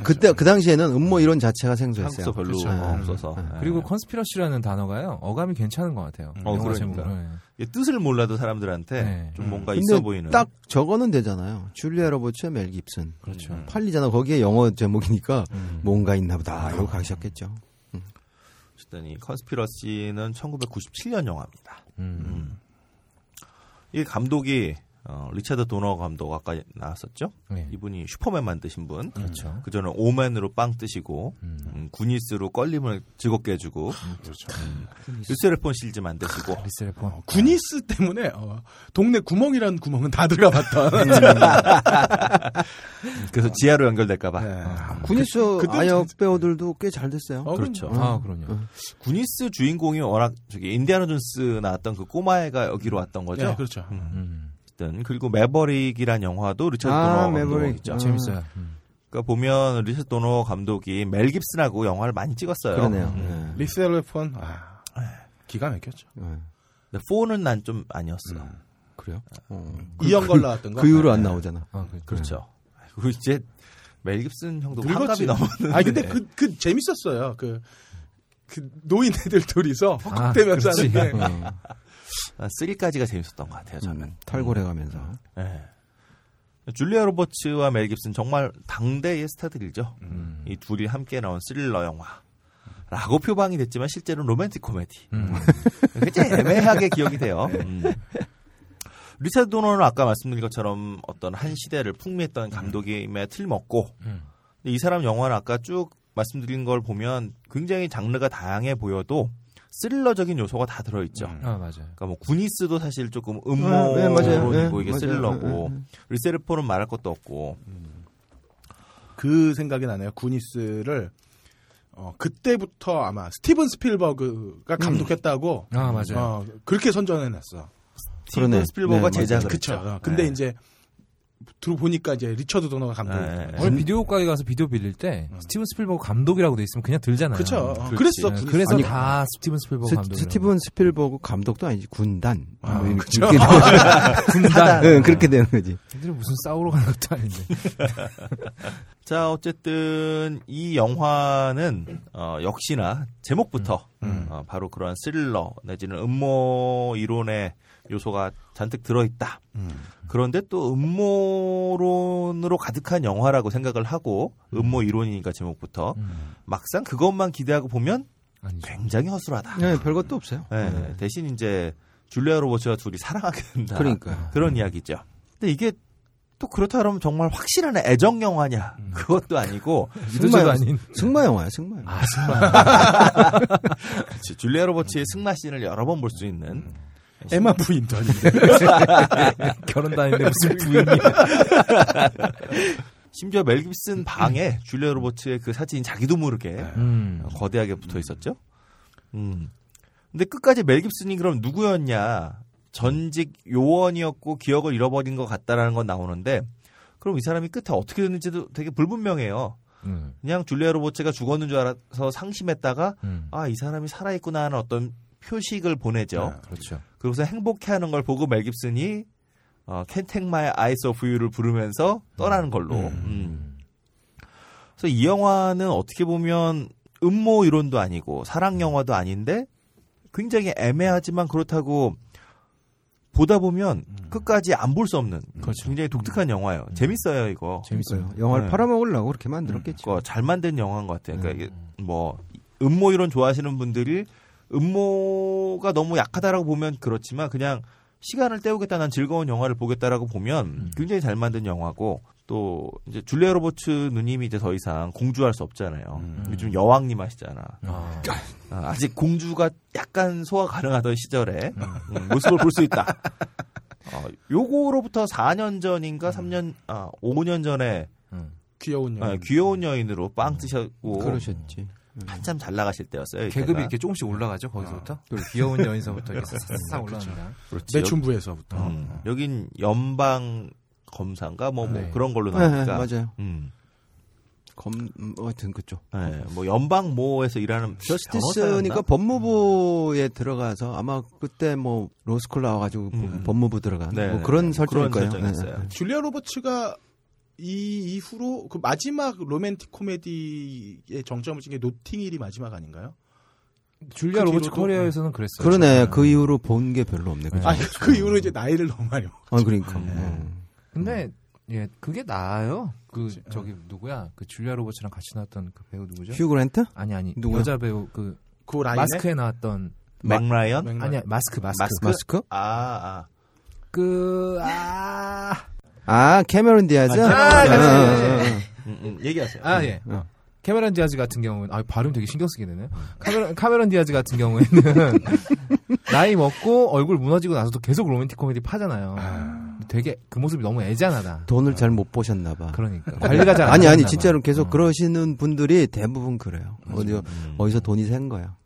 E: 그때 그 당시에는 음모 이론 자체가
C: 한국서
E: 생소했어요.
C: 별로
E: 그쵸.
C: 없어서
E: 음.
C: 예.
D: 그리고 컨스피러시라는 단어가요. 어감이 괜찮은 것 같아요.
C: 어,
D: 영화
C: 그러니까.
D: 제목은. 네.
C: 이게 뜻을 몰라도 사람들한테
D: 네.
C: 좀 뭔가 있어 보이는
E: 예. 근데 딱 저거는 되잖아요. 줄리아 로버츠의 멜 깁슨. 음.
D: 그렇죠.
C: 음. 아,
E: 팔리잖아. 거기에 영어 제목이니까 뭔가 있나 보다. 이러고 가셨겠죠.
C: 어쨌든 이 컨스피러시는 1997년 영화입니다.
D: 음.
C: 음. 이 감독이 어, 리차드 도너 감독 아까 나왔었죠?
D: 네.
C: 이분이 슈퍼맨 만드신 분.
D: 그렇죠.
C: 그 전에 오맨으로 빵 뜨시고 음, 구니스로 껄림을 즐겁게 해주고
B: 그렇죠.
C: 유세레폰 시리즈 만드시고
D: 리셀폰.
B: 어, 구니스 때문에 어, 동네 구멍이라는 구멍은 다 <laughs> 들어가봤던.
C: 그래서 지하로 연결될까봐
B: 네.
E: 군인수
B: 그때
E: 아, 아역 배우들도 꽤 잘 됐어요.
B: 어,
C: 그렇죠.
D: 아, 그럼요.
C: 구니스 주인공이 워낙 저기 인디아나 존스 나왔던 그 꼬마애가 여기로 왔던 거죠.
B: 네, 그렇죠.
C: 음.
D: 음.
C: 어쨌든 그리고 매버릭이란 영화도 리처드
E: 아,
C: 도너
E: 매버릭.
C: 감독이죠.
E: 아.
D: 재밌어요. 음.
C: 그러니까 보면 리처드 도너 감독이 멜 깁슨하고 영화를 많이 찍었어요.
E: 그러네요. 예.
C: 음.
B: 리셀레폰 아, 기가 막혔죠.
E: 네. 네.
C: 근데 4는 난 좀 아니었어요. 네.
E: 그래요? 어.
B: 이영걸 나왔던 거. 네.
E: 그 이후로 안 나오잖아.
D: 아, 그-
C: 그렇죠. 그리고 이제 멜 깁슨 형도
B: 늙었지.
C: 환갑이 넘었는데.
B: 아 근데 그 그 재밌었어요. 그, 그 노인 애들 둘이서
D: 아,
B: 헉헉대면서
D: 그렇지.
B: 하는 게.
E: 어.
C: 3까지가 재밌었던 것 같아요, 저는.
E: 음, 탈골해가면서.
C: 예. 줄리아 로버츠와 멜 깁슨 정말 당대의 스타들이죠. 이 둘이 함께 나온 스릴러 영화. 라고 표방이 됐지만 실제로는 로맨틱 코미디.
D: 음.
C: <laughs> 굉장히 애매하게 기억이 돼요. 음. 리차드 도너는 아까 말씀드린 것처럼 어떤 한 시대를 풍미했던 감독임에 틀림없고
D: 음.
C: 근데 이 사람 영화는 아까 쭉 말씀드린 걸 보면 굉장히 장르가 다양해 보여도 스릴러적인 요소가 다 들어있죠.
D: 아, 맞아요.
C: 그러니까 뭐 구니스도 사실 조금
E: 네, 네, 맞아요. 네,
C: 음모론이고 이게
E: 맞아요.
C: 스릴러고
E: 네, 네,
C: 리세르포는 말할 것도 없고
B: 그 생각이 나네요. 구니스를 어, 그때부터 아마 스티븐 스필버그가 감독했다고
D: 아, 맞아요.
B: 어, 그렇게 선전해놨어.
E: 그러네.
C: 스티븐 스필버그가
E: 네,
C: 제작을
B: 그쵸.
C: 했죠.
B: 어, 근데
C: 네.
B: 이제 들어보니까 이제 리처드 도너가 감독이었던
C: 네.
B: 거죠.
D: 오늘 비디오 가게 가서 비디오 빌릴 때 스티븐 스필버그 감독이라고 돼 있으면 음. 그냥 들잖아요.
B: 그쵸. 어, 그랬어.
D: 네, 그래서
B: 구니스.
D: 그래서
B: 아니,
D: 다 스티븐 스필버그
E: 스-
D: 감독.
E: 스티븐 스필버그 감독도 아니지 군단.
B: 아,
E: 뭐 이렇게
B: 그쵸.
E: 이렇게 되는
D: 군단.
E: 거지. 응, 그렇게 되는 거지.
D: 애들이 무슨 싸우러 가는 것도 아닌데.
C: 자 어쨌든 이 영화는 어, 역시나 제목부터
E: 음,
C: 어, 바로 그런 스릴러 내지는 음모 이론의 요소가 잔뜩 들어있다.
E: 음.
C: 그런데 또 음모론으로 가득한 영화라고 생각을 하고 음모 이론이니까 제목부터
D: 음.
E: 음.
C: 막상 그것만 기대하고 보면
D: 아니죠.
C: 굉장히 허술하다.
E: 네, 별것도 없어요.
C: 네, 대신 이제 줄리아 로버츠와 둘이 사랑하게 된다.
E: 그러니까.
C: 런 이야기죠. 근데 이게 또 그렇다 그러면 정말 확실한 애정 영화냐? 그것도 아니고
D: 이도저도 아닌.
E: 승마 영화야, 승마 영화.
C: <laughs> 그치, 그렇죠. 줄리아 로버츠의 승마 씬을 여러 번 볼 수 있는 네.
B: 에마 부인도 아닌데.
D: <laughs> 결혼도 아닌데 무슨 부인이야.
C: 심지어 멜 깁슨 방에 줄리아 로버츠의 그 사진이 자기도 모르게
D: 음.
C: 거대하게 붙어 있었죠. 음. 근데 끝까지 멜 깁슨이 그럼 누구였냐? 전직 요원이었고 기억을 잃어버린 것 같다라는 건 나오는데 그럼 이 사람이 끝에 어떻게 됐는지도 되게 불분명해요.
D: 음.
C: 그냥 줄리아 로버츠가 죽었는 줄 알아서 상심했다가
D: 음.
C: 아 이 사람이 살아있구나 하는 어떤 표식을 보내죠.
D: 그렇죠.
C: 그러고서 행복해하는 걸 보고 멜 깁슨이 어, Can't Take My Eyes Off You를 부르면서 떠나는 걸로. 음. 그래서 이 영화는 어떻게 보면 음모 이론도 아니고 사랑 영화도 아닌데 굉장히 애매하지만 그렇다고 보다 보면 끝까지 안 볼 수 없는 굉장히 독특한 영화예요. 그렇죠. 음. 재밌어요 이거.
D: 재밌어요.
E: 그러니까요. 영화를
C: 네.
E: 팔아먹으려고 그렇게 만들었겠죠.
C: 그러니까 잘 만든 영화인 것 같아요. 그러니까 이게 뭐 음모 이론 좋아하시는 분들이 음모가 너무 약하다라고 보면 그렇지만 그냥 시간을 때우겠다 난 즐거운 영화를 보겠다라고 보면 굉장히 잘 만든 영화고 또 이제 줄리아 로버츠 누님이 이제 더 이상 공주할 수 없잖아요. 요즘 여왕님 하시잖아.
D: 아.
C: 아, 아직 공주가 약간 소화 가능하던 시절에 음, 모습을 볼 수 있다. 어, 요거로부터 4년 전인가 3년 아 5년 전에
D: 음.
B: 귀여운 여
C: 아, 귀여운 여인으로 빵 뜨셨고
E: 그렇죠. 그러셨지.
C: 한참 잘 나가실 때였어요. 이때가.
D: 계급이 이렇게 조금씩 올라가죠
E: 아,
D: 거기서부터
E: 그렇죠.
D: 귀여운 여인서부터 이렇게 싹싹 올라갑니다.
C: 그렇지.
B: 매춘부에서부터.
C: 여, 음. 여긴 연방 검사인가 뭐, 뭐
D: 네.
C: 그런 걸로
E: 어. 네,
C: 나니까.
E: 맞아요.
C: 음.
E: 검, 음, 하여튼 그쪽.
C: 네, 뭐 연방 모에서 일하는
E: 저스티스니까 법무부에 들어가서 아마 그때 뭐 로스쿨 나와가지고 뭐
C: 음.
E: 법무부 들어간
C: 네,
E: 뭐
C: 네,
E: 그런
C: 네.
E: 설정일
C: 그런
E: 거예요.
C: 설정이었어요.
B: 줄리아 로버츠가 이 이후로 그 마지막 로맨틱 코미디의 정점을 찍은 게 노팅힐이 마지막 아닌가요?
D: 줄리아
B: 그
D: 로버츠
B: 뒤로도-
D: 커리어에서는 그랬어요.
E: 그러네.
D: 저는.
E: 그 이후로 본 게 별로 없네. 그죠?
B: 아니 그 이후로 이제 나이를 너무 많이 먹.
E: 아, 그러니까. 어.
D: 근데 예 그게 나아요. 그 저기 누구야? 그 줄리아 로버츠랑 같이 나왔던 그 배우 누구죠?
E: 휴 그랜트?
D: 아니 아니
E: 누구야?
D: 여자 배우 그
B: 그 라인에
D: 마스크에 나왔던
E: 네.
C: 맥라이언?
B: 맥락.
D: 아니야 마스크 마스크
C: 마스크?
E: 마스크?
C: 아, 아.
D: 그아아
E: 아 캐머런 디아즈.
D: 아, 캐머런 디아즈.
E: 아, 아, 아.
C: 음, 음, 얘기하세요.
D: 예.
E: 어.
D: 캐메론 디아즈 같은 경우는 아 발음 되게 신경 쓰게 되네. 카메론 카메론 디아즈 같은 경우에는 <laughs> 나이 먹고 얼굴 무너지고 나서도 계속 로맨틱 코미디 파잖아요. 되게 그 모습이 너무 애잔하다.
E: 돈을 잘 못 보셨나 봐.
D: 그러니까 관리가 잘안
E: 아니 아니
D: 됐나 봐.
E: 진짜로 계속
D: 어.
E: 그러시는 분들이 대부분 그래요. 어디 어디서 돈이 센 거야.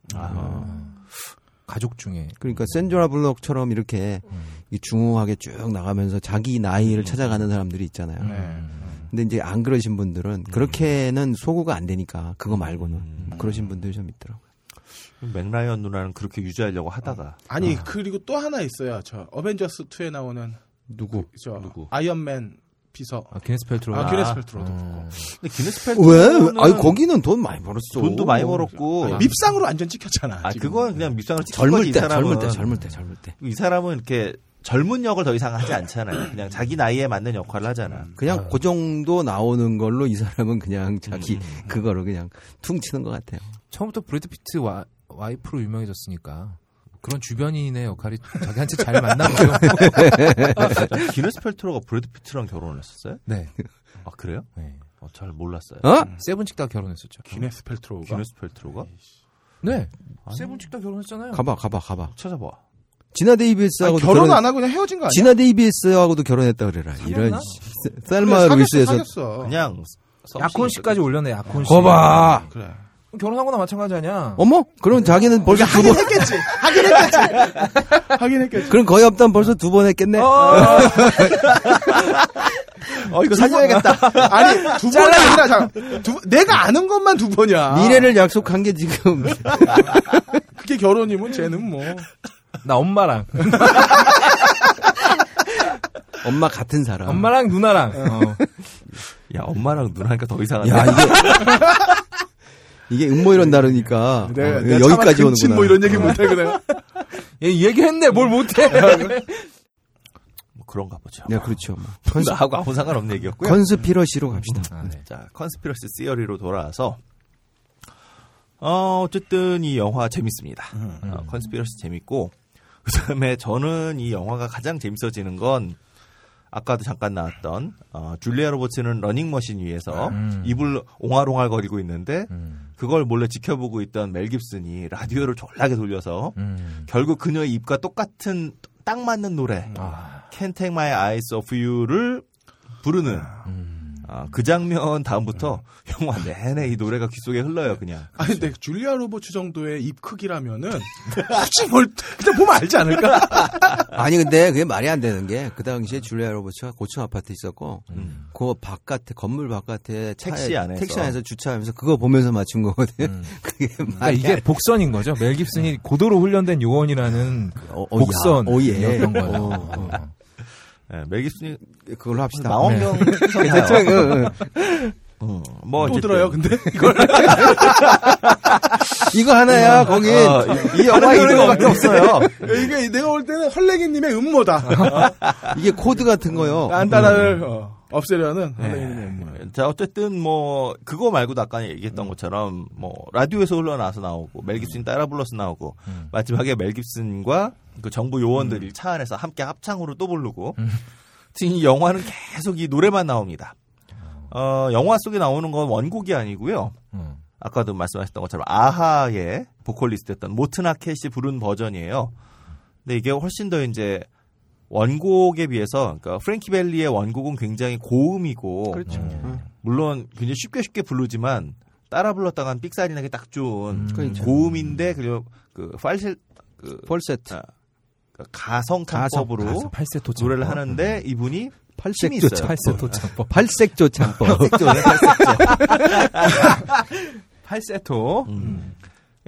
D: 가족 중에
E: 그러니까 센조라 블록처럼 이렇게 이 중후하게 쭉 나가면서 자기 나이를 찾아가는 사람들이 있잖아요. 근데 이제 안 그러신 분들은 그렇게는 소구가 안 되니까 그거 말고는 그러신 분들이 좀 있더라고요.
C: 음. 맥라이언 누나는 그렇게 유지하려고 하다가
B: 아니 그리고 또 하나 있어요. 저 어벤져스 2에 나오는
E: 누구?
B: 저
C: 누구?
B: 아이언맨 비서
D: 아, 기네스 펠트로
B: 아, 기네스 펠트로도
D: 어.
C: 근데 기네스
E: 왜?
C: 펠트는
E: 아니 거기는 뭐, 돈 많이 벌었어.
C: 돈도 많이 벌었고
B: 아니, 밉상으로 안전 찍혔잖아.
C: 아
B: 지금. 어.
C: 그건 그냥 밉상을 찍힌 거지,
E: 젊을
C: 이
E: 때,
C: 사람은.
E: 젊을 때, 젊을 때, 젊을 때.
C: 이 사람은 이렇게 젊은 역을 더 이상 하지 않잖아요. 그냥 자기 나이에 맞는 역할을 하잖아.
E: 그냥 그 정도 나오는 걸로 이 사람은 그냥 자기
B: 음.
E: 그거로 그냥 퉁치는 것 같아요.
D: 처음부터 브래드 피트 와, 와이프로 유명해졌으니까 그런 주변인의 역할이 자기한테 잘 맞나 보죠.
C: 아, 기네스 펠트로가 브래드 피트랑 결혼했었어요?
D: 네.
C: 아 그래요?
D: 네.
C: 어, 잘 몰랐어요.
B: 음.
E: 어?
D: 세븐 찍다 결혼했었죠.
B: 기네스 펠트로가 아,
C: 기네스 펠트로가
D: 네. 세븐 찍다 결혼했잖아요.
E: 가봐, 가봐, 가봐.
C: 찾아봐.
E: 지나
B: 아니,
E: 데이비스하고도
B: 결혼
E: 결혼-
B: 안 하고 그냥 헤어진 거 아니야?
E: 지나 데이비스하고도 결혼했다 그래라. 이런 씨. 셀마
B: 그래,
E: 루이스에서
B: 사귀었어. 사귀었어.
C: 그냥
D: 약혼식까지 올렸네. 약혼식.
E: 거봐.
B: 그래.
D: 결혼한 거나 마찬가지 아니야.
E: 어머? 그럼 자기는 벌써 두 번.
B: 했겠지. 하긴 했겠지. 하긴 했겠지.
E: <laughs> 그럼 거의 없다면 벌써 두 번
D: 어.
E: 했겠네.
B: 아,
C: 어 이거 사줘야겠다.
B: 아니 두 번이 아니라 잠깐. 두, 번- 내가 아는 것만 두 번이야.
E: 미래를 약속한 게 지금 <laughs>
B: 그게 결혼이면 쟤는 뭐.
D: <laughs> 나 엄마랑.
E: 엄마 같은 사람.
D: 엄마랑 누나랑. 어.
C: 야 엄마랑 누나니까 더 이상한데.
E: 야 이게 이게 음모 이런 다르니까
B: 내가,
E: 어,
B: 내가
E: 여기까지
B: 차마
E: 오는구나. 어.
B: 근친 뭐 이런 얘기 못해 그래.
D: 얘 얘기했네. 뭘 못해. <laughs>
C: 뭐 그런가 보죠.
E: 네, 그렇죠. 뭐.
C: 나하고 아무 상관없는 얘기였고요.
E: 컨스피러시로 갑시다.
D: 아, 네.
C: 자 컨스피러시 시어리로 돌아와서 어, 어쨌든 이 영화 재밌습니다.
D: 음,
C: 어, 컨스피러시 재밌고 <laughs> 그다음에 저는 이 영화가 가장 재밌어지는 건 아까도 잠깐 나왔던 어, 줄리아 로버츠는 러닝머신 위에서
D: 음.
C: 입을 옹알옹알 거리고 있는데
D: 음.
C: 그걸 몰래 지켜보고 있던 멜 깁슨이 라디오를 졸라게 돌려서
D: 음.
C: 결국 그녀의 입과 똑같은 딱 맞는 노래
D: 아.
C: Can't Take My Eyes Off You를 부르는 아, 그 장면 다음부터 영화 내내 이 노래가 귀속에 흘러요 그냥
B: 아니 근데 줄리아 로버츠 정도의 입 크기라면은 굳이 뭘 그냥 보면 알지 않을까?
E: 아니 근데 그게 말이 안 되는 게 그 당시에 줄리아 로버츠가 고층 아파트 있었고 그 바깥에 건물 바깥에 차에-
C: 음. 택시 안에서. 음.
E: 택시 안에서 주차하면서 그거 보면서 맞춘 거거든요. <laughs> 그게
D: 그러니까
E: 아, 말이
D: 이게 복선인 거죠. 멜 깁슨이 고도로 훈련된 요원이라는
E: 어, 어,
D: 복선
E: 야, 어, 예.
D: 이런 거예요.
E: 어,
D: 어.
C: 예, 멜 깁슨이
E: 그걸로 합시다.
C: 망원경
E: 괜찮죠?
C: 괜찮아요.
E: 응, 응.
C: 음, 뭐
B: 또
C: 어쨌든.
B: 들어요. 근데 <laughs>
E: 이거 하나야 아, 거기
C: 어, 이, 이 영화 이거밖에 없어요. <laughs>
B: 이게 내가 볼 때는 헐레기님의 음모다.
E: <laughs> 이게 코드 같은 거요.
C: 아,
B: 안따라를 어, 없애려는 음. 헐레기님의 음모.
C: 예, 자 어쨌든 뭐 그거 말고도 아까 얘기했던 것처럼 뭐 라디오에서 흘러나와서 나오고 멜
B: 음.
C: 깁슨이 따라 불러서 나오고 마지막에 멜 깁슨과 그 정부 요원들이
B: 음.
C: 차 안에서 함께 합창으로 또 부르고 지금 이 영화는 계속 이 노래만 나옵니다.
B: 아.
C: 어 영화 속에 나오는 건 원곡이 아니고요.
D: 음.
C: 아까도 말씀하셨던 것처럼 아하의 보컬리스트였던 모트나 캣이 부른 버전이에요. 근데 이게 훨씬 더 이제 원곡에 비해서 그러니까 프랭키 벨리의 원곡은 굉장히 그렇죠. 고음이고 물론 굉장히 쉽게 쉽게 부르지만 따라 불렀다간 삑사리 나게 딱 좋은
E: 그렇죠.
C: 고음인데 그리고 그 팔실 그
E: 폴세트
C: 아, 그 가성 창법으로 그렇죠.
D: 가서
C: 음.
D: 팔세토
C: 노래를
D: 창법.
C: 하는데 이분이 힘이
E: 팔색조
C: 있어요.
E: 참
D: 팔세토 창법.
E: 팔색조 창법
D: 팔세토.
C: 음.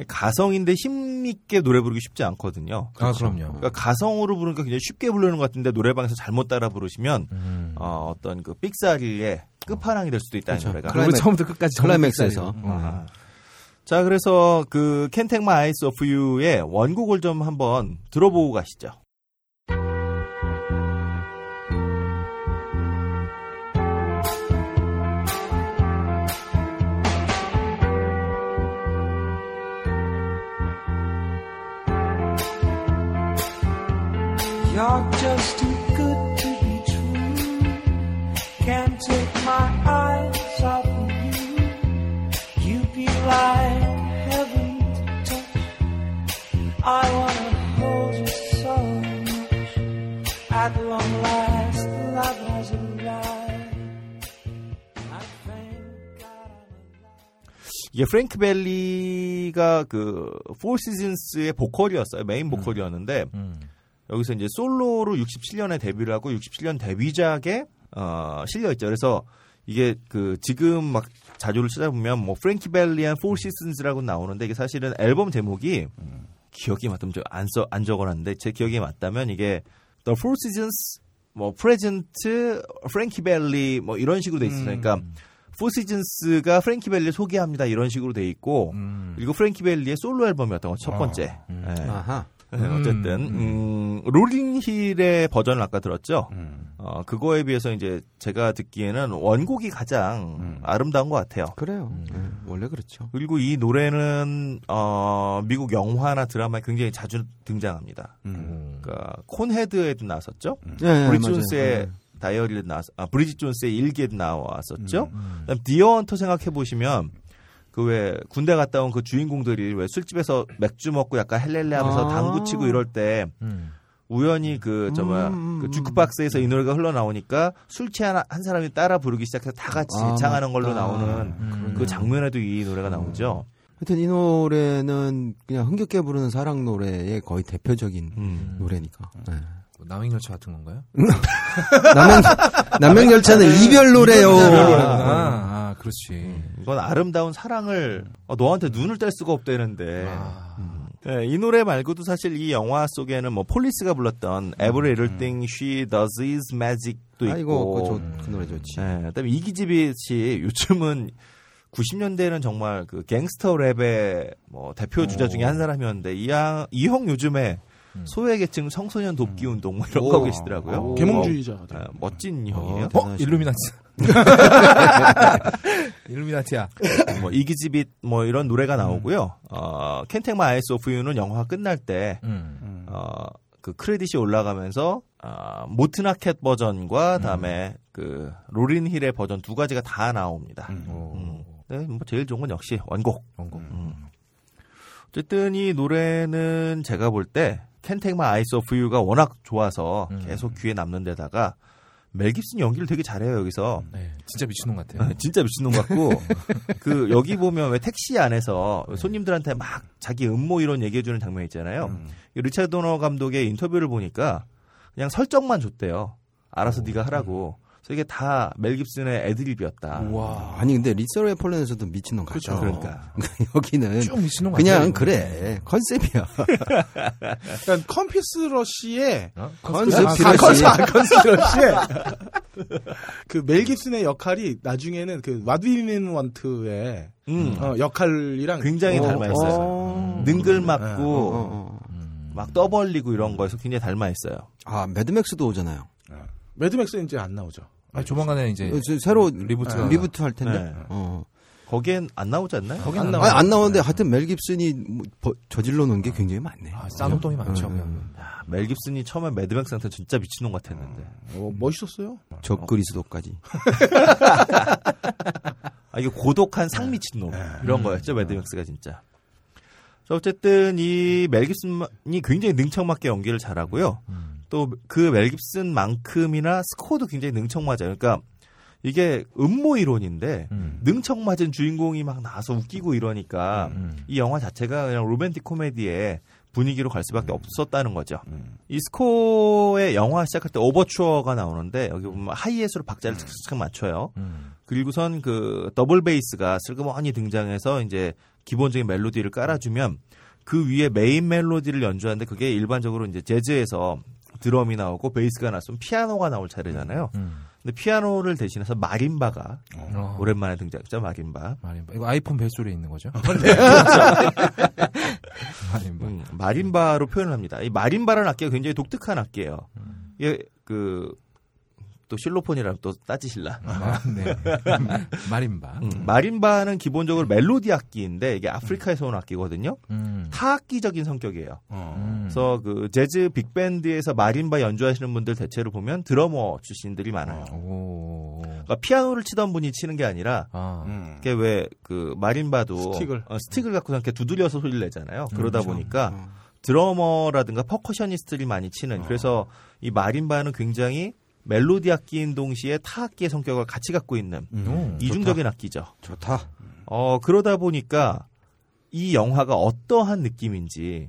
C: 가성인데 힘 있게 노래 부르기 쉽지 않거든요.
D: 아
E: 그렇죠.
D: 그럼요.
C: 그러니까 가성으로 부르니까 굉장히 쉽게 부르는 것 같은데 노래방에서 잘못 따라 부르시면
D: 음.
C: 어, 떤그 삑사리의 끝판왕이 될 수도 있다는 노래가.
E: 클라이맥-
D: 그렇죠. 아, 그리고 처음부터 끝까지 전부
E: 클라이맥스에서.
D: 빅사이즈로. 음.
C: 아. 자 그래서 그 Can't Take My Eyes Off You의 원곡을 좀 한번 들어보고 가시죠.
H: I You're just too good to be true. Can't take my eyes off of you. You be like heaven to touch. I wanna hold you so much. At long last, love has arrived. I thank God I'm alive.
C: 이게 프랭크 벨리가 그, 포 시즌스의 보컬이었어요.
D: 음.
C: 메인 보컬이었는데, 여기서 이제 솔로로 67년에 데뷔를 하고 67년 데뷔작에, 어, 실려있죠. 그래서 이게 그, 지금 막 자료를 찾아보면 뭐, 프랭키 벨리한 포 시즌스라고 나오는데, 이게 사실은 앨범 제목이, 기억이 맞다면 저 안 써, 안 적어놨는데, 제 기억이 맞다면 이게, The Four Seasons, 뭐, Present, 프랭키 벨리, 뭐, 이런 식으로 돼 있어요. 그러니까, 포시즌스가 프랭키 벨리 소개합니다 이런 식으로 돼 있고
D: 음.
C: 그리고 프랭키 벨리의 솔로 앨범이었던 거 첫 번째. 예.
E: 아하.
C: 네, 어쨌든 음, 롤링 힐의 버전을 아까 들었죠.
E: 음.
D: 음.
C: 어, 그거에 비해서 이제 제가 듣기에는 원곡이 가장 아름다운 것 같아요.
E: 그래요.
C: 음.
E: 예, 원래 그렇죠.
C: 그리고 이 노래는 어, 미국 영화나 드라마에 굉장히 자주 등장합니다.
E: 음.
C: 그러니까 콘헤드에도 나왔었죠.
E: 예, 예,
C: 브리짓
E: 맞아요.
C: 존스의
E: 예.
C: 다이어리에 나왔 아 브리짓 존스의 일기에도 나왔었죠. 그다음 디어 헌터 생각해 보시면 그 왜 군대 갔다 온 그 주인공들이 왜 술집에서 맥주 먹고 약간 헬렐레 하면서
E: 아.
C: 당구 치고 이럴 때
D: 음.
C: 우연히 그, 저, 뭐야,
E: 음,
C: 그
E: 음.
C: 주크박스에서 이 노래가 흘러나오니까 술 취한 한 사람이 따라 부르기 시작해서 다 음. 같이
E: 아,
C: 창하는 걸로
E: 맞다.
C: 나오는 그 장면에도 이 노래가 나오죠.
E: 하여튼 이 노래는 그냥 흥겹게 부르는 사랑 노래의 거의 대표적인
C: 음.
E: 노래니까. 예.
D: 뭐 남행열차 같은 건가요?
E: 네. 남행 남행 열차는 이별 노래요.
D: 아, 아, 그렇지.
E: 음.
C: 이건 아름다운 사랑을 어, 너한테 눈을 뗄 수가 없다는데. 음. 네, 이 노래 말고도 사실 이 영화 속에는 뭐 폴리스가 불렀던 Every Little Thing She Does Is Magic도 있고.
E: 아이고 그, 좋- 그 노래 좋지.
C: 네, 그다음에 이기지빗이 요즘은 90년대에는 정말 그 갱스터 랩의 뭐 대표 주자 중에 한 사람이었는데 이형 요즘에 소외계층 청소년 돕기 운동 뭐 이런 거 하고 계시더라고요.
B: 계몽주의자가
C: 어,
B: 돼.
C: 아, 멋진 형이에요.
D: 어? 일루미나티.
E: <laughs>
D: 일루미나티야.
C: 뭐 이기지빗 뭐 이런 노래가 나오고요. 어, 캔택 마 아이스 오브 유는 영화 끝날 때
D: 음.
C: 어, 그 크레딧이 올라가면서 아, 모트나켓 버전과 다음에 그 로린 힐의 버전 두 가지가 다 나옵니다. 음. 네, 뭐 제일 좋은 건 역시 원곡.
D: 원곡.
C: 음. 어쨌든 이 노래는 제가 볼 때 캔텍 마 아이스 오브 유가 워낙 좋아서 계속 귀에 남는 데다가 멜 깁슨 연기를 되게 잘해요 여기서.
D: 네, 진짜 미친놈 같아요.
C: 네, <laughs> 진짜 미친놈 같고 그 여기 보면 왜 택시 안에서 손님들한테 막 자기 음모 이런 얘기해주는 장면 있잖아요. 이 리차드 도너 감독의 인터뷰를 보니까 그냥 설정만 줬대요. 알아서 네가 하라고. 그래서 이게 다 멜 깁슨의 애드립이었다.
D: 와.
E: 아니 근데 리서의 폴란에서도 미친놈 같죠.
C: 그러니까
E: <laughs> 여기는
D: 쭉 미친놈 같아요.
E: 그냥
D: 이거.
E: 그래 컨셉이야.
B: 그러니까 컴피스러시의
D: 어?
E: 컨셉
D: 아,
E: 필요하지.
D: 컨셉.
B: 컴피스러시의 그멜 깁슨의 역할이 나중에는 그 와드윈 원트의
C: 음,
B: 어, 역할이랑
C: 굉장히
B: 어,
C: 닮아있어요. 음.
B: 어.
C: 능글맞고
E: 어, 어.
C: 막 떠벌리고 이런 거에서 굉장히 닮아있어요.
E: 아 매드맥스도 오잖아요.
B: 매드맥스는 이제 안 나오죠.
D: 아, 조만간에 이제
E: 어, 저 새로
D: 리부트가-
E: 리부트 할 텐데.
C: 네.
E: 어.
C: 거기엔 안 나오지 않나요?
D: 거기
B: 안
D: 안 나와.
E: 아니, 안 나오는데 하여튼 멜 깁슨이 뭐 버- 저질러 놓은 게 굉장히 많네.
D: 아, 쌍둥이 많죠.
E: 음.
D: 그냥.
C: 야, 아, 멜 깁슨이 처음에 매드맥스한테 진짜 미친놈 같았는데.
B: 어, 멋있었어요.
E: 적그리스도까지.
C: 아, 이게 고독한 상미친놈 이런 거였죠 매드맥스가 진짜. 그래서 어쨌든 이 멜깁슨이 굉장히 능청맞게 연기를 잘하고요. 또 그 멜깁슨만큼이나 스코어도 굉장히 능청맞아요. 그러니까 이게 음모 이론인데 능청맞은 주인공이 막 나와서 웃기고 이러니까
D: 음.
C: 이 영화 자체가 그냥 로맨틱 코미디의 분위기로 갈 수밖에 없었다는 거죠. 이 스코어의 영화 시작할 때 오버추어가 나오는데 여기 보면 하이에스로 박자를 착착 맞춰요.
D: 음.
C: 그리고선 그 더블 베이스가 슬그머니 등장해서 이제 기본적인 멜로디를 깔아주면 그 위에 메인 멜로디를 연주하는데 그게 일반적으로 이제 재즈에서 드럼이 나오고 베이스가 나왔으면 피아노가 나올 차례잖아요.
E: 음.
C: 근데 피아노를 대신해서 마림바가
D: 음. 어.
C: 오랜만에 등장했죠. 마림바.
D: 마림바. 이거 아이폰 벨소리에 있는 거죠?
C: 네, 그렇죠.
D: <laughs> 마림바.
C: 음, 마림바로 표현을 합니다. 이 마림바라는 악기가 굉장히 독특한 악기예요. 이게 그 또 실로폰이랑 또 따지실라.
D: 아, 네. <laughs> 뭐. 마림바.
C: 음, 마림바는 기본적으로 멜로디 악기인데 이게 아프리카에서 온 악기거든요.
D: 음.
C: 타악기적인 성격이에요.
D: 음.
C: 그래서 그 재즈 빅밴드에서 마림바 연주하시는 분들 대체로 보면 드러머 출신들이 많아요.
D: 어. 오.
C: 그러니까 피아노를 치던 분이 치는 게 아니라
D: 아.
B: 음.
C: 이게 왜 그 마림바도
B: 스틱을.
C: 어, 스틱을 갖고 이렇게 두드려서 소리를 내잖아요. 그러다 보니까
E: 어.
C: 드러머라든가 퍼커셔니스트들이 많이 치는 그래서 이 마림바는 굉장히 멜로디 악기인 동시에 타악기의 성격을 같이 갖고 있는
D: 오.
C: 음, 이중적인 악기죠.
E: 좋다.
C: 어, 그러다 보니까 이 영화가 어떠한 느낌인지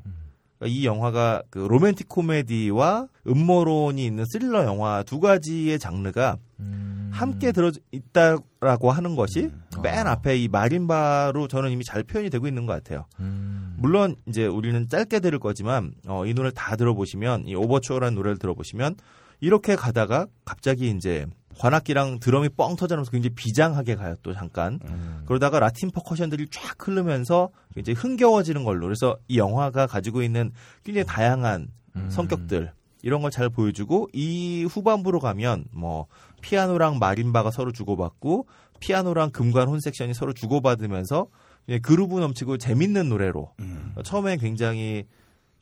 C: 그러니까 이 영화가 그 로맨틱 코미디와 음모론이 있는 스릴러 영화 두 가지의 장르가
D: 음.
C: 함께 들어 있다라고 하는 것이 맨 앞에 이 마림바로 저는 이미 잘 표현이 되고 있는 것 같아요.
D: 음.
C: 물론 이제 우리는 짧게 들을 거지만 어, 이 노래를 다 들어보시면 이 오버추어라는 노래를 들어보시면 이렇게 가다가 갑자기 이제 관악기랑 드럼이 뻥 터져나면서 굉장히 비장하게 가요 또 잠깐 그러다가 라틴 퍼커션들이 쫙 흐르면서 이제 흥겨워지는 걸로 그래서 이 영화가 가지고 있는 굉장히 다양한
D: 음.
C: 음, 성격들 이런 걸 잘 보여주고 이 후반부로 가면 뭐 피아노랑 마림바가 서로 주고받고 피아노랑 금관 혼섹션이 서로 주고받으면서 예, 그루브 넘치고 재밌는 노래로 처음에 굉장히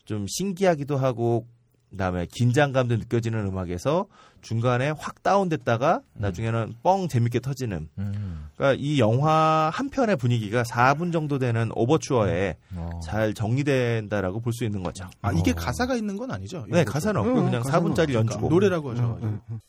C: 좀 신기하기도 하고 그다음에 긴장감도 느껴지는 음악에서 중간에 확 다운됐다가 나중에는 뻥 재밌게 터지는
D: 음.
C: 그러니까 이 영화 한 편의 분위기가 4분 정도 되는 오버추어에
D: 어.
C: 잘 정리된다라고 볼 수 있는 거죠.
B: 아 이게
D: 어.
B: 가사가 있는 건 아니죠?
C: 네, 가사는 없고
E: 응,
C: 그냥
E: 가사는
C: 4분짜리 음,
B: 그러니까
C: 연주곡.
B: 노래라고 하죠. 음.
E: 응, 응.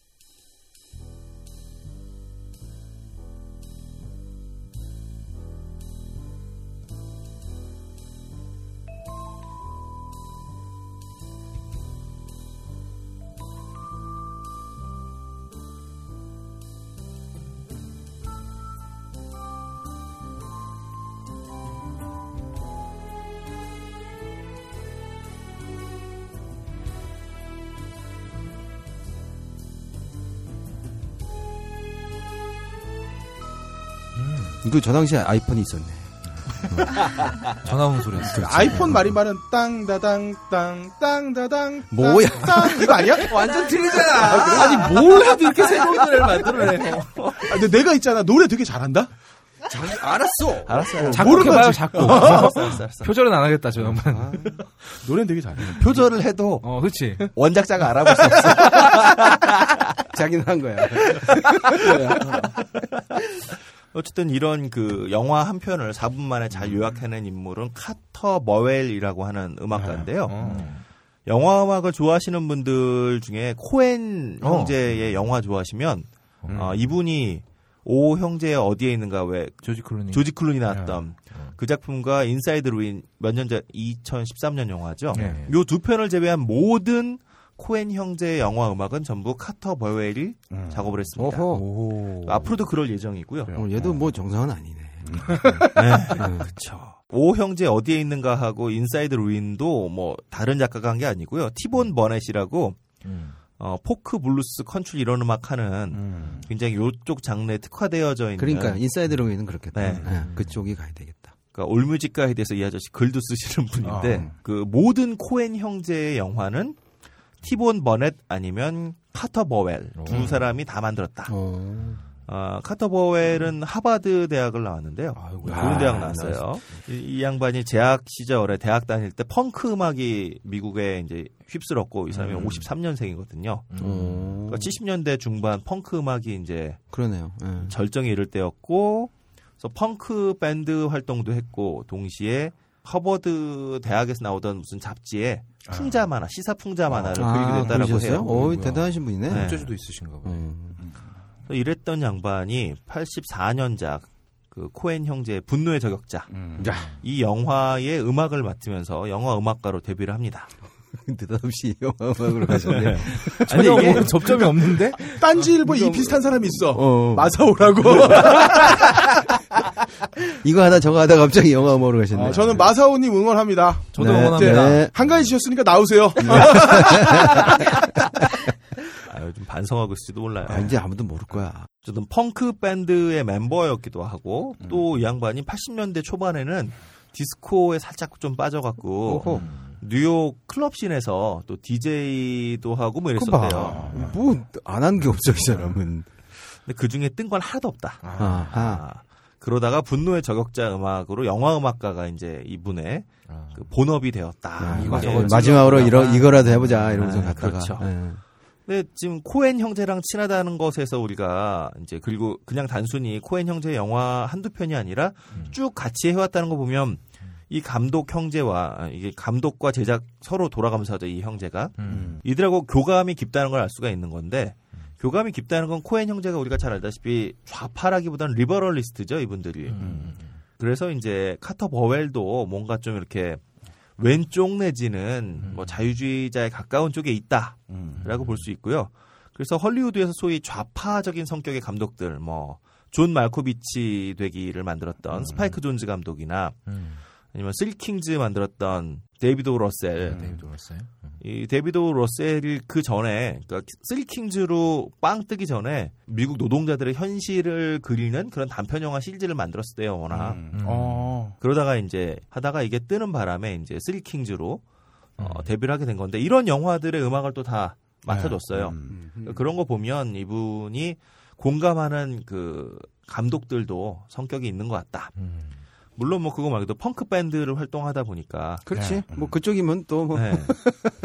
E: 이거 그 저 당시에 아이폰이 있었네.
D: 전화 온
C: 그
D: 소리였어요.
B: 아이폰
C: 뭐
B: 마림바는 땅다당 땅 땅다당 땅,
E: 뭐야?
B: 땅 이거 아니야?
D: 완전 틀리잖아. 아니 뭘 해도 이렇게 새로운
C: <laughs>
D: 노래를 만들어내요.
B: 아, 근데 내가 있잖아 노래 되게 잘한다.
E: 알았어.
C: 알았어요.
D: 작곡해봐요 작곡.
C: <laughs> 알았어, 알았어, 알았어.
D: 표절은 안 하겠다 저
C: 아,
D: 양반.
B: 노래는 되게 잘해.
C: 표절을 해도
D: 어, 그렇지.
C: 원작자가 알아볼 수 없어.
E: 자기는 한 거야.
C: <laughs> 어쨌든 이런 그 영화 한 편을 4분 만에 잘 요약해낸 인물은 카터 머웰이라고 하는 음악가인데요.
D: 어.
C: 영화 음악을 좋아하시는 분들 중에 코엔
D: 어.
C: 형제의 영화 좋아하시면
D: 음.
C: 어, 이분이 오 형제 어디에 있는가 왜
D: 조지
E: 예.
D: 클루니.
C: 조지 클룬이 나왔던 그 작품과 인사이드 루인 몇 년 전 2013년 영화죠.
E: 예.
D: 네.
C: 요 두 편을 제외한 모든 코엔 형제의 영화 음악은 전부 카터 버웰이
E: 예.
B: 음.
C: 작업을 했습니다.
E: 어허.
D: 오. 음.
C: 앞으로도 그럴 예정이고요.
E: 어, 얘도 뭐 정상은
C: <laughs>
E: 아니네. 네.
C: 그렇죠. 오 형제 어디에 있는가 하고 인사이드 루인도 뭐 다른 작가가 한 게 아니고요. 티본 버넷이라고
D: 음.
C: 어, 포크 블루스 컨트리 이런 음악 하는 굉장히 요쪽 장르에 특화되어져 있는
E: 그러니까 인사이드로에는 그렇겠다.
C: 네.
E: 네, 그쪽이 가야 되겠다.
C: 그러니까 올뮤직 가이드에서 이 아저씨 글도 쓰시는 <laughs> 분인데 그 모든 코엔 형제의 영화는 티본 버넷 아니면 카터 버웰 두 사람이 다 만들었다.
E: 어.
C: 어, 카터 버웰은 하버드 대학을 나왔는데요.
D: 아이고.
C: 좋은 대학 나왔어요. 이, 이 양반이 재학 시절에 대학 다닐 때 펑크 음악이 미국에 이제 휩쓸었고 이 사람이 53년생이거든요.
E: 어.
D: 음.
C: 그러니까 70년대 중반 펑크 음악이 이제
E: 그러네요. 예.
C: 절정에 이를 때였고 그래서 펑크 밴드 활동도 했고 동시에 허버드 대학에서 나오던 무슨 잡지에 풍자 만화, 시사 풍자 만화를 그리기도 했다라고
E: 아. 그러셨어요?
C: 해요.
E: 어,
D: 뭐야.
E: 대단하신 분이네.
C: 네.
D: 어쩌지도 있으신가 보네.
E: 음.
C: 그래서 이랬던 양반이 84년작 그 코엔 형제의 분노의 저격자
E: 음.
C: 이 영화의 음악을 맡으면서 영화 음악가로 데뷔를 합니다.
E: <laughs> 느닷없이 영화음악으로 가셨네.
D: 전혀 뭐 접점이 없는데?
B: 딴지일보 이 비슷한 사람이 있어. 네.
E: 어.
B: 마사오라고.
E: 이거 하다 저거 하다 갑자기 영화음악으로
B: <laughs>
E: 가셨네.
B: 어, 저는 마사오님 응원합니다.
D: 저도
E: 네.
D: 응원합니다.
E: 네.
B: 한가해 지셨으니까 나오세요.
C: 아, 요즘 반성하고 있을지도 몰라요.
E: 아, 이제 아무도 모를 거야.
C: 어쨌든 펑크 밴드의 멤버였기도 하고
E: 음.
C: 또 이 양반이 80년대 초반에는 디스코에 살짝 좀 빠져갖고
E: 오호.
C: 뉴욕 클럽씬에서 또 DJ도 하고 뭐 이랬었대요.
B: 그봐.
E: 뭐 안 한 게 없어 이 사람은.
C: 근데 그 중에 뜬 건 하나도 없다.
E: 아하.
C: 아, 그러다가 분노의 저격자 음악으로 영화 음악가가 이제 이분의 그 본업이 되었다.
E: 야,
C: 이게
D: 이거 저거
E: 예, 마지막으로 이러,
D: 아.
E: 이거라도 해보자 이러면서
C: 네,
E: 갔다가.
C: 그렇죠.
E: 예.
C: 근데 지금 코엔 형제랑 친하다는 것에서 우리가 이제 그리고 그냥 단순히 코엔 형제 영화 한두 편이 아니라 쭉 같이 해왔다는 거 보면 이 감독 형제와 아, 이게 감독과 제작 서로 돌아가면서 하죠 이 형제가
E: 음.
C: 이들하고 교감이 깊다는 걸 알 수가 있는 건데 교감이 깊다는 건 코엔 형제가 우리가 잘 알다시피 좌파라기보다는 리버럴리스트죠 이분들이 음. 그래서 이제 카터 버웰도 뭔가 좀 이렇게 왼쪽 내지는 뭐 자유주의자에 가까운 쪽에 있다 라고 볼 수 있고요. 그래서 헐리우드에서 소위 좌파적인 성격의 감독들, 뭐, 존 말코비치 되기를 만들었던 스파이크 존즈 감독이나 아니면 슬킹즈 만들었던 데이비드 오 러셀.
D: 네, 데이비드 월세.
C: 이 데이비드 오 러셀이 그 전에, 그러니까 슬킹즈로 빵 뜨기 전에 미국 노동자들의 현실을 그리는 그런 단편영화 시리즈를 만들었을 때요,
B: 아,
C: 워낙.
B: 어.
C: 그러다가 이제 하다가 이게 뜨는 바람에 이제 슬킹즈로 어, 데뷔를 하게 된 건데 이런 영화들의 음악을 또 다
B: 네.
C: 맡아줬어요.
B: 음.
C: 그런 거 보면 이분이 공감하는 그 감독들도 성격이 있는 것 같다. 물론 뭐 그거 말고도 펑크 밴드를 활동하다 보니까
E: 그렇지. 뭐 그쪽이면 또 <laughs> 뭐.
C: 네.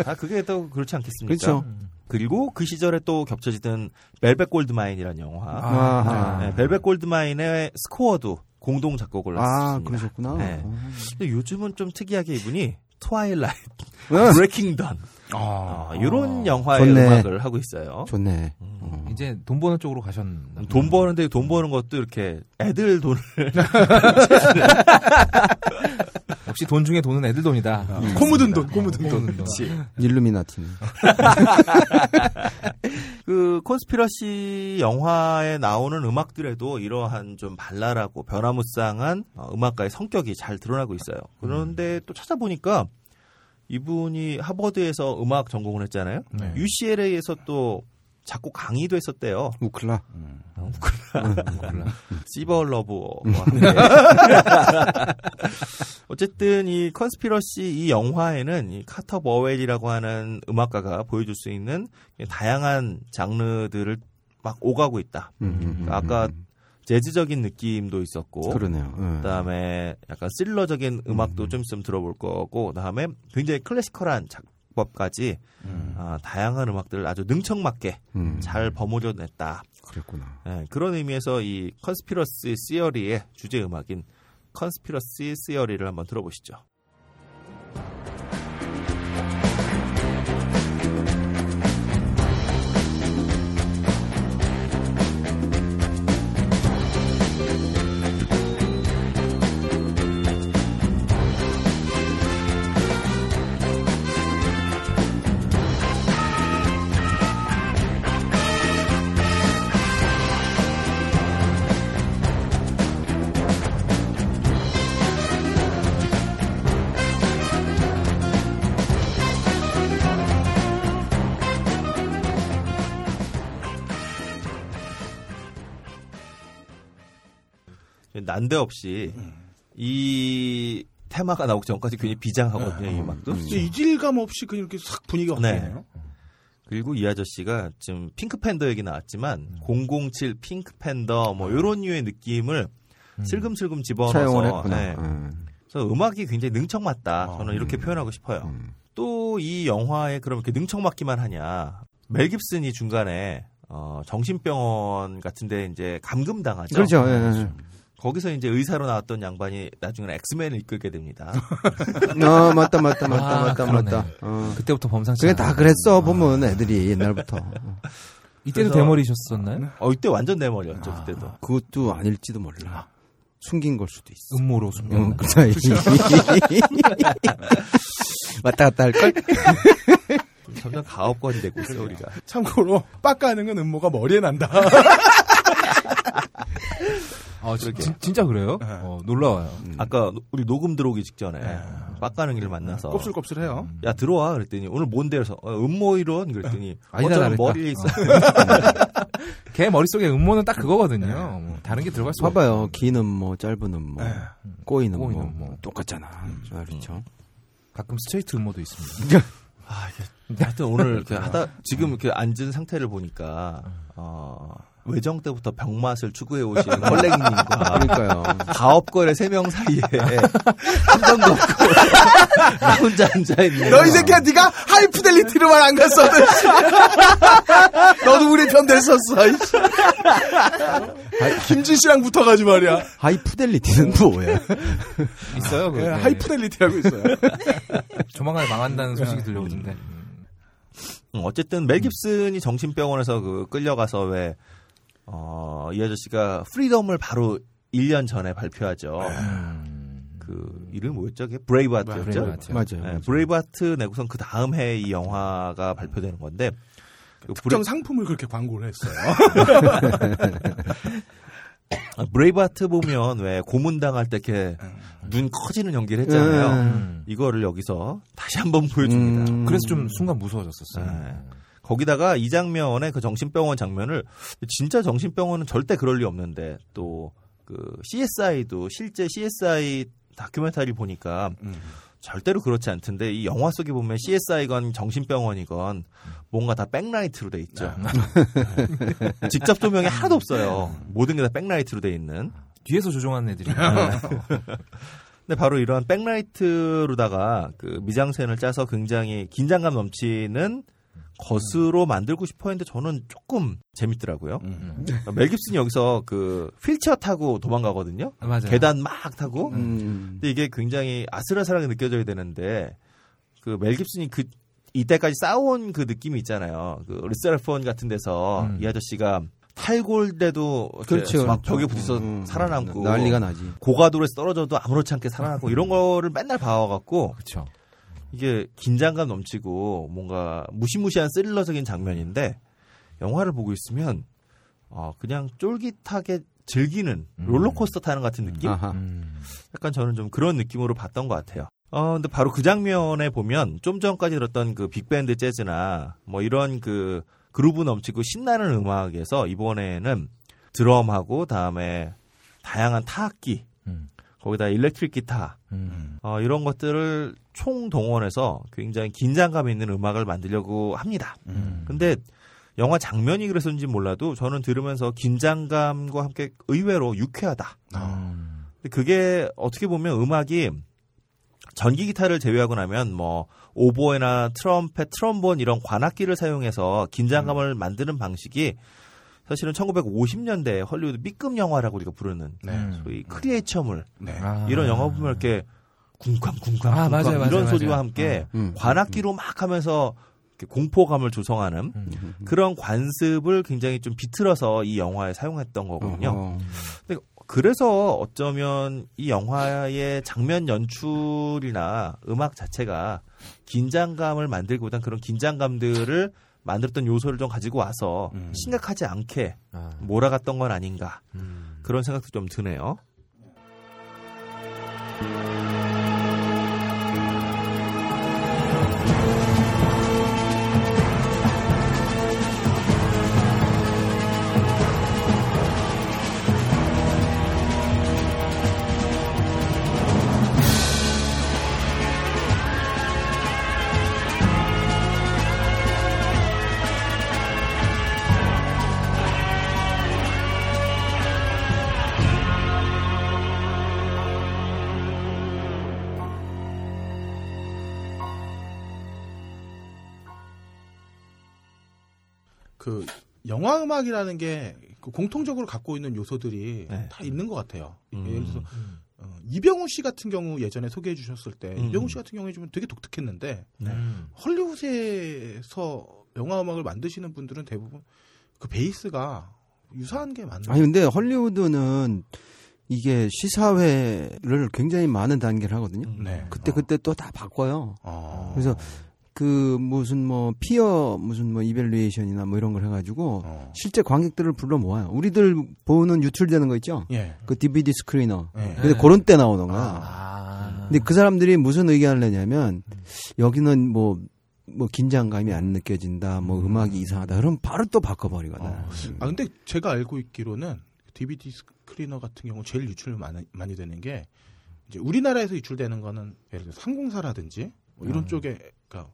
C: 아 그게 또 그렇지 않겠습니까?
E: 그렇죠.
C: 리고그 시절에 또 겹쳐지던 벨벳 골드마인이라는 영화.
E: 아하.
C: 네, 벨벳 골드마인의 스코어도 공동 작곡을
E: 아,
C: 했습니다.
E: 그러셨구나.
C: 네.
E: 어.
C: 근데 요즘은 좀 특이하게 이분이 트와일라이트,
E: <laughs> 응.
C: 브레이킹 던
B: 아.
C: 이런 영화의
E: 좋네.
C: 음악을 하고 있어요.
E: 좋네. 어.
D: 음. 이제 돈 버는 쪽으로 가셨나?
C: 돈 버는데 돈 버는 것도 이렇게 애들 돈을
D: 역시 돈 중에 돈은 애들 돈이다. 음. 네.
B: 코 묻은 돈, 코 묻은 돈.
D: 돈.
E: 일루미나티는.
C: 그 콘스피러시 영화에 나오는 음악들에도 이러한 좀 발랄하고 변화무쌍한 어, 음악가의 성격이 잘 드러나고 있어요. 그런데 또 찾아보니까 이분이 하버드에서 음악 전공을 했잖아요. UCLA에서 또 작곡 강의도 했었대요.
E: 우클라. 음.
C: 씨벌러브와
E: <laughs>
C: 함께. 어쨌든 이 컨스피러시 이 영화에는 이 카터 버웰이라고 하는 음악가가 보여줄 수 있는 다양한 장르들을 막 오가고 있다. 그러니까
E: 음, 음, 음,
C: 아까
E: 음.
C: 재즈적인 느낌도 있었고
E: 그러네요. 예.
C: 그다음에 약간 스릴러적인 음악도 좀 있으면 들어볼 거고 그다음에 굉장히 클래시컬한 작법까지 아, 다양한 음악들을 아주 능청맞게
E: 음.
C: 잘 버무려냈다.
E: 그랬구나.
C: 예, 그런 의미에서 이 컨스피러시 시어리의 주제 음악인 컨스피러시 시어리를 한번 들어보시죠. 난데없이 이 테마가 나오기
E: 음.
C: 전까지 굉장히 비장하거든요, 이 음악도.
B: 진짜 이질감 없이 그냥 이렇게 싹 분위기가
C: 네.
B: 바뀌네요.
C: 그리고 이 아저씨가 지금 핑크팬더 얘기
E: 음.
C: 나왔지만 007 핑크팬더 뭐 이런 류의 느낌을 슬금슬금
E: 차용을
C: 집어넣어서
E: 음. 했구나. 아,
C: 네.
E: 음.
C: 그래서 음악이 굉장히 능청맞다. 저는 이렇게 표현하고 싶어요.
E: 음.
C: 또 이 영화에 그럼 이렇게 능청맞기만 하냐? 멜 깁슨이 중간에 어, 정신병원 같은데 이제 감금당하죠.
E: 그렇죠. 예, 예.
C: 거기서 이제 의사로 나왔던 양반이 나중에 엑스맨을 이끌게 됩니다.
E: 어, 맞다, 맞다, 맞다,
D: 아,
E: 맞다,
D: 그러네.
E: 맞다. 어.
D: 그때부터 범상치.
E: 그게 다
D: 않아.
E: 그랬어, 보면 애들이 옛날부터. 어.
D: 이때도
C: 그래서-
D: 대머리셨었나요?
C: 어 이때 완전 내 머리였죠 그때도.
E: 그것도 아닐지도 몰라. 숨긴 걸 수도 있어.
D: 음모로 네. 숨겨.
E: 음, 그 <laughs> 사이. 왔다 갔다 할걸?
C: 점점 가업권이 되고 있어 우리가.
B: 참고로 빡가능은 음모가 머리에 난다.
D: 아, 진- 진, 진짜 그래요? 어, 놀라워요.
C: 아까 노- 우리 녹음 들어오기 직전에 빡가는 길을
B: 어.
C: 만나서
B: 곱슬곱슬해요.
C: 야 들어와 그랬더니 오늘 뭔데 그래서 어, 음모 이론 그랬더니
E: 아니다,
C: 어쩌면
E: 나를까?
C: 머리에 있어.
D: 걔 머릿속에 음모는 딱 그거거든요. 뭐 다른 게 들어갈 수가
E: 뭐, 봐봐요. 긴 음모, 짧은 음모, 음 꼬이는 뭐. 음모.
D: 꼬이는 음모.
E: 똑같잖아. 그렇죠.
D: 가끔 스트레이트 음모도 있습니다.
C: 아, 이게 하여튼 오늘 음. 이렇게 하다 지금 이렇게 앉은 상태를 보니까 어, 외정 때부터 병맛을 추구해 오신 <laughs> 헐랭이님과
E: <laughs> 그러니까요.
C: 가업거래 세 명 사이에 한정도 없고 <laughs> 나 혼자 앉아 있네.
B: 너 이 새끼야 네가 하이피델리티로만 안 갔어도 너도 우리 편 됐었어. 이씨. <laughs> 김진 씨랑 붙어가지 말이야.
E: <laughs> 하이푸델리티는 뭐예요?
D: 있어요. 그
B: 예, 하이피델리티라고 있어요.
D: 조만간에 망한다는 소식이 들려오던데.
C: 음, 어쨌든 멜 깁슨이 정신병원에서 그 끌려가서 왜 어, 이 아저씨가 프리덤을 바로 1년 전에 발표하죠. 그 이름 뭐였죠? 그게 브레이브하트였죠.
D: 브레이브하트.
E: 맞아요.
C: 네, 브레이브하트 내고선 그 다음 해에 이 영화가 발표되는 건데 그 브레,
B: 특정 상품을 그렇게 광고를 했어요.
C: 아, 브레이브하트 보면 왜 고문당할 때 이렇게 눈 커지는
D: 음.
C: 연기를 했잖아요. 이거를 여기서 다시 한번 보여줍니다.
E: 음.
D: 그래서 좀 순간 무서워졌었어요.
C: 네. 거기다가 이 장면에 그 정신병원 장면을 진짜 정신병원은 절대 그럴 리 없는데 또 그 CSI도 실제 CSI 다큐멘터리 보니까 절대로 그렇지 않던데 이 영화 속에 보면 CSI건 정신병원이건 뭔가 다 백라이트로 돼 있죠.
D: 아,
C: 직접 조명이 하나도 없어요. 모든 게 다 백라이트로 돼 있는.
D: 뒤에서 조종하는 애들이. <laughs>
C: 근데 네, 바로 이러한 백라이트로다가 그 미장센을 짜서 굉장히 긴장감 넘치는 것으로 만들고 싶어 했는데 저는 조금 재밌더라고요.
E: 음.
D: 음.
C: 그러니까 멜 깁슨이 여기서 그 휠체어 타고 도망가거든요.
D: 아, 맞아요.
C: 계단 막 타고.
E: 음.
C: 근데 이게 굉장히 아슬아슬하게 느껴져야 되는데 그 멜 깁슨이 그 이때까지 싸워온 그 느낌이 있잖아요. 그 리셀폰 같은 데서
D: 음.
C: 이 아저씨가 탈골돼도
E: 그렇죠.
C: 막 벽에 부딪혀
E: 음.
C: 살아남고
E: 난리가 나지.
C: 고가도로에서 떨어져도 아무렇지 않게 살아나고 이런 거를 맨날 봐와갖고
D: 그렇죠.
C: 이게 긴장감 넘치고 뭔가 무시무시한 스릴러적인 장면인데 영화를 보고 있으면 어, 그냥 쫄깃하게 즐기는 롤러코스터 타는 것 같은 느낌?
D: 음,
E: 아하.
C: 약간 저는 좀 그런 느낌으로 봤던 것 같아요. 어, 근데 바로 그 장면에 보면 좀 전까지 들었던 그 빅밴드 재즈나 뭐 이런 그 그루브 넘치고 신나는 음악에서 이번에는 드럼하고 다음에 다양한 타악기,
D: 음.
C: 거기다 일렉트릭 기타,
D: 음.
C: 어, 이런 것들을 총동원해서 굉장히 긴장감 있는 음악을 만들려고 합니다. 근데 영화 장면이 그래서인지 몰라도 저는 들으면서 긴장감과 함께 의외로 유쾌하다.
D: 아,
C: 근데 그게 어떻게 보면 음악이 전기 기타를 제외하고 나면 뭐 오보에나 트럼펫, 트럼본 이런 관악기를 사용해서 긴장감을
D: 음.
C: 만드는 방식이 사실은 1950년대 헐리우드 B급 영화라고 우리가 부르는
D: 음.
C: 소위 크리에이처물
B: 네.
D: 아.
C: 이런 영화 보면 이렇게 쿵쾅쿵쾅
D: 아, 맞아요,
C: 쿵쾅
D: 맞아요,
C: 이런
D: 맞아요.
C: 소리와 함께
E: 음.
C: 관악기로 막 하면서 이렇게 공포감을 조성하는
D: 음.
C: 그런 관습을 굉장히 좀 비틀어서 이 영화에 사용했던 거거든요.
E: 어허.
C: 그래서 어쩌면 이 영화의 장면 연출이나 음악 자체가 긴장감을 만들기보단 그런 긴장감들을 만들었던 요소를 좀 가지고 와서
B: 음.
C: 심각하지 않게
D: 아.
C: 몰아갔던 건 아닌가
D: 음.
C: 그런 생각도 좀 드네요.
B: 그 영화 음악이라는 게그 공통적으로 갖고 있는 요소들이
C: 네.
B: 다 있는 것 같아요.
C: 음.
B: 예를 들어서 어, 이병우 씨 같은 경우 예전에 소개해 주셨을 때
C: 음.
B: 이병우 씨 같은 경우에 좀 되게 독특했는데
E: 네.
D: 음.
B: 헐리우드에서 영화 음악을 만드시는 분들은 대부분 그 베이스가 유사한 게 많나요?
E: 아니 근데 헐리우드는 이게 시사회를 굉장히 많은 단계를 하거든요.
B: 네.
E: 그때 그때 또 다 바꿔요.
B: 어.
E: 그래서 그 무슨 뭐 피어 무슨 뭐 이벨리에이션이나 뭐 이런 걸 해가지고
B: 어.
E: 실제 관객들을 불러 모아요. 우리들 보는 유출되는 거 있죠.
B: 예.
E: 그 DVD 스크리너.
B: 예.
E: 근데
D: 네.
E: 그런 때 나오는 거야.
D: 아.
E: 근데 그 사람들이 무슨 의견을 내냐면 여기는 뭐, 뭐 긴장감이 안 느껴진다, 뭐 음악이 이상하다. 그럼 바로 또 바꿔버리거든.
B: 어. 아 근데 제가 알고 있기로는 DVD 스크리너 같은 경우 제일 유출 많이, 많이 되는 게 이제 우리나라에서 유출되는 거는 예를 들어 상공사라든지 뭐
E: 아.
B: 이런 쪽에 그러니까,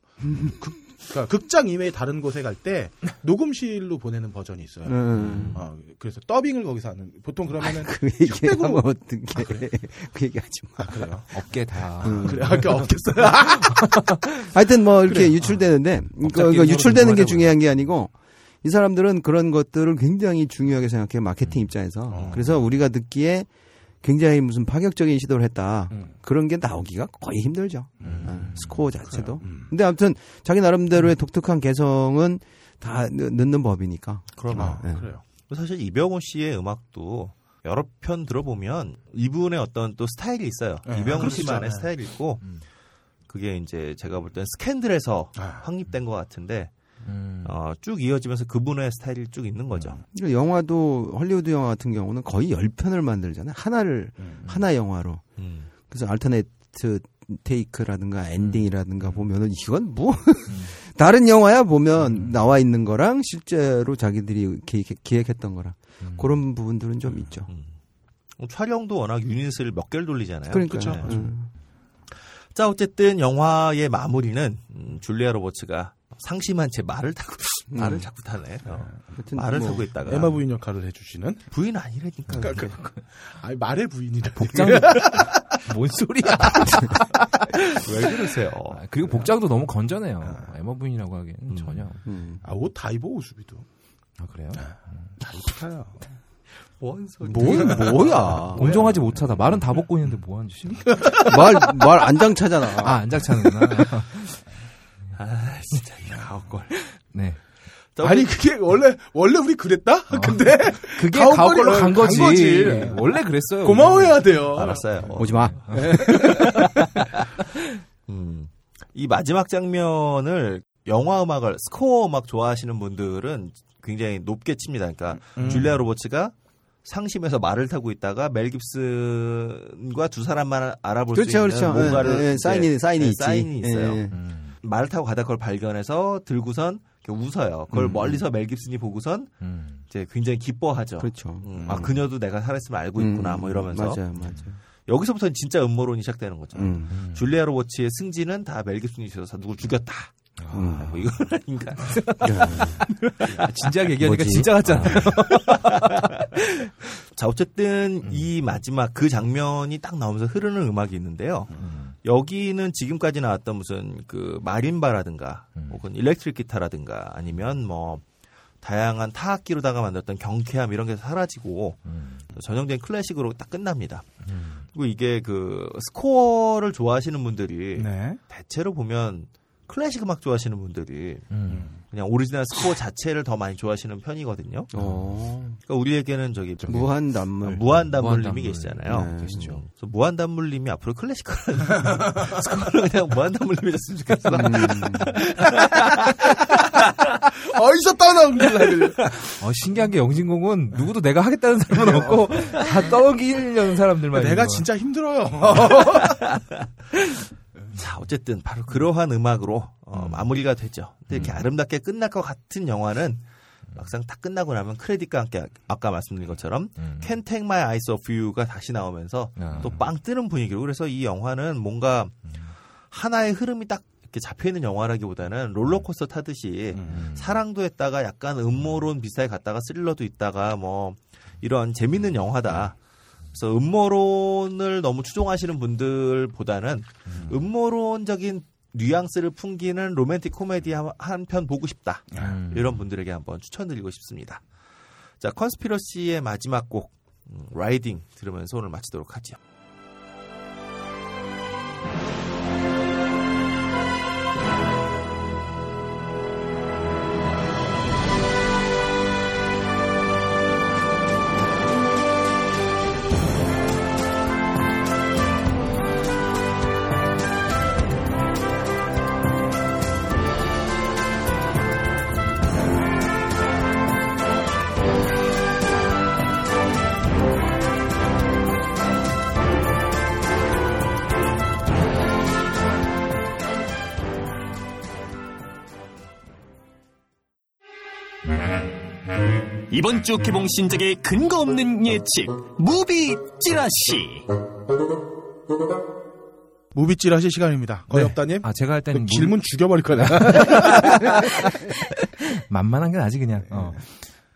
B: 극, 그러니까 극장 이외에 다른 곳에 갈 때 녹음실로 보내는 버전이 있어요.
E: 음.
B: 어, 그래서 더빙을 거기서 하는 보통 그러면은
E: 그 얘기하면
B: 흑백으로-
E: 어떻게 <laughs> 그 얘기하지 마.
B: 아, 그래요. 아,
D: 업계 다.
B: 그래 할게 없겠어요.
E: 아, 하여튼 뭐 이렇게 유출되는데
D: 업자
E: 이거, 이거
D: 게임으로
E: 유출되는 게
D: 공부하자고요.
E: 중요한 게 아니고 이 사람들은 그런 것들을 굉장히 중요하게 생각해요 마케팅 입장에서 그래서 우리가 듣기에 굉장히 무슨 파격적인 시도를 했다 그런 게 나오기가 거의 힘들죠 아, 스코어 자체도 근데 아무튼 자기 나름대로의 독특한 개성은 다 넣- 넣는 법이니까
C: 그러나
E: 네.
B: 그래요.
C: 사실 이병호 씨의 음악도 여러 편 들어보면 이분의 어떤 또 스타일이 있어요.
B: 네,
C: 이병호
B: 그렇죠. 네.
C: 씨만의 스타일이 있고
D: 음.
C: 그게 이제 제가 볼 땐 스캔들에서
B: 아.
C: 확립된 것 같은데
D: 음.
C: 어, 쭉 이어지면서 그분의 스타일이 쭉 있는 거죠.
B: 음.
E: 그리고 그러니까 영화도 헐리우드 영화 같은 경우는 거의 10편을 만들잖아요 하나를 하나 영화로
C: 음.
E: 그래서 알터네이트 테이크라든가 엔딩이라든가
C: 음.
E: 보면은 이건 뭐 <laughs> 다른 영화야 보면
C: 음.
E: 나와 있는 거랑 실제로 자기들이 기획, 기획했던 거랑 그런 부분들은 좀 있죠.
C: 음. 어, 촬영도 워낙 유닛을 몇 개를 돌리잖아요.
E: 그러니까
C: 네. 자 어쨌든 영화의 마무리는 음, 줄리아 로버츠가 상심한 채 말을 타고 말을 자꾸 타네. 어. 말을
E: 뭐
C: 타고 있다가
B: 에마 부인 역할을 해주시는
E: 아,
C: 부인 아니라니까.
B: 그러니까 아니, 말의 부인이라
D: 복장 뭔 소리야?
C: 왜 그러세요?
D: 아, 그리고 복장도 너무 건전해요. 에마 부인이라고 하기엔 전혀.
B: 아옷 다 입어 우수비도
D: 아 그래요?
B: 다 입어요.
C: 뭔 소리?
B: 뭐,
E: 뭘
D: <laughs>
E: 뭐야
D: 공정하지 못하다. 말은 다 벗고 있는데 뭐 하는 짓이?
E: 말 말 안장차잖아.
D: 아, 안 작차는구나.
C: 아 진짜 이거 걸.
D: 네.
B: 아니 그게 원래 원래 우리 그랬다? <laughs> 근데
D: 그게
B: 가옥걸이로
D: 가옥걸로 간
B: 간
D: 거지.
B: 거지.
D: 원래 그랬어요.
B: 고마워해야 돼요.
C: 알았어요.
E: 오지 마.
C: 음. 이 마지막 장면을 영화 음악을 스코어 음악 좋아하시는 분들은 굉장히 높게 칩니다. 그러니까
E: 음.
C: 줄리아 로버츠가 상심해서 말을 타고 있다가 멜 깁슨과 두 사람만 알아볼 수
E: 그렇죠
C: 있는
E: 그렇죠.
C: 뭔가를
E: 예, 예, 사인이
C: 이제,
E: 사인이
C: 예,
E: 있지.
C: 사인이 있어요.
E: 예, 예.
D: 음.
C: 말을 타고 가다 그걸 발견해서 들고선 이렇게 웃어요. 그걸
E: 음,
C: 멀리서 멜 깁슨이 보고선
D: 음.
C: 이제 굉장히 기뻐하죠.
E: 그렇죠.
C: 음, 아 그녀도 내가 살았으면 알고
E: 음,
C: 있구나 뭐 이러면서
E: 맞아요 맞아요.
C: 여기서부터는 진짜 음모론이 시작되는 거죠.
E: 음.
C: 줄리아 로버츠의 승진은 다 멜 깁슨이 있어서 누굴 죽였다.
E: 음.
C: 아, 뭐 이건 <laughs> 아닌가.
D: 진지하게 얘기하니까
E: 뭐지?
D: 진짜 같잖아요.
C: 자 어쨌든 이 마지막 그 장면이 딱 나오면서 흐르는 음악이 있는데요. 여기는 지금까지 나왔던 무슨 그 마린바라든가 혹은 일렉트릭 기타라든가 아니면 뭐 다양한 타악기로다가 만들었던 경쾌함 이런 게 사라지고
D: 음,
C: 전형적인 클래식으로 딱 끝납니다. 그리고 이게 그 스코어를 좋아하시는
D: 음.
C: 분들이
B: 네.
C: 대체로 보면 클래식 음악 좋아하시는 분들이
D: 음.
C: 그냥 오리지널 스코어 자체를 더 많이 좋아하시는 편이거든요.
E: 어.
C: 그러니까 우리에게는 저기 아,
E: 무한 남물.
C: 무한단물님이
D: 네. 무한단물.
C: 계시잖아요.
E: 네.
C: 계시죠. 그래서 무한단물님이 앞으로 클래식컬한 <laughs> 스코어를 그냥 무한단물님이 줬으면 좋겠어.
B: 어디서 아, 떠나온 길
D: 어, 신기한 게 영진공은 누구도 내가 하겠다는 사람은 없고 다 떠기려는 사람들만 있는
B: 내가
D: 거야.
B: 진짜 힘들어요.
C: 자, 어쨌든 바로 그러한 음악으로 어, 마무리가 되죠.
D: 음.
C: 근데 이렇게 아름답게 끝날 것 같은 영화는 막상 다 끝나고 나면 크레딧과 함께 아까 말씀드린 것처럼
D: 음.
C: Can Take My Eyes Off You가 다시 나오면서
D: 아.
C: 또 빵 뜨는 분위기로 그래서 이 영화는 뭔가 하나의 흐름이 딱 이렇게 잡혀 있는 영화라기보다는 롤러코스터 타듯이 사랑도 했다가 약간 음모론 비슷하게 갔다가 스릴러도 있다가 뭐 이런 재밌는 영화다. 그래서 음모론을 너무 추종하시는 분들보다는 음모론적인 뉘앙스를 풍기는 로맨틱 코미디 한 편 보고 싶다.
D: 음.
C: 이런 분들에게 한번 추천드리고 싶습니다. 자, 컨스피러시의 마지막 곡 음, 라이딩 들으면서 오늘 마치도록 하죠.
A: 이번 주 개봉 신작의 근거 없는 예측 무비 찌라시
B: <laughs> 무빗질 하실 시간입니다. 거의 없다님.
D: 아 제가 할 때는
B: 그
D: 물-
B: 질문 죽여버릴 거다.
D: 만만한 게 나지 그냥. 어.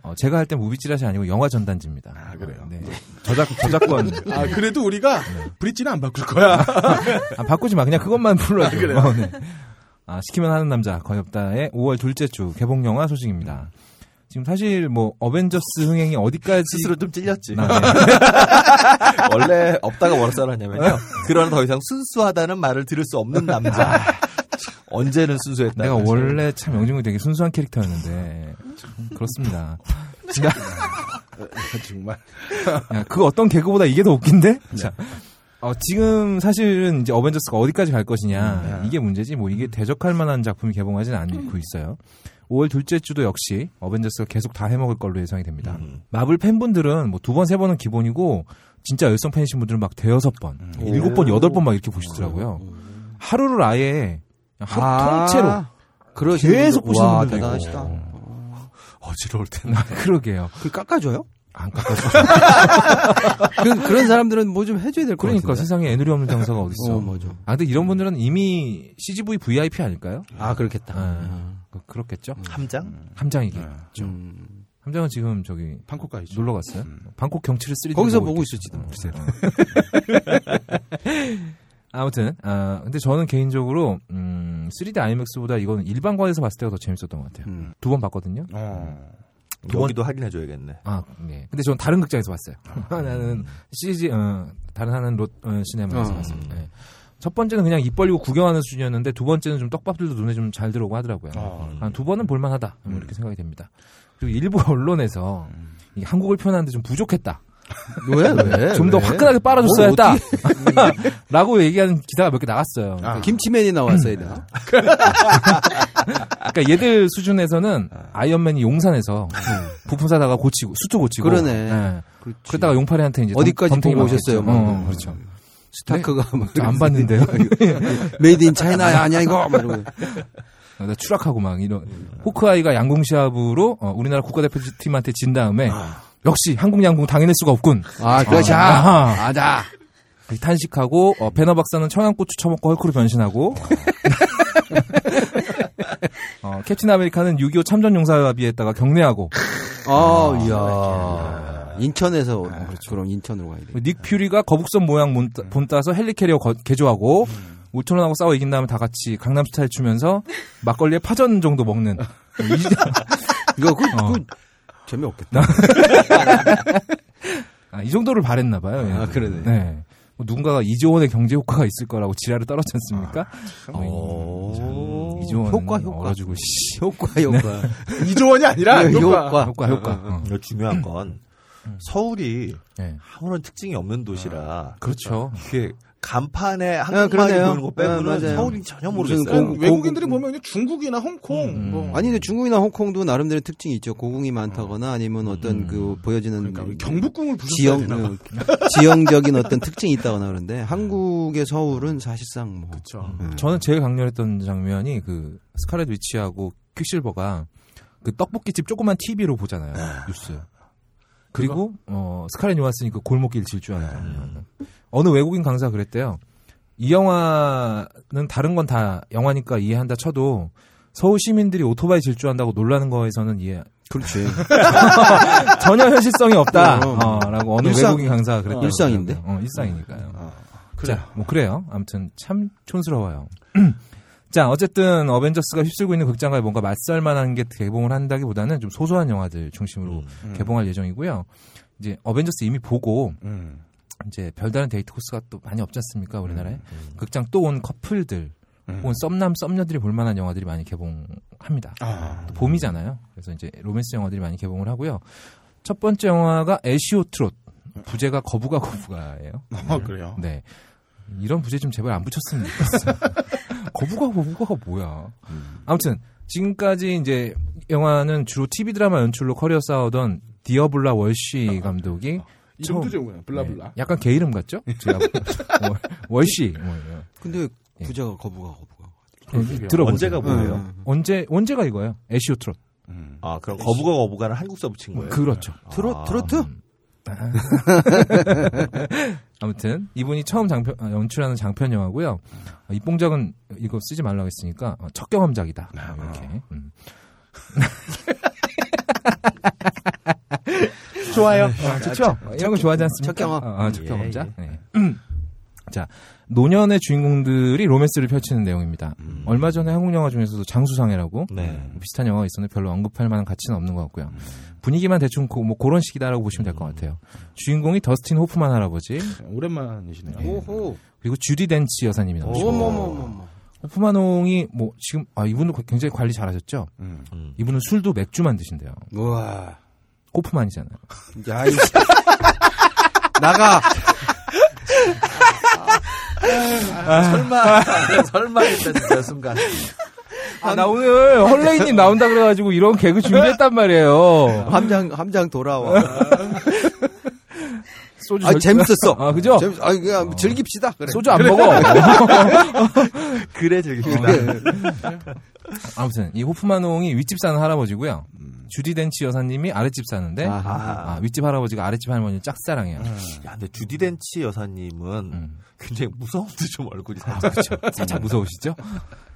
D: 어, 제가 할 때 무비찌라시 아니고 영화 전단지입니다.
B: 아, 그래요?
D: 네. 저작 저작권.
B: 아, 그래도 우리가 브릿지는 안 바꿀 거야.
D: 아, 바꾸지 마. 그냥 그것만 불러요.
B: 아, 그래요?
D: 어, 네. 아, 시키면 하는 남자 거의 없다의 5월 둘째 주 개봉 영화 소식입니다. 지금 사실 뭐 어벤져스 흥행이 어디까지
C: 스스로 좀 찔렸지.
D: 나- 네.
C: 원래 없다가 뭐라 써놨냐면요. 그러나 더 이상 순수하다는 말을 들을 수 없는 남자. 참, 언제는 순수했다.
D: 내가 원래 참 영진군이 되게 순수한 캐릭터였는데 참 그렇습니다.
B: 정말.
D: 야, 그 어떤 개그보다 이게 더 웃긴데? 자, 어, 지금 사실은 이제 어벤져스가 어디까지 갈 것이냐 이게 문제지 뭐 이게 대적할 만한 작품이 개봉하지는 않고 있어요. 5월 둘째 주도 역시 어벤져스가 계속 다 해먹을 걸로 예상이 됩니다. 마블 팬분들은 뭐 두 번 세 번은 기본이고 진짜 열성 팬이신 분들은 막 대여섯 번, 일곱 번, 여덟 번 막 이렇게 보시더라고요. 하루를 아예
C: <laughs>
D: 하루 통째로
E: 음. 그러시는
D: 계속
E: 분들-
D: 보시는
E: 와,
D: 분들도 있고. 네. 아,
E: 대단하시다.
C: 어지러울 텐데.
D: 그러게요.
E: 그 깎아줘요?
D: 안 깎아줘.
E: <laughs> 그, 그런 사람들은 뭐 좀 해줘야 될 거 같은데.
D: 그러니까 세상에 애누리 없는 장사가 어딨어.
E: 어, 맞아.
D: 아, 근데 이런 분들은 이미 CGV VIP 아닐까요?
E: 아 그렇겠다.
D: 아, 그- 그렇겠죠.
E: 네.
C: 함장?
D: 함장이기.
E: 음.
D: 함장은 지금 저기
B: 방콕가이죠.
D: 놀러 갔어요. 방콕 경치를 쓰리.
E: 거기서 보고 있었지도 모르겠어요.
D: 아무튼, 아, 근데 저는 개인적으로 음, 3D 아이맥스보다 이건 일반관에서 봤을 때가 더 재밌었던 것 같아요.
E: 음.
D: 두 번 봤거든요.
B: 어.
C: 여기도 확인해줘야겠네.
D: 아, 네. 근데 저는 다른 극장에서 봤어요.
E: 아,
D: <laughs> 하나는 CG, 어, 다른 하나는 롯 어, 시네마에서
E: 음. 어.
D: 봤어요. 네. 첫 번째는 그냥 입 벌리고 구경하는 수준이었는데 두 번째는 좀 떡밥들도 눈에 좀 잘 들어오고 하더라고요.
B: 어.
E: 네.
D: 아, 두 번은 볼만하다 뭐
E: 음.
D: 이렇게 생각이 됩니다. 그리고 일부 <laughs> 언론에서 이 한국을 표현하는데 좀 부족했다.
E: 왜? 왜?
D: <laughs> 좀 더
E: 왜?
D: 화끈하게 빨아줬어야
E: 뭐
D: 했다. <laughs> 라고 얘기하는 기사가 몇 개 나왔어요.
E: 네.
B: 아.
E: 김치맨이 나왔어야 되나?
D: 그러니까 얘들 수준에서는 아이언맨이 용산에서 부품 사다가 고치고 수초 고치고
E: 음. 그러네.
D: 예.
E: 그렇지.
D: 그러다가 용팔이한테 이제
E: 음. 어디까지
D: 덤- 덤탱이
E: 보고
D: 맞겠죠.
E: 오셨어요,
D: 어,
E: 방금.
D: 그렇죠.
E: 스타크가 음. 막
D: 저안
E: <laughs>
D: 봤는데요.
E: 네. 메이드 인 차이나야 뭐 아니야 이거 막 이러고.
D: 어, 나 추락하고 막 이런 호크아이가 양궁시합으로 어, 우리나라 국가대표팀한테 진 다음에 역시 한국 양궁 당해낼 수가 없군.
E: 아
D: 아,
E: 그렇자
D: 아하.
E: 아자
D: 탄식하고 어, 배너 박사는 청양고추 처먹고 헐크로 변신하고 <laughs> 어, 캡틴 아메리카는 6.25 참전용사합의에다가 경례하고
E: 어 그렇죠. 이야 아. 인천에서 그럼 인천으로 가야 돼
D: 뭐 닉 퓨리가 거북선 모양 몬-
E: 네.
D: 본 따서 헬리캐리어 거- 개조하고
E: 음.
D: 울천원하고 싸워 이긴 다음에 다 같이 강남스타일 추면서 막걸리에 파전 정도 먹는
E: <laughs> 이거 그,
D: 어.
E: 그 재미없겠다
D: 아, 이 정도를 바랬나 봐요.
E: 아,
D: 얘네들.
E: 그러네.
D: 네. 뭐 누군가가 이조원의 경제 효과가 있을 거라고 지랄을 떨었지 않습니까?
C: 음,
D: 어,
E: 오.
D: 이조원
E: 아, 어. 효과, 효과.
D: 얼어주고 씨.
E: <laughs> 효과 효과
B: <laughs> 이조원이 아니라
E: 네,
B: 효과.
E: 효과
D: 효과 효과. 어.
C: 이거 중요한 건 서울이
D: 네.
C: 아무런 특징이 없는 도시라
D: 그렇죠.
C: 이게 간판에
E: 아,
C: 한국말이
E: 그러네요.
C: 보이는 거 빼고는
E: 아, 맞아요.
C: 서울이 전혀
E: 무슨
C: 모르겠어요.
E: 공구-
B: 외국인들이 보면 그냥 중국이나 홍콩 뭐
E: 아니 근데 중국이나 홍콩도 나름대로 특징이 있죠 고궁이 많다거나 아니면 어떤 그 보여지는
B: 그러니까 경복궁을 부셨어야
E: 지형 그,
B: 되나 봐.
E: 지형적인 어떤 특징이 있다거나 그런데 한국의 서울은 사실상 뭐
B: 그렇죠.
D: 저는 제일 강렬했던 장면이 그 스카렛 위치하고 퀵실버가 그 떡볶이 집 조그만 TV로 보잖아요 뉴스. 그리고 어 스카렛 요한슨이 그 골목길 질주하는 장면. 어느 외국인 강사 가 그랬대요. 이 영화는 다른 건 다 영화니까 이해한다 쳐도 서울 시민들이 오토바이 질주한다고 놀라는 거에서는 이해
E: 그렇지
D: 전혀 <laughs> 현실성이
E: 어.
D: 없다라고 어느
E: 일상.
D: 외국인 강사가 그랬대요.
E: 어, 일상인데?
D: 어, 일상이니까요.
B: 그래요.
D: 자, 뭐 그래요. 아무튼 참 촌스러워요. <clears throat> 자, 어쨌든 어벤져스가 휩쓸고 있는 극장가에 뭔가 맞설만한 게 개봉을 한다기보다는 좀 소소한 영화들 중심으로 개봉할 예정이고요. 이제 어벤져스 이미 보고
B: 음.
D: 이제 별다른 데이트 코스가 또 많이 없지 않습니까 우리나라에 극장 또 온 커플들 혹은 썸남 썸녀들이 볼만한 영화들이 많이 개봉합니다.
B: 아.
D: 또 봄이잖아요. 그래서 이제 로맨스 영화들이 많이 개봉을 하고요. 첫 번째 영화가 에시오트롯 부제가 거부가 거부가예요.
B: <laughs> 어, 그래요.
D: 네. 이런 부재 좀 제발 안 붙였으면 좋겠어요. <laughs> 거부가 거부가가 뭐야. 아무튼 지금까지 이제 영화는 주로 TV 드라마 연출로 커리어 쌓아오던 디어블라
B: 아,
D: 월시 감독이
B: 이름도
D: 처음-
B: 좋은 요 블라블라. 예.
D: 네, 약간 개 이름 같죠? 제가 월- 월시
B: <laughs>
D: 뭐 이런.
E: 근데
D: 예.
E: 부자가 거부가 거부가
D: 네, 들어보세요.
C: 언제가 뭐예요?
D: 언제 언제가 이거예요? 에시오 트롯. 뭐
C: 아 그럼 거부가
B: 네.
D: 그,
E: 아. <laughs>
C: 아. 거부가는 한국서 붙인 거예요.
D: 그렇죠.
E: 트롯 트로트
D: <laughs> 아무튼 이분이 처음 장편- 아, 연출하는 장편 영화고요. 아, 입봉작은 이거 쓰지 말라고 했으니까 어, 첫 경험작이다. 아, 이렇게. 음.
B: 좋아요.
D: 그렇죠. 이런 거 좋아하지 않습니까?
E: 첫 경험.
D: 아, 아, 첫
C: 예,
D: 경험작. 네. <clears throat> 자, 노년의 주인공들이 로맨스를 펼치는 내용입니다. 얼마 전에 한국 영화 중에서도 장수상해라고 음,
C: 네.
D: 비슷한 영화가 있었는데 별로 언급할 만한 가치는 없는 것 같고요. 분위기만 대충 고, 뭐 그런 식이다라고 보시면 될 것 같아요. 주인공이 더스틴 호프만 할아버지
B: 오랜만이시네요.
E: 오호.
D: 그리고 주디 덴치 여사님이 나오시고
E: 오모모모모.
D: 호프만홍이 뭐 지금 아 이분도 굉장히 관리 잘하셨죠.
B: 음.
D: 이분은 술도 맥주만 드신대요.
E: 우와.
D: 호프만이잖아요.
E: 야, 이 나가.
C: 설마 설마 했다 진짜 순간.
D: 아, 나 오늘 헐레이님 나온다 그래가지고 이런 개그 준비했단 말이에요.
E: <laughs> 함장 함장 돌아와.
D: 소주
E: 아,
D: 절-
E: 재밌었어.
D: 아 그죠? 어.
E: 재밌- 아, 그냥 즐깁시다. 그래.
D: 소주 안
E: <laughs>
D: 먹어.
C: 그래 즐깁시다.
D: 네. 아무튼 이 호프만홍이 윗집 사는 할아버지고요. 주디 덴치 여사님이 아랫집 사는데
C: 아하.
D: 아, 윗집 할아버지가 아랫집 할머니 짝사랑해요.
C: 야, 근데 주디 덴치 여사님은
D: 음.
C: 굉장히 무서운데 좀 얼굴이
D: 아,
C: 살짝.
D: 그렇죠. 살짝 무서우시죠?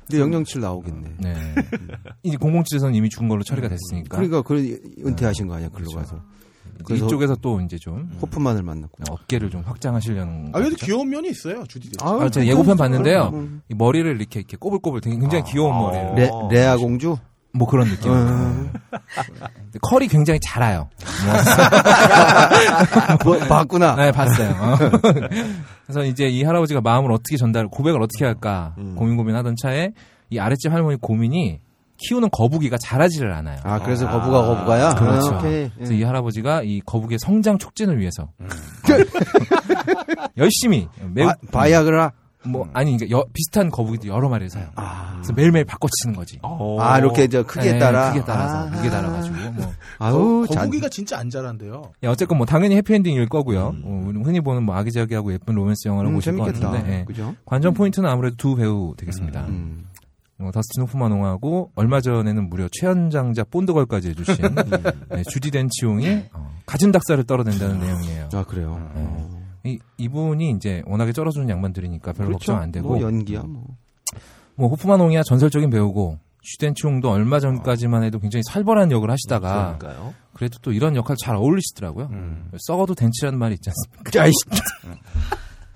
E: 근데 007 나오겠네.
D: 네. <laughs> 이제 007에서는 이미 죽은 걸로 처리가 됐으니까. 그렇죠. 음.
E: 그러니까 그 은퇴하신 거 아니야, 글로 가서. 그래서-
D: 이쪽에서 또 이제 좀
E: 호프만을 만났고.
D: 어깨를 좀 확장하시려는.
B: 아, 그래도
D: 거죠?
B: 귀여운 면이 있어요, 주디.
E: 아,
D: 아, 제가 예고편 봤는데요. 어.
E: 음.
D: 이 머리를 이렇게 이렇게 꼬불꼬불 되게 굉장히 귀여운
C: 아.
D: 머리를
E: 레, 레아 공주?
D: 뭐 그런 느낌.
E: 음.
D: 근데 컬이 굉장히 자라요.
E: 뭐, 봤구나.
D: 아, 네 봤어요. <laughs> 어. 그래서 이제 이 할아버지가 마음을 어떻게 전달, 고백을 어떻게 할까
C: 음.
D: 고민 고민하던 차에 이 아랫집 할머니 고민이 키우는 거북이가 자라지를 않아요.
E: 아, 그래서 거부가 거부가야?
D: 그렇죠.
E: 아, 오케이.
D: 그래서 이 할아버지가 이 거북이의 성장 촉진을 위해서 <laughs> 열심히 매우
E: 바, 음. 바이아그라?
D: 뭐 아니 그러니까 여- 비슷한 거북이도 여러 마리를 사요. 그래서 매일매일 바꿔치는 거지. 예,
E: 아, 이렇게 저 아. 크기에 따라.
D: 네, 크기에 따라서
E: 아.
D: 무게 달아가지고 뭐.
E: 아우, 잔.
B: 거북이가 진짜 안 자란대요.
D: 야, 어쨌건 뭐 당연히 해피엔딩일 거고요. 어, 우리 흔히 보는 뭐 아기자기하고 예쁜 로맨스 영화라고
E: 음,
D: 보실 것
E: 재밌겠다.
D: 같은데 예.
E: 그죠?
D: 관전 포인트는 아무래도 두 배우 되겠습니다.
E: 음.
D: 어, 더스틴 호프만 홍하고 얼마 전에는 무려 최연장자 본드걸까지
E: <laughs>
D: 해주신 네, 주디 덴치용이 어, 가진 닭살을 떨어낸다는 내용이에요.
E: 아, 그래요.
D: 네.
E: 어.
D: 이, 이분이 이제 워낙에 쩔어주는 양반들이니까 별로 걱정 안 되고
E: 뭐 연기야, 뭐.
D: 뭐 호프만 홍이야 전설적인 배우고 주덴치용도 얼마
E: 아.
D: 전까지만 해도 굉장히 살벌한 역을 하시다가
C: 그러니까요.
D: 그래도또 이런 역할 잘 어울리시더라고요. 썩어도 덴치라는 말이 있지 않습니까?
E: 음.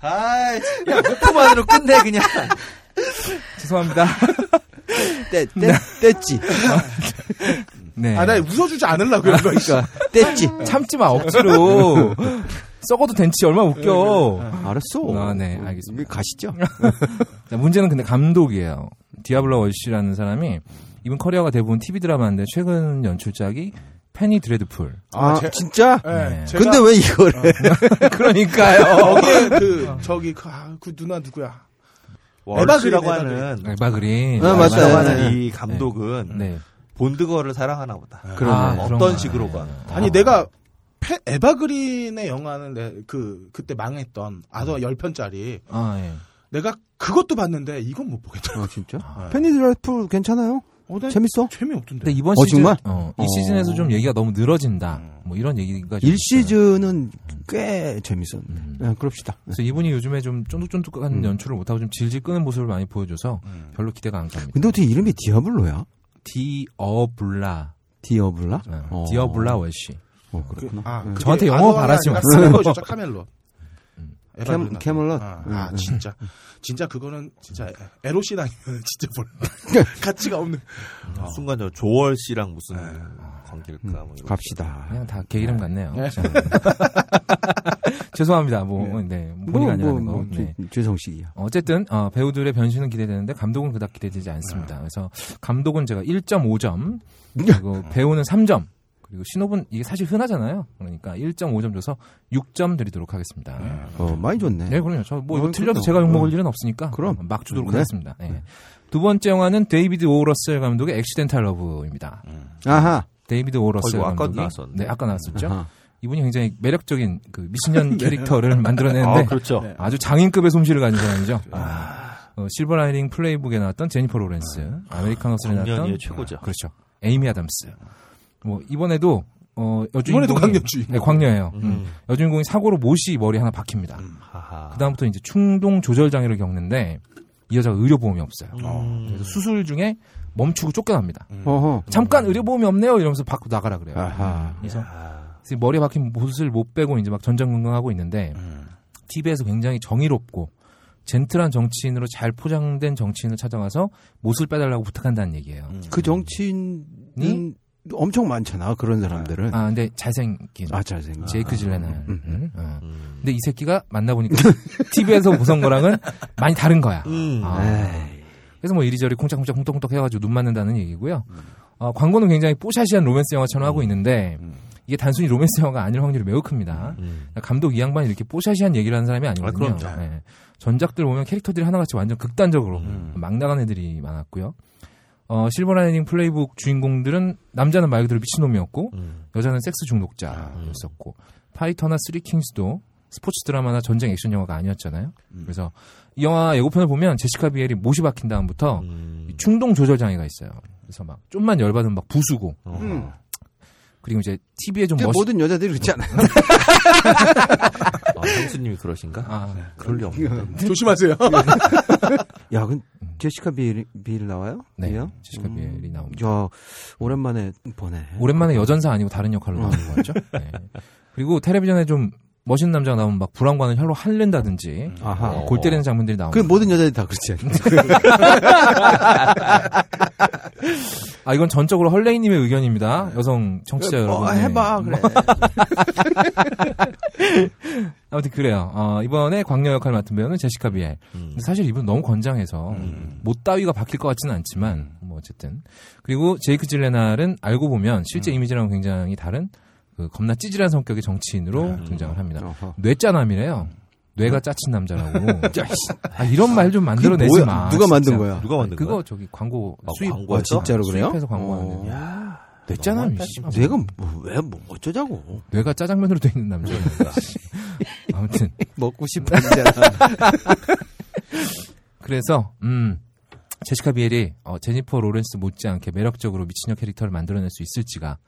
E: 아이씨.
C: 아, 야, 호프만으로 끝내 그냥.
D: <laughs> 죄송합니다.
E: <laughs> 떼, 떼, 떼지.
D: 네.
B: 아, 나 웃어주지 않으려고 그런 거니까
E: 떼지.
D: 참지 마
E: <laughs>
D: 억지로. 썩어도 덴치 얼마 나
E: 네,
D: 웃겨.
E: 알았어.
D: 아, 네, 알겠습니다.
E: 가시죠.
D: <laughs> 자, 문제는 근데 감독이에요. 디아블로 월시라는 사람이 이분 커리어가 대부분 TV 드라마인데 최근 연출작이 페니 드레드풀.
E: 아,
B: 제-
E: 진짜?
B: 예,
D: <laughs> 네.
B: 제가
E: 근데 왜 이거를?
D: <laughs> 그러니까요.
B: 거기에 그 저기 그, 아, 그 누나 누구야?
C: 월시라고
B: 에바 그린, 에바
C: 하는
D: 에바 그린.
E: 아, 맞다.
C: 월시라고
E: 네,
C: 하는 이 감독은
D: 네.
C: 본드거를 사랑하나 보다.
D: 그러네. 네.
C: 아,
D: 그런
C: 어떤
D: 거.
C: 식으로가.
B: 아니 내가 페- 에바그린의 영화는 내, 그 그때 망했던
D: 음.
B: 아서 열 편짜리
D: 아, 예.
B: 내가 그것도 봤는데 이건 못 보겠더라고.
E: 아, 진짜? 네. 페니 드라이프 괜찮아요?
B: 어, 난
E: 재밌어?
B: 재미없던데.
D: 근데 이번
E: 어,
D: 시즌
E: 정말?
D: 어, 이
E: 어.
D: 시즌에서 좀 얘기가 너무 늘어진다. 뭐 이런 얘기가 좀 음.
E: 1시즌은 꽤 재밌었네. 네, 그럽시다.
D: 아, 그래서 이분이 요즘에 좀 쫀득쫀득한 연출을 못하고 좀 질질 끄는 모습을 많이 보여줘서 별로 기대가 안 갑니다.
E: 근데 어떻게 이름이 디아블로야?
D: 디어블라.
E: 디어블라?
D: 네,
E: 어.
D: 디어블라 월시.
E: 어, 그렇구나.
B: 아, 그게
D: 음, 저한테 영어
B: 아서가
D: 바라지
B: 아니라
D: 마세요.
B: 카멜롯이죠,
D: <laughs>
B: 카멜롯. 에바그린
E: 캐- 캐멀럿?
B: 아,
D: 음,
E: 응,
B: 아,
E: 응.
B: 진짜 진짜 그거는
D: <laughs>
B: 진짜 에로시 아니면 진짜 몰라. <laughs> 가치가 없는.
D: 아.
C: 순간 저 조월 씨랑
D: 네.
C: 무슨 관계일까
D: 음,
C: 뭐 이런.
E: 갑시다.
D: 그냥 다 개 이름 같네요. <laughs> 자. 죄송합니다. 뭐, 네. 본의가 아니라는
C: 뭐,
D: 거. 네.
E: 뭐, 죄성식이야.
D: 어쨌든 어, 배우들의 변신은 기대되는데 감독은 그닥 기대되지
C: 아.
D: 않습니다. 그래서 감독은 제가 1.5점, 그리고
C: <laughs>
D: 배우는 3점, 그리고 신호분 이게 사실 흔하잖아요. 그러니까 1.5점 줘서 6점 드리도록 하겠습니다.
C: 네.
E: 어, 많이 좋네.
D: 아, 네, 그럼요. 저뭐
E: 어,
D: 이거 틀려도
E: 그럼요.
D: 제가 욕먹을
E: 어.
C: 음.
D: 일은 없으니까
E: 그럼.
D: 막 주도록
E: 네.
D: 하겠습니다. 예. 두 번째 영화는 데이비드 오러셀 감독의 액시덴탈 러브입니다.
E: 아하.
D: 데이비드 오러셀
C: 음. 어, 이거 아까
D: 감독이
C: 나왔었는데. 음.
D: 네, 아까 나왔었죠.
E: 아하.
D: 이분이 굉장히 매력적인 그 미신년 캐릭터를 만들어내는데
C: 아, 그렇죠.
D: 아주 장인급의 솜씨를 가진 사람이죠. 어, 실버라이닝 플레이북에 나왔던 제니퍼 로렌스, 아메리칸 그 허슬에 나왔던
C: 작년이에요, 최고죠.
D: 그렇죠. 에이미 아담스. 뭐 이번에도 어, 여주인공이
B: 이번에도 광역주의.
D: 네, 광녀예요.
C: 음.
D: 여주인공이 사고로 모시 머리 하나 박힙니다.
C: 하하.
D: 그다음부터 이제 충동 조절 장애를 겪는데 이 여자가 의료 보험이 없어요.
C: 음.
D: 그래서 수술 중에 멈추고 쫓겨납니다.
E: 어허.
D: 잠깐 의료 보험이 없네요 이러면서 밖으로 나가라 그래요.
E: 아하.
D: 그래서
C: 아.
D: 지금 머리에 박힌 못을 못 빼고 이제 막 전전긍긍하고 있는데
E: 음.
D: TV에서 굉장히 정의롭고 젠틀한 정치인으로 잘 포장된 정치인을 찾아가서 못을 빼달라고 부탁한다는 얘기예요.
E: 그 정치인은
D: 니?
E: 엄청 많잖아 그런 사람들은.
D: 네? 아 근데 잘생긴
E: 아 잘생긴.
D: 제이크 질레날.
E: 음, 음.
D: 어.
C: 음.
D: 근데 이 새끼가 만나보니까 <laughs> TV에서 보던 거랑은 많이 다른 거야.
E: 네.
C: 음.
D: 아. 그래서 뭐 이리저리 콩짝콩짝 콩떡콩떡 해가지고 눈 맞는다는 얘기고요. 어, 광고는 굉장히 뽀샤시한 로맨스 영화처럼 하고 있는데 이게 단순히 로맨스 영화가 아닐 확률이 매우 큽니다.
C: 음.
D: 감독 이 양반이 이렇게 뽀샤시한 얘기를 하는 사람이 아니거든요.
C: 아, 그럼요.
D: 예. 전작들 보면 캐릭터들이 하나같이 완전 극단적으로
C: 음.
D: 막 나간 애들이 많았고요. 어, 실버라이닝 플레이북 주인공들은 남자는 말 그대로 미친놈이었고
C: 음. 아,
D: 여자는 섹스 중독자였었고 파이터나 쓰리킹스도 스포츠 드라마나 전쟁 액션 영화가 아니었잖아요.
C: 음.
D: 그래서 이 영화 예고편을 보면 제시카 비엘이 못이 박힌 다음부터
C: 음.
D: 이 충동 조절 장애가 있어요. 그래서 막 좀만 열받으면 막 부수고
E: 음.
D: 그리고 이제 TV에 어. 좀
E: 근데
D: 멋있 음.
E: 모든 여자들이 그렇지 않아요.
C: 아, 형수님이 그러신가?
E: 네.
D: 아,
C: 그럴 리 없는데.
B: 조심하세요.
E: 야, 그 제시카 비일 비일 나와요?
D: 음.
E: 음.
D: 네.
E: 비엘?
D: 제시카 비엘이 나옵니다.
E: 야, 오랜만에 보네.
D: 오랜만에 여전사 아니고 다른
E: 음.
D: 역할로 나오는 거죠. 네. 그리고 텔레비전에 좀 멋있는 남자가 나오면 막 불안관을 혀로 할른다든지
E: 아하.
D: 어, 골 때리는 장면들이 나오고
E: 음. 그 모든 여자들이 다 그렇지 않아요?
D: 아 이건 전적으로 헐레이님의 의견입니다. 여성 청취자
E: 어,
D: 그렇죠, 여러분. 네.
E: 해봐 그래.
D: 아무튼 그래요. 어, 이번에 광녀 역할을 맡은 배우는 제시카 비엘. 근데 사실 이분 너무 건장해서 못 따위가 바뀔 것 같지는 않지만 뭐 어쨌든 그리고 제이크 질레날은 알고 보면 실제 이미지랑 굉장히 다른 그 겁나 찌질한 성격의 정치인으로 등장을 합니다.
E: 어허.
D: 뇌짜남이래요. 뇌가 짜친 남자라고. 아, 이런 말 좀 만들어내지
E: 뭐야?
D: 마.
E: 누가 만든
D: 진짜.
E: 거야?
C: 누가 만든
D: 그거
C: 거야?
D: 저기 광고
C: 아,
D: 수입
E: 아,
C: 광고였어?
E: 진짜로 그래요?
D: 수입해서 광고하는데. 뇌짜남이
C: 너무하다,
D: 씨.
C: 진짜.
E: 어. 내가 뭐, 왜, 뭐, 어쩌자고.
D: 뇌가 짜장면으로 돼 있는 남자. <laughs> 아무튼
E: 먹고 싶은데.
D: 그래서 음 제시카 비엘이 어, 제니퍼 로렌스 못지않게 매력적으로 미친녀 캐릭터를 만들어낼 수 있을지가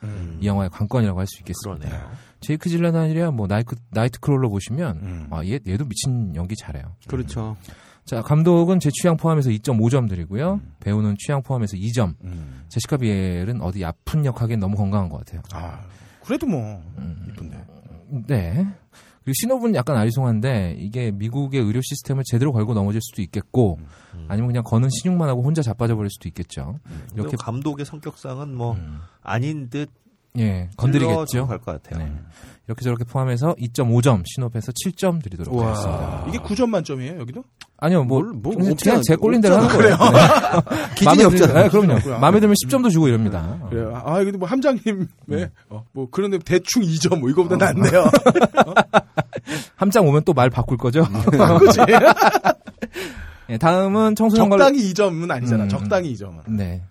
D: 이 영화의 관건이라고 할 수 있겠습니다.
C: 음. 그러네요.
D: 제이크 질레날이야 뭐 나이트 나이트크롤러 보시면
C: 음.
D: 아, 얘 얘도 미친 연기 잘해요.
E: 그렇죠.
D: 자 감독은 제 취향 포함해서 2.5점 드리고요.
C: 음.
D: 배우는 취향 포함해서 2점. 제시카 비엘은 어디 아픈 역하기엔 너무 건강한 것 같아요.
B: 아, 그래도 뭐 이쁜데.
D: 네. 그리고 신호분 약간 아리송한데 이게 미국의 의료 시스템을 제대로 걸고 넘어질 수도 있겠고
C: 음.
D: 아니면 그냥 거는 신용만 하고 혼자 자빠져 버릴 수도 있겠죠. 이렇게
C: 이렇게 감독의 성격상은 뭐
D: 음.
C: 아닌 듯
D: 예 건드리겠죠.
C: 갈것 같아요.
D: 네. 이렇게 저렇게 포함해서 2.5점 신호에서 7점 드리도록 하겠습니다.
B: 이게 9점 만점이에요 여기도?
D: 아니요, 뭐,
E: 뭘, 뭐
D: 그냥,
E: 없잖아.
D: 제 꼴린 대로 하는 거예요. 네.
E: <laughs> 기준이
D: 마음에 들-
E: 없잖아.
D: 네, 그럼요. 마음에 들면 10점도 주고 이럽니다.
E: 네.
D: 어.
B: 그래요. 아 이게 뭐 함장님 <laughs> 왜? 어, 뭐 그런데 대충 2점 뭐 이거보다 낫네요.
D: 함장 오면 또 말 바꿀 거죠.
E: 음.
B: 그렇지.
D: <laughs> 예, 다음은 청소년 관련
B: 적당히 2점은 아니잖아.
D: 음.
B: 적당히 2점은.
D: 네.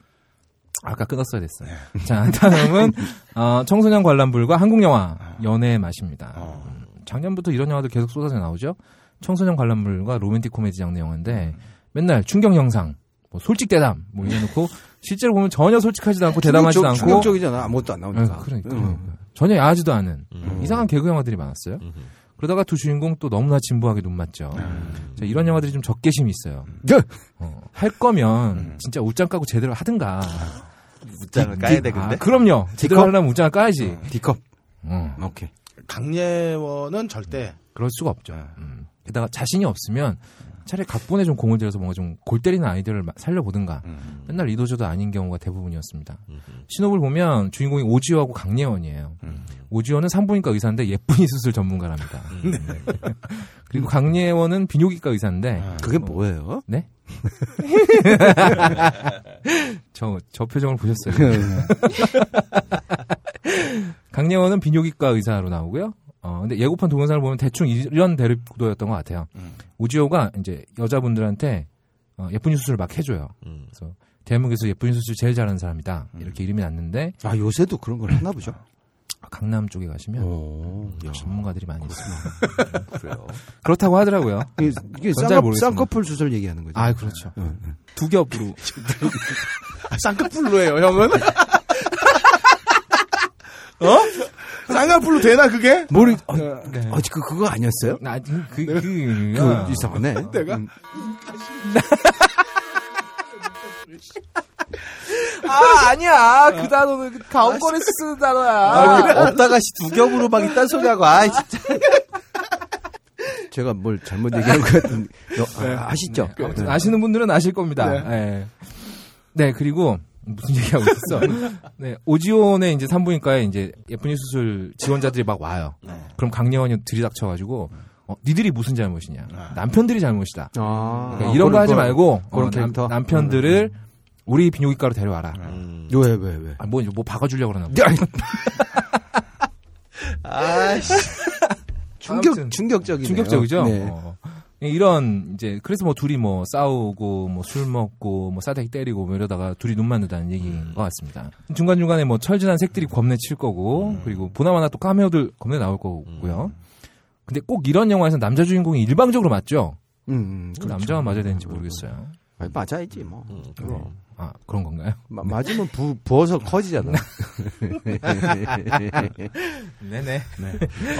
D: 아까 끊었어야 됐어요. <laughs>
E: 네.
D: 자, 다음은 어, 청소년 관람불과 한국 영화
E: 아.
D: 연애의 맛입니다.
E: 어.
D: 음, 작년부터 이런 영화들 계속 쏟아져 나오죠. 청소년 관람불과 로맨틱 코미디 장르 영화인데
E: 음.
D: 맨날 충격 영상, 뭐 솔직 대담 뭐
E: <laughs>
D: 이래놓고 실제로 보면 전혀 솔직하지도 않고 대담하지도 않고
E: 충격적이잖아. 아무것도 안 나오니까. 음.
D: 아, 그러니까,
C: 음.
E: 응.
D: 그러니까. 전혀 야하지도 않은 이상한 개그 영화들이 많았어요. 그러다가 두 주인공 또 너무나 진부하게 눈 맞죠.
C: 음.
D: 자, 이런 영화들이 좀 적개심이 있어요.
C: <laughs>
D: 어, 할 거면 진짜 옷장 까고 제대로 하든가.
C: 입장을 음. 아, 까야
D: 아,
C: 되는데. 음.
D: 그럼요. 제대로 하려면 옷장을 까야지.
E: D컵.
D: 어,
E: 오케이.
B: 강예원은 절대.
D: 그럴 수가 없죠. 음. 게다가 자신이 없으면 차라리 각본에 좀 공을 들여서 뭔가 좀 골 때리는 아이디어를 마- 살려보든가. 맨날 이도저도 아닌 경우가 대부분이었습니다. 신호를 보면 주인공이 오지호하고 강예원이에요. 오지호는 산부인과 의사인데 예쁜이 <laughs> 수술 전문가랍니다. <laughs> 그리고 강예원은 비뇨기과 의사인데
E: 그게 뭐예요?
D: 네? 저, 저 표정을 보셨어요. <laughs> 강예원은 비뇨기과 의사로 나오고요. 어, 근데 예고편 동영상을 보면 대충 이런 대립구도였던 것 같아요. 오지호가 이제 여자분들한테 어, 예쁜이 수술을 막 해줘요.
C: 음.
D: 그래서 대한민국에서 예쁜이 수술 제일 잘하는 사람이다. 이렇게 이름이 났는데
E: 아, 요새도 그런 걸 하나 보죠. 어.
D: 강남 쪽에 가시면
E: 오.
D: 예.
E: 야.
D: 전문가들이 많이 있습니다.
C: 그래요.
D: <laughs> 그렇다고 하더라고요.
E: 이게, 이게
D: 잘
E: 쌍꺼,
D: 모르겠습니다.
E: 쌍꺼풀 수술 얘기하는 거죠.
D: 아, 그렇죠.
E: 응, 응.
D: 두 겹으로
B: 아, 쌍꺼풀로 해요 형은. <laughs> 어? 쌍꺼풀로 되나 그게?
E: 모르
D: 아,
E: 어,
D: 네.
E: 어, 그 그거 아니었어요?
D: 나 그, 그, 그,
E: 그 이상하네.
D: <laughs>
B: 내가?
E: 음,
D: 아 아니야 아, 그 단어는 그 가온권에서 쓰는 단어야.
C: 없다가 씨 두 겹으로 막 이딴 소리하고 아 진짜.
E: 제가 뭘 잘못 얘기한 것 같은데 너, 아, 아시죠?
D: 네. 아무튼
E: 네.
D: 아시는 분들은 아실 겁니다. 네. 네, 그리고 무슨 얘기하고 있었어?
E: <laughs>
D: 네, 오지온의 이제 산부인과에 이제 예쁜이 수술 지원자들이 막 와요.
E: 네.
D: 그럼 강령원이 들이닥쳐가지고 어, 니들이 무슨 잘못이냐? 남편들이 잘못이다.
E: 아,
D: 그러니까 이런 거 하지 말고
E: 그런
D: 어, 남,
E: 캐릭터? 음, 네.
D: 남편들을 우리 비뇨기과로 데려와라.
E: 왜왜 왜? 왜?
D: 아, 뭐, 이제 뭐 박아주려고 그러나 보다.
C: 아씨.
E: 충격
D: 아무튼
E: 충격적이네요.
D: 충격적이죠.
E: 네.
D: 어. 이런 이제 그래서 뭐 둘이 뭐 싸우고 뭐 술 먹고 뭐 싸대기 때리고 뭐 이러다가 둘이 눈 맞는다는 얘기인
E: 음.
D: 것 같습니다. 중간 중간에 뭐 철진한 색들이 겁내 칠 거고
E: 음.
D: 그리고 보나마나 또 카메오들 겁내 나올 거고요. 근데 꼭 이런 영화에서 남자 주인공이 일방적으로 맞죠.
E: 음, 음, 그렇죠.
D: 남자만 맞아야 되는지 모르겠어요.
E: 아니, 맞아야지 뭐.
D: 아 음, 그런 건가요? <laughs>
E: 마- 맞으면 부, 부어서 커지잖아.
D: 네.
E: <laughs>
D: 네네.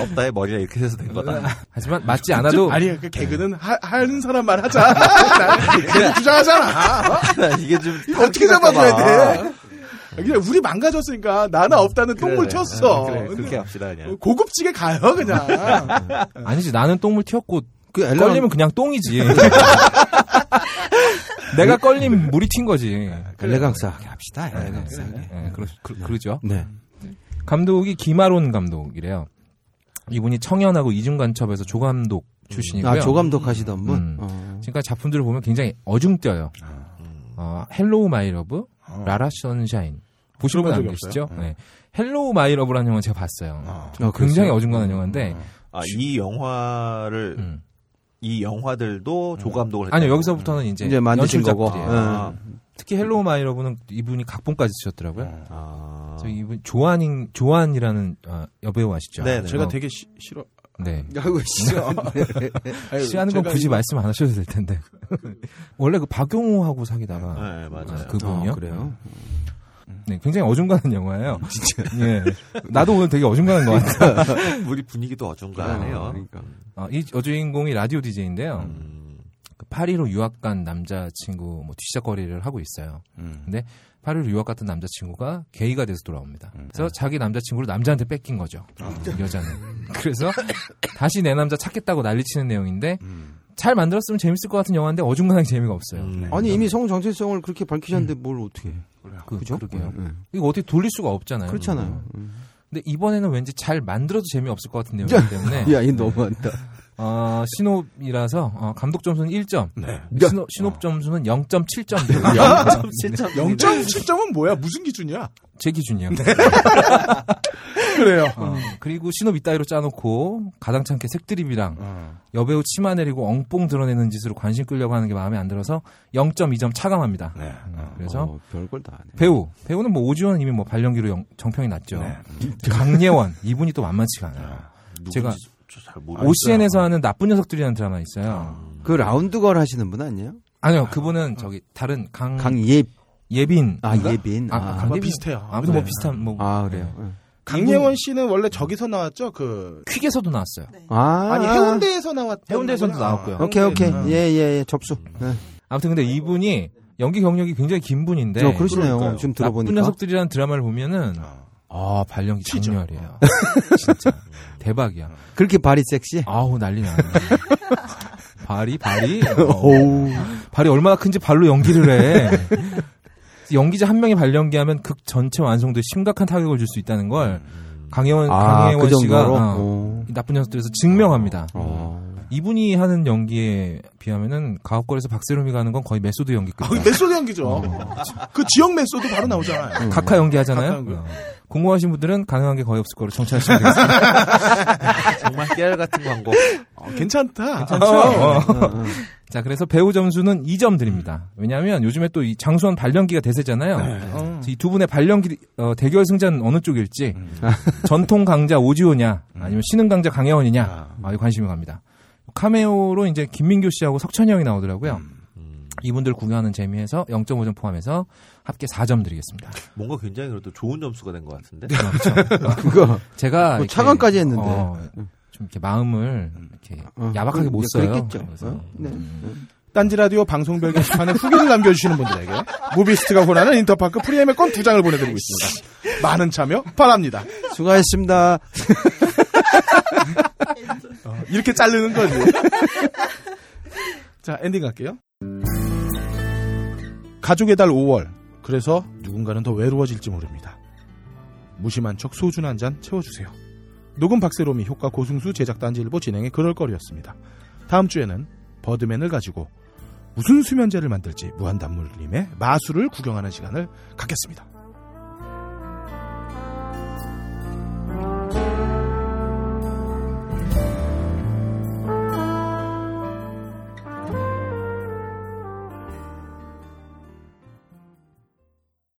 C: 없다의 머리가 이렇게 돼서 된 <laughs> 거다.
D: 하지만 맞지 않아도
B: 아니 그 개그는 하, 하는 사람만 하자. <laughs> 난 계속 주장하잖아. 어?
C: 이게 좀
B: 이거 어떻게 잡아줘야 돼? 그냥 우리 망가졌으니까 나나 없다는 똥물 쳤어. 어,
C: 그래, 그렇게 합시다
B: 예.
C: 그냥.
B: 고급지게 가요 그냥.
D: 아니지 나는 똥물 튀었고
E: 그 엘런
D: 걸리면 그냥
E: <laughs>
D: 똥이지. 내가
E: 네.
D: 걸리면 물이 튄 거지.
E: 레강사하게 합시다. 레강사하게.
D: 예, 그러, 그, 그러죠.
E: 네.
D: 감독이 김아론 감독이래요. 이분이 청년하고 이중간첩에서 조감독 출신이고요.
E: 아 조감독 하시던 분.
D: 음.
E: 어.
D: 지금까지 작품들을 보면 굉장히 어중뛰어요. 어, 헬로우 마이 러브, 라라 선샤인. 보신
B: 들어본
D: 분안
B: 적이 아,
D: 계시죠? 네. 헬로우 마이 러브라는 영화 제가 봤어요.
E: 어,
D: 아, 굉장히
E: 그랬어요?
D: 어중간한 영화인데
C: 아, 이 영화를
D: 음.
C: 이 영화들도 조감독을 했다.
D: 아니요 여기서부터는 이제,
E: 이제 만드신 거고.
D: 연출작들이에요.
C: 아,
D: 특히 헬로우 마이 러브는 이분이 각본까지 쓰셨더라고요.
C: 아.
D: 그래서 이분 조한인 조한이라는 아, 여배우 아시죠?
C: 네, 네.
B: 제가
D: 어,
B: 되게 시- 싫어.
D: 네.
E: 아이고 예. <laughs> 싫어.
B: 아유,
D: 싫어하는
B: 제가
D: 건뭐 굳이
B: 이거-
D: 말씀 안 하셔도 될 텐데. 원래 그 박용호하고 사귀다가
C: 네, 맞아요.
D: 그분이요.
E: 아, 그래요?
D: 네, 굉장히 어중간한 영화예요. 진짜. 예. 나도 오늘 되게 어중간한 것 같아.
C: 우리 분위기도 어중간하네요.
E: 그러니까.
D: 어, 이 여주인공이 라디오 DJ인데요.
C: 음.
D: 그 파리로 유학 간 남자친구 뭐 뒤적거리를 하고 있어요. 근데 파리로 유학 갔던 남자친구가 게이가 돼서 돌아옵니다. 그래서 자기 남자친구를 남자한테 뺏긴 거죠. 여자는. 그래서 다시 내 남자 찾겠다고 난리치는 내용인데 잘 만들었으면 재밌을 것 같은 영화인데 어중간하게 재미가 없어요.
E: 아니
D: 네.
E: 이미 성 정체성을 그렇게 밝히셨는데 뭘 어떻게?
D: 그,
E: 그죠?
D: 러게요
E: 네.
D: 이거 어떻게 돌릴 수가 없잖아요.
E: 그렇잖아요.
D: 네. 근데 이번에는 왠지 잘 만들어도 재미없을 것 같은 내용이기 때문에
E: 음. 야, 이 너무한다.
D: 어, 신호이라서 어, 감독 점수는 1점, 신호,
E: 아.
D: 신호 점수는 0.7점 <laughs> 돼요.
E: <laughs>
B: 0.7점은 뭐야? 무슨 기준이야?
D: 제
E: <laughs>
D: 기준이요.
B: 그래요.
D: 어, 그리고 신호 이따위로 짜놓고 가당찮게 색드립이랑
E: 어.
D: 여배우 치마 내리고 엉뽕 드러내는 짓으로 관심 끌려고 하는 게 마음에 안 들어서 0.2점 차감합니다. 음, 그래서
E: 어, 별걸 다 하네.
D: 배우 배우는 뭐 오지원은 이미 뭐 발령기로 영- 정평이 났죠. 강예원 이분이 또 만만치가 않아요. 제가
C: 저잘 모르.
D: OCN에서 하는 나쁜 녀석들이라는 드라마 있어요.
E: 그 라운드걸 하시는 분 아니에요?
D: 아니요, 그분은 저기 다른 강
E: 강예
D: 예빈.
E: 아, 예빈.
D: 음. 아,
E: 아.
D: 강 예빈.
B: 비슷해요.
D: 아무튼 뭐
B: 네.
D: 비슷한 뭐
E: 아, 그래요. 네.
B: 강예원 씨는 원래 저기서 나왔죠? 그
D: 네. 퀵에서도 나왔어요.
E: 아,
B: 아니 해운대에서 나왔. 아,
D: 해운대에서도 나왔고요.
E: 오케이, 오케이.
B: 음.
E: 예, 예, 예. 접수.
D: 음.
E: 네.
D: 아무튼 근데 이분이 연기 경력이 굉장히 긴 분인데
E: 어, 그러시네요.
B: 그러니까요.
E: 지금 들어보니까.
D: 나쁜 녀석들이라는 드라마를 보면은 아 발령기 장렬이에요. 진짜 대박이야.
E: 그렇게 발이 섹시?
D: 아우 난리나. 발이 발이 어,
E: 오우. 아,
D: 발이 얼마나 큰지 발로 연기를 해. <laughs> 연기자 한 명이 발연기하면 극 전체 완성도에 심각한 타격을 줄 수 있다는 걸 강혜원
E: 아,
D: 강혜원
E: 그
D: 씨가
E: 정도로?
D: 어, 음.
E: 오.
D: 이 나쁜 녀석들에서 증명합니다.
E: 어.
D: 이분이 하는 연기에 비하면은 가옥걸에서 박세롬이가 하는 건 거의 메소드 연기급.
B: 아, 그 메소드 연기죠. 그 지역 메소드 바로 나오잖아요.
D: 각하 연기하잖아요.
B: 음. 각하 연기.
D: 어. 궁금하신 분들은 가능한 게 거의 없을 거로 정찰하시면 되겠습니다.
C: 정말 깨알 같은 광고.
B: 어, 괜찮다.
D: 어. 자, 그래서 배우 점수는 2점 드립니다. 왜냐하면 요즘에 또 이 장수원 발령기가
B: 네. 어.
D: 대세잖아요. 이 두 분의 발령기 어, 대결 승자는 어느 쪽일지 <laughs> 전통 강자 오지호냐 아니면 신흥 강자 강혜원이냐 아, 이거 관심이 갑니다. 카메오로 이제 김민교 씨하고 석찬이 형이 나오더라고요. 이분들 구경하는 재미에서 0.5점 포함해서 합계 4점 드리겠습니다.
C: 뭔가 굉장히 그래도 좋은 점수가 된 것 같은데.
E: 아. 그거
D: 제가
E: 뭐
D: 이렇게,
E: 차관까지 했는데.
D: 어, 좀 이렇게 마음을 이렇게
E: 어,
D: <laughs> 야박하게 못
E: 그-
D: 써요.
E: 그랬겠죠.
D: 그래서.
E: 어? 네.
B: 딴지 라디오 방송별 게시판에 후기를 남겨주시는 분들에게 무비스트가 권하는 인터파크 프리엠의 건 두 장을 보내드리고 있습니다. 많은 참여 바랍니다.
E: 수고하셨습니다.
B: 어, 이렇게 자르는 거지. 자, 엔딩 갈게요. 가족의 달 5월. 그래서 누군가는 더 외로워질지 모릅니다. 무심한 척 소주 한 잔 채워주세요. 녹음 박세롬이 효과 고승수 제작 단지일보 진행의 그럴거리였습니다. 다음 주에는 버드맨을 가지고 무슨 수면제를 만들지 무한단물님의 마술을 구경하는 시간을 갖겠습니다.